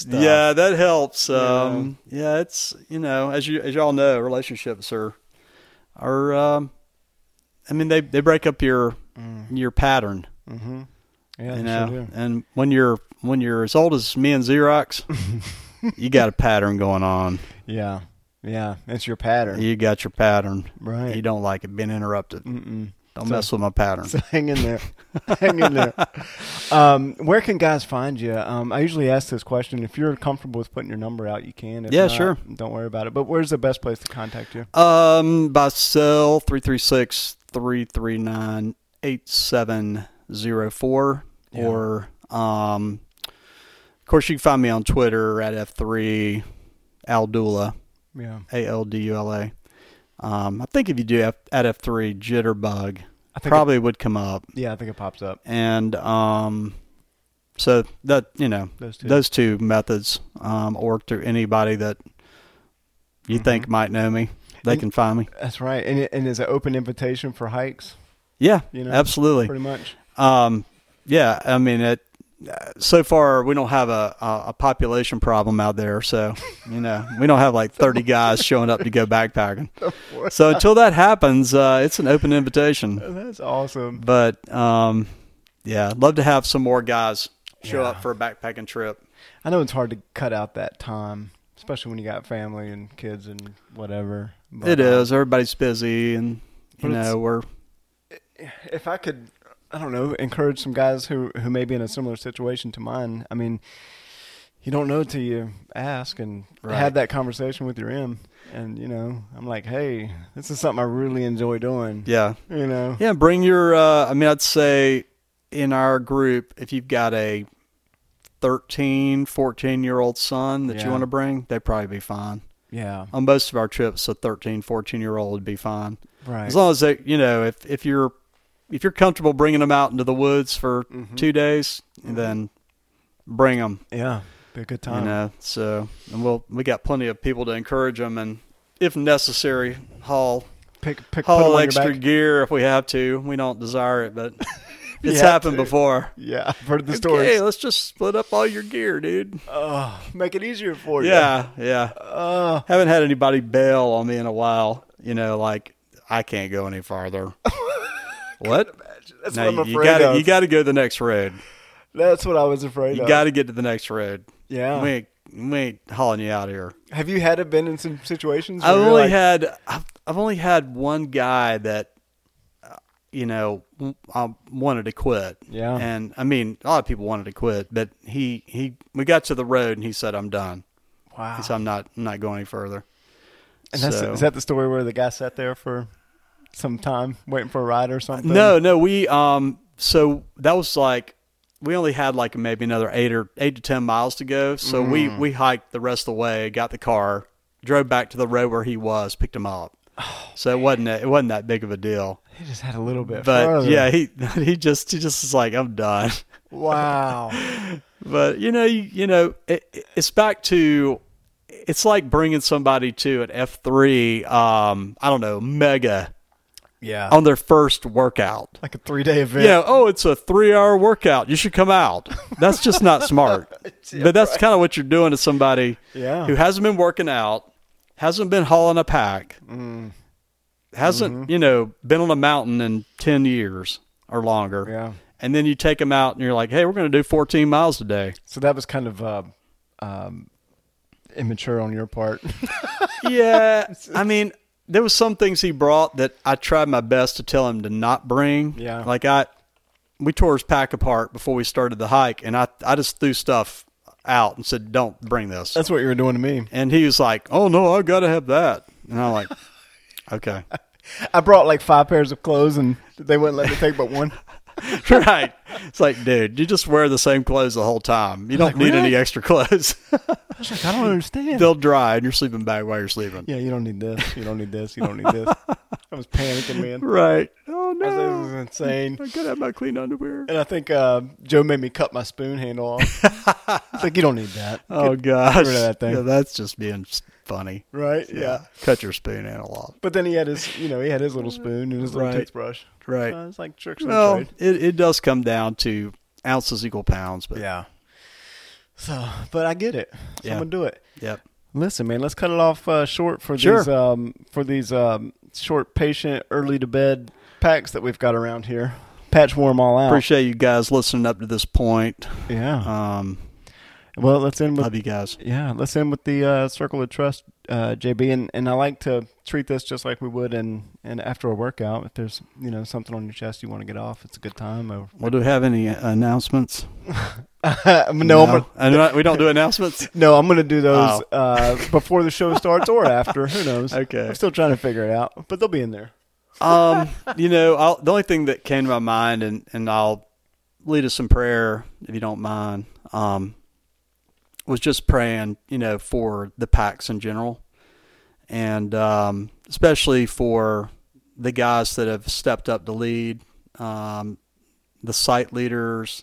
Yeah, that helps. Um yeah, it's you know, as you as y'all know, relationships are are um I mean they they break up your your pattern.
Mm-hmm. Yeah,
you
they
know,
sure do.
and when you're when you're as old as me and Xerox, you got a pattern going on.
Yeah, yeah. It's your pattern,
You got your pattern.
right?
You don't like it being interrupted.
Mm-mm.
Don't
So-
mess with my pattern.
So hang in there, hang in there. Um, where can guys find you? Um, I usually ask this question. If you're comfortable with putting your number out, you can. If
Yeah,
not,
sure.
Don't worry about it. But where's the best place to contact you?
um, by cell 336-339-8704
Yeah.
or um, of course you can find me on Twitter at F3 Aldula.
Yeah,
A L D U L A. Um, I think if you do F- at F three jitterbug,
I think
probably would come up.
yeah. I think it pops up.
And um, so that you know
Those two.
those two methods, um, or to anybody that you think might know me,
Mm-hmm.
they
And-
can find me.
That's right. And it, and it's an open invitation for hikes,
Yeah,
You know,
absolutely.
pretty much.
Um, yeah, I mean, it, uh, so far we don't have a, a, a population problem out there. So, you know, we don't have like 30 guys showing up to go backpacking. So until that happens, uh, it's an open invitation.
That's awesome.
But um, yeah, I'd love to have some more guys show
Yeah.
up for a backpacking trip.
I know it's hard to cut out that time, especially when you got family and kids and whatever. But,
It
uh,
is. Everybody's busy and, you
But it's-
know, we're,
uh, if I could, I don't know, encourage some guys who who may be in a similar situation to mine. I mean, you don't know till you ask and
Right.
have that conversation with your M. And you know, I'm like, hey, this is something I really enjoy doing.
yeah.
You know,
Yeah, bring your. Uh, I mean, I'd say in our group, if you've got a 13, 14 year old son that
Yeah.
you want to bring, they'd probably be fine.
Yeah.
On most of our trips, a 13, 14 year old would be fine.
Right.
As long as they, you know, if, if you're if you're comfortable bringing them out into the woods for
Mm-hmm.
two days, then bring them.
yeah. Be a good time.
You know, so and we'll we got plenty of people to encourage them, and if necessary, haul
Pick pick put 'em
haul
on
extra
your back.
gear if we have to. We don't desire it, but
You
it's
have
happened
to.
before.
Yeah, I've heard the
Okay,
stories.
let's just split up all your gear, dude.
Oh, make it easier for you.
Yeah, yeah.
Oh,
Haven't had anybody bail on me in a while. You know, like I can't go any farther. what?
that's
No,
what I'm
you-
afraid
you gotta
of.
you gotta go to the next road.
that's what I was afraid
You
of.
gotta get to the next road.
yeah.
We ain't, we ain't hauling you out here.
Have you had it been in some situations?
I've
where you're
only
like,
had I've, I've only had one guy that uh, you know w- I wanted to quit.
Yeah.
and I mean a lot of people wanted to quit, but he he we got to the road and he said I'm done.
wow.
He said I'm not I'm not going any further.
Ah. And that's
So-
is that the story where the guy sat there for some time waiting for a ride or something?
no no we um so that was like we only had like maybe another eight or eight to ten miles to go. So we
Mm.
we hiked the rest of the way, got the car, drove back to the road where he was, picked him up.
Oh,
so it wasn't a, it wasn't that big of a deal.
he just had a little bit.
but
further.
yeah, he he just he just is like I'm done.
wow.
But you know, you, you know, it, it- it's back to it's like bringing somebody to an F three, um, I don't know, mega
yeah,
on their first workout.
like a three day event.
You know, oh, it's a three hour workout. You should come out. That's just not smart. but that's kind of what you're doing to somebody
Yeah.
who hasn't been working out, hasn't been hauling a pack,
Mm-hmm.
hasn't, you know, been on a mountain in 10 years or longer.
Yeah.
And then you take them out and you're like, hey, we're going to do 14 miles today.
So that was kind of uh, um, immature on your part.
yeah. I mean, there was some things he brought that I tried my best to tell him to not bring.
Yeah.
Like I, we tore his pack apart before we started the hike and I, I just threw stuff out and said, don't bring this.
that's what you were doing to me.
And he was like, oh no, I got to have that. And I'm like, okay.
I brought like five pairs of clothes, and they wouldn't let me take but one.
right. It's like, dude, you just wear the same clothes the whole time. You don't need any
really?
extra clothes.
I was like, I don't understand.
They'll dry in your sleeping bag while you're sleeping.
yeah, you don't need this. You don't need this. You don't need this. I was panicking, man.
Right. Oh
I was,
no.
this is insane.
I gotta have my clean underwear.
And I think uh, Joe made me cut my spoon handle off. it's like you don't need that,
Oh gosh.
rid of that thing.
Yeah, that's just being s- funny.
right? Yeah.
Cut your spoon handle off.
But then he had his, you know, he had his little spoon and his little
Right.
toothbrush.
Right.
So it's like tricks of the
well,
trade.
it, it does come down to ounces equal pounds, but
Yeah. So, but I get it. So
Yeah.
I'm gonna do it.
yep.
Listen, man, let's cut it off uh, short for
Sure.
these um, for these um, short, patient, early to bed packs that we've got around here. Patch warm all out.
Appreciate you guys listening up to this point.
yeah.
Um,
well, let's end with
love you guys.
Yeah, let's end with the uh, circle of trust, uh, JB, and, and I like to treat this just like we would in, in after a workout. If there's you know something on your chest you want to get off, it's a good time. Or,
Well, do we have any uh, announcements?
no, I'm gonna,
And not- we don't do announcements.
no, I'm going to do those uh, before the show starts or after. Who knows?
Okay.
I'm still trying to figure it out, but they'll be in there.
Um, you know, I'll, the only thing that came to my mind, and and I'll lead us in prayer if you don't mind. Um, was just praying, you know, for the packs in general, and um, especially for the guys that have stepped up to lead, um, the site leaders,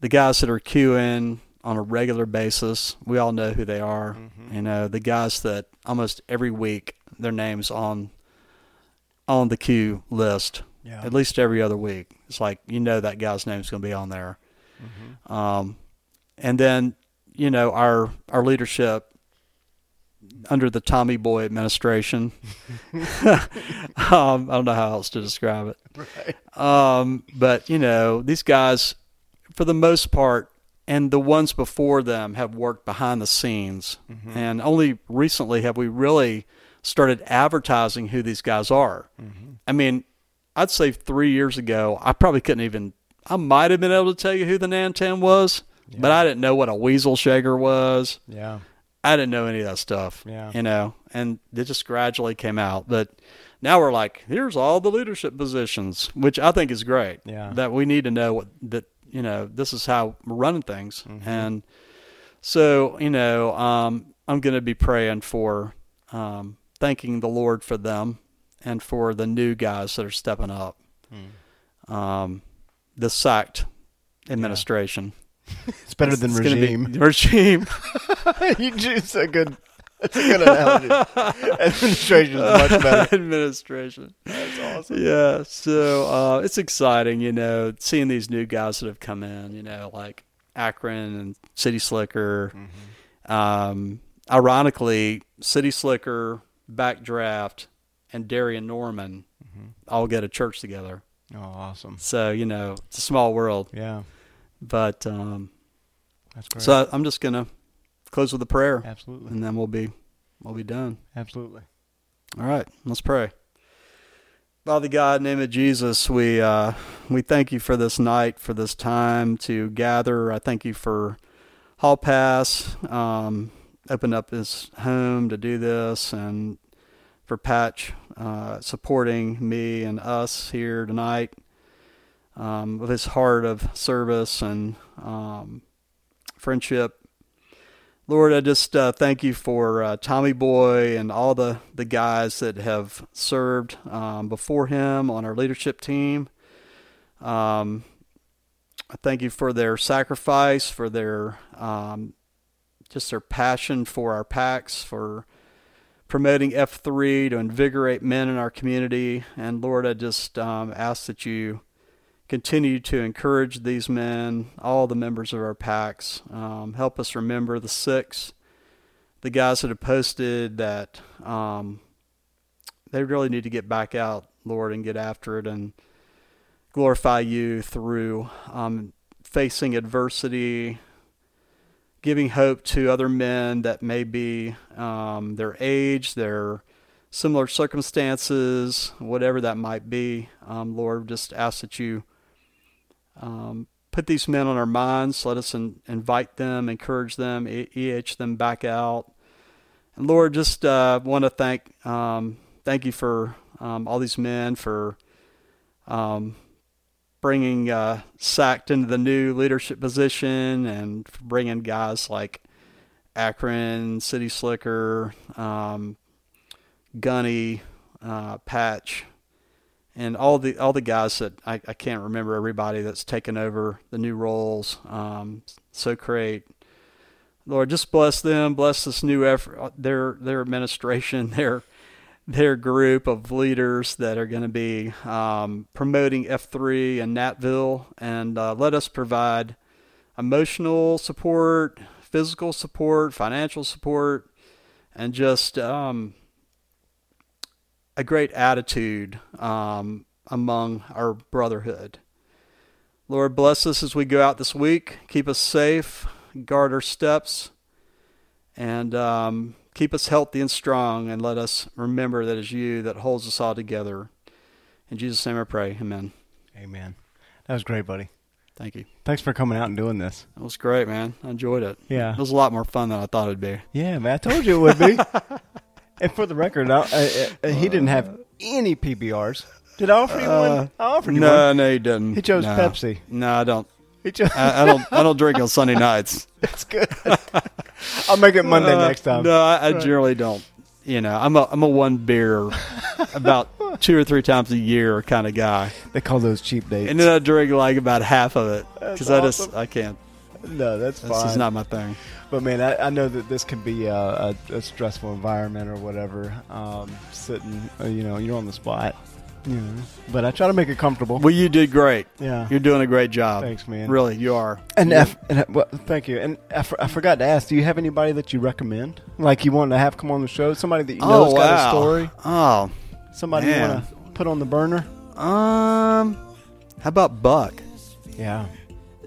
the guys that are queuing on a regular basis. We all know who they are. You know, the guys that almost every week their names on on the queue list.
Yeah.
At least every other week. It's like you know that guy's name's going to be on there. Um, and then you know our our leadership under the Tommy Boy administration. um, I don't know how else to describe it. Um, but you know, these guys, for the most part, and the ones before them have worked behind the scenes, and only recently have we really started advertising who these guys are. I mean, I'd say three years ago, I probably couldn't even. I might have been able to tell you who the Nantan was, but I didn't know what a weasel shaker was.
Yeah,
I didn't know any of that stuff.
Yeah.
You know, and it just gradually came out. But now we're like, here's all the leadership positions, which I think is great.
Yeah.
That we need to know what that you know, this is how we're running things.
Mm-hmm.
And so, you know, um, I'm gonna be praying for um thanking the Lord for them and for the new guys that are stepping up.
Hmm.
Um the sacked administration.
It's better than
It's gonna be-
regime.
regime.
you just a good. That's a good analogy. Administration is much better.
administration.
That's awesome.
Yeah, so uh, it's exciting, you know, seeing these new guys that have come in, you know, like Akron and City Slicker.
Mm-hmm.
Um, ironically, City Slicker, Backdraft, and Darian Norman
Mm-hmm.
all go to church together.
Oh, awesome.
So you know, it's a small world.
Yeah,
But um,
that's great.
so I'm just gonna close with a prayer,
absolutely,
and then we'll be we'll be done.
absolutely.
All right, let's pray. Father God, in the name of Jesus, we uh, we thank you for this night, for this time to gather. I thank you for Hall Pass, um, opened up his home to do this, and for Patch uh, supporting me and us here tonight um, with his heart of service and um, friendship. Lord, I just uh, thank you for uh, Tommy Boy and all the, the guys that have served um, before him on our leadership team. Um, I thank you for their sacrifice, for their um, just their passion for our packs, for promoting F3 to invigorate men in our community. And Lord, I just um, ask that you continue to encourage these men, all the members of our packs. Um, help us remember the six, the guys that have posted that um, they really need to get back out, Lord, and get after it and glorify you through um, facing adversity, giving hope to other men that may be um, their age, their similar circumstances, whatever that might be. Um, Lord, just ask that you um, put these men on our minds. Let us in, invite them, encourage them, e- EH them back out. And Lord, just uh, want to thank um, thank you for um, all these men for um, bringing uh, Sacked into the new leadership position and for bringing guys like Akron, City Slicker, um, Gunny, uh, Patch, and all the all the guys that I, I can't remember everybody that's taken over the new roles. Um, so great, Lord, just bless them, bless this new effort, uh, their their administration, their their group of leaders that are going to be um, promoting F3 in Natville, and uh, let us provide emotional support, physical support, financial support, and just um, a great attitude um, among our brotherhood. Lord, bless us as we go out this week. Keep us safe, guard our steps, and um, keep us healthy and strong. And let us remember that it's you that holds us all together. In Jesus' name I pray. Amen.
Amen. That was great, buddy.
Thank you.
Thanks for coming out and doing this.
That was great, man. I enjoyed it.
Yeah.
It was a lot more fun than I thought it'd be.
Yeah, man. I told you it would be. and for the record, I, I, I, he didn't have any PBRs. Did I offer you one? I offered you
Uh, No,
one.
no, you didn't.
He chose
No.
Pepsi.
No, I don't.
He chose,
I, I don't. I don't drink on Sunday nights.
that's good. I'll make it Monday
Uh,
next time.
No, I, I generally don't. You know, I'm a I'm a one beer about two or three times a year kind of guy,
They call those cheap dates.
and uh, then I drink like about half of it
That's
because I just
awesome.
I can't.
no, that's fine.
This is not my thing.
But man, I, I know that this can be a, a, a stressful environment or whatever. Um, sitting, uh, you know, you're on the spot. You know, but I try to make it comfortable.
Well, you did great.
yeah.
You're doing a great job.
Thanks, man.
Really, you are.
And, I f and I- well, thank you. And I, for, I forgot to ask, do you have anybody that you recommend? Like you want to have come on the show? Somebody that you know has got a story?
Oh,
Somebody you
Man.
want to put on the burner?
um, how about Buck?
Yeah.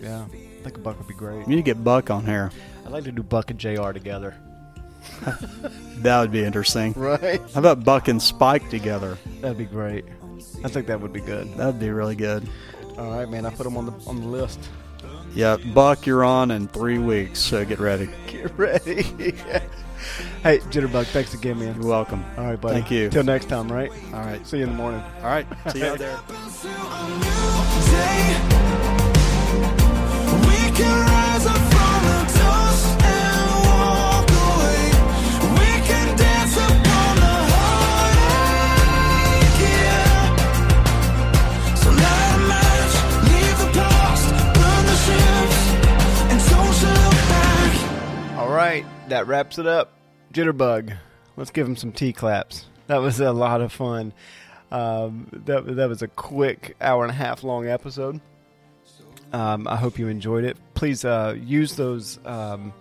Yeah. I think a Buck would be great.
You need to get Buck on here.
I'd like to do Buck and JR together.
That would be interesting.
Right?
How about Buck and Spike together?
That'd be great. I think that would be good.
That'd be really good.
All right, man. I put them on the on the list.
Yeah, Buck, you're on in three weeks, so get ready.
Get ready. hey, Jitterbug, thanks again, man.
You're welcome.
All right, buddy.
Thank you.
Till next time, right?
All right.
See you in the morning.
All right. See you out there.
All right, that wraps it up. Jitterbug, let's give him some tea claps. That was a lot of fun. Um, that that was a quick hour and a half long episode. Um, I hope you enjoyed it. Please uh, use those um,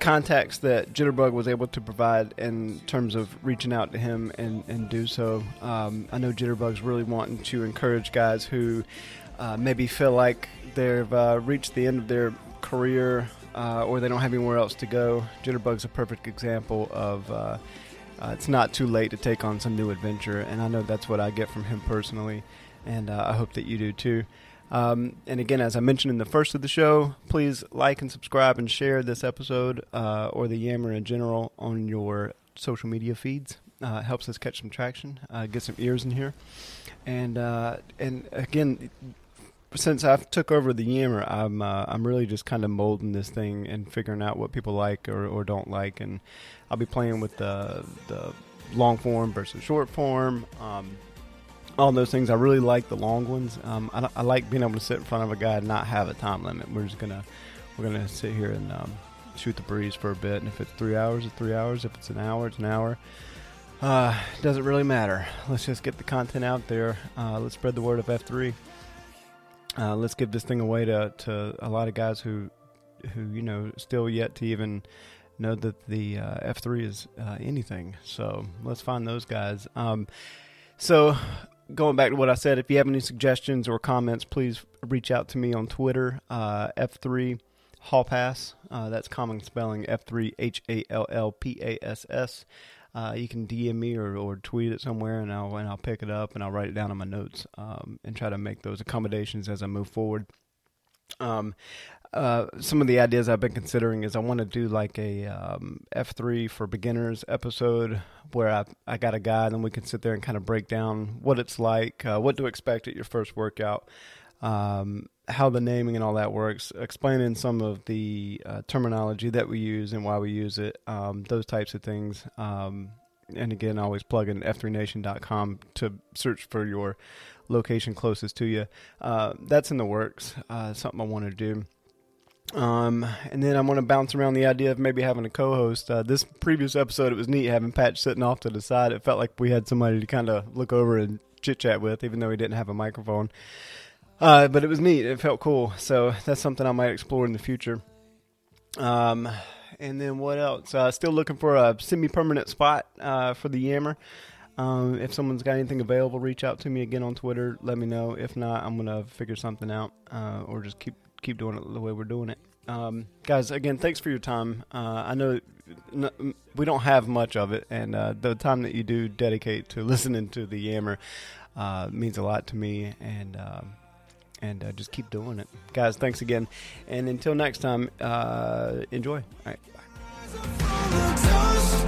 contacts that Jitterbug was able to provide in terms of reaching out to him and, and do so. Um, I know Jitterbug's really wanting to encourage guys who uh, maybe feel like they've uh, reached the end of their career uh, or they don't have anywhere else to go. Jitterbug's a perfect example of. Uh, uh, it's not too late to take on some new adventure, and I know that's what I get from him personally, and uh, I hope that you do too. Um, and again, as I mentioned in the first of the show, please like and subscribe and share this episode uh, or the Yammer in general on your social media feeds. Uh, it helps us catch some traction, uh, get some ears in here, and uh, and again, since I've took over the Yammer, I'm uh, I'm really just kind of molding this thing and figuring out what people like or, or don't like, and I'll be playing with the the long form versus short form. Um, all those things. I really like the long ones. Um, I, I like being able to sit in front of a guy and not have a time limit. We're just gonna we're gonna sit here and um, shoot the breeze for a bit. And if it's three hours, it's three hours. If it's an hour, it's an hour. Uh, doesn't really matter. Let's just get the content out there. Uh, let's spread the word of F3. Uh, let's give this thing away to, to a lot of guys who who you know still yet to even know that the uh, F3 is uh, anything. So let's find those guys. Um, so going back to what I said, if you have any suggestions or comments, please reach out to me on Twitter, uh, F3 Hall Pass. Uh, that's common spelling F3 H A L L P A S S. Uh, you can DM me or, or tweet it somewhere, and I'll and I'll pick it up and I'll write it down in my notes um, and try to make those accommodations as I move forward. Um, uh, some of the ideas I've been considering is I want to do like a um, F3 for beginners episode where I, I got a guy and then we can sit there and kind of break down what it's like, uh, what to expect at your first workout, um, how the naming and all that works, explaining some of the uh, terminology that we use and why we use it, um, those types of things. Um, and again, always plug in f3nation.com to search for your location closest to you. Uh, that's in the works. Uh, something I want to do. Um, and then I'm going to bounce around the idea of maybe having a co-host. Uh, this previous episode, it was neat having Patch sitting off to the side. It felt like we had somebody to kind of look over and chit chat with, even though he didn't have a microphone. Uh, but it was neat. It felt cool. So that's something I might explore in the future. Um, and then what else? Uh, still looking for a semi-permanent spot uh, for the Yammer. Um, if someone's got anything available, reach out to me again on Twitter. Let me know. If not, I'm gonna figure something out, uh, or just keep keep doing it the way we're doing it. Um, guys, again, thanks for your time. Uh, I know n- we don't have much of it, and uh, the time that you do dedicate to listening to the Yammer uh, means a lot to me. And um, and uh, just keep doing it, guys. Thanks again, and until next time, uh, enjoy. All right.
From the dust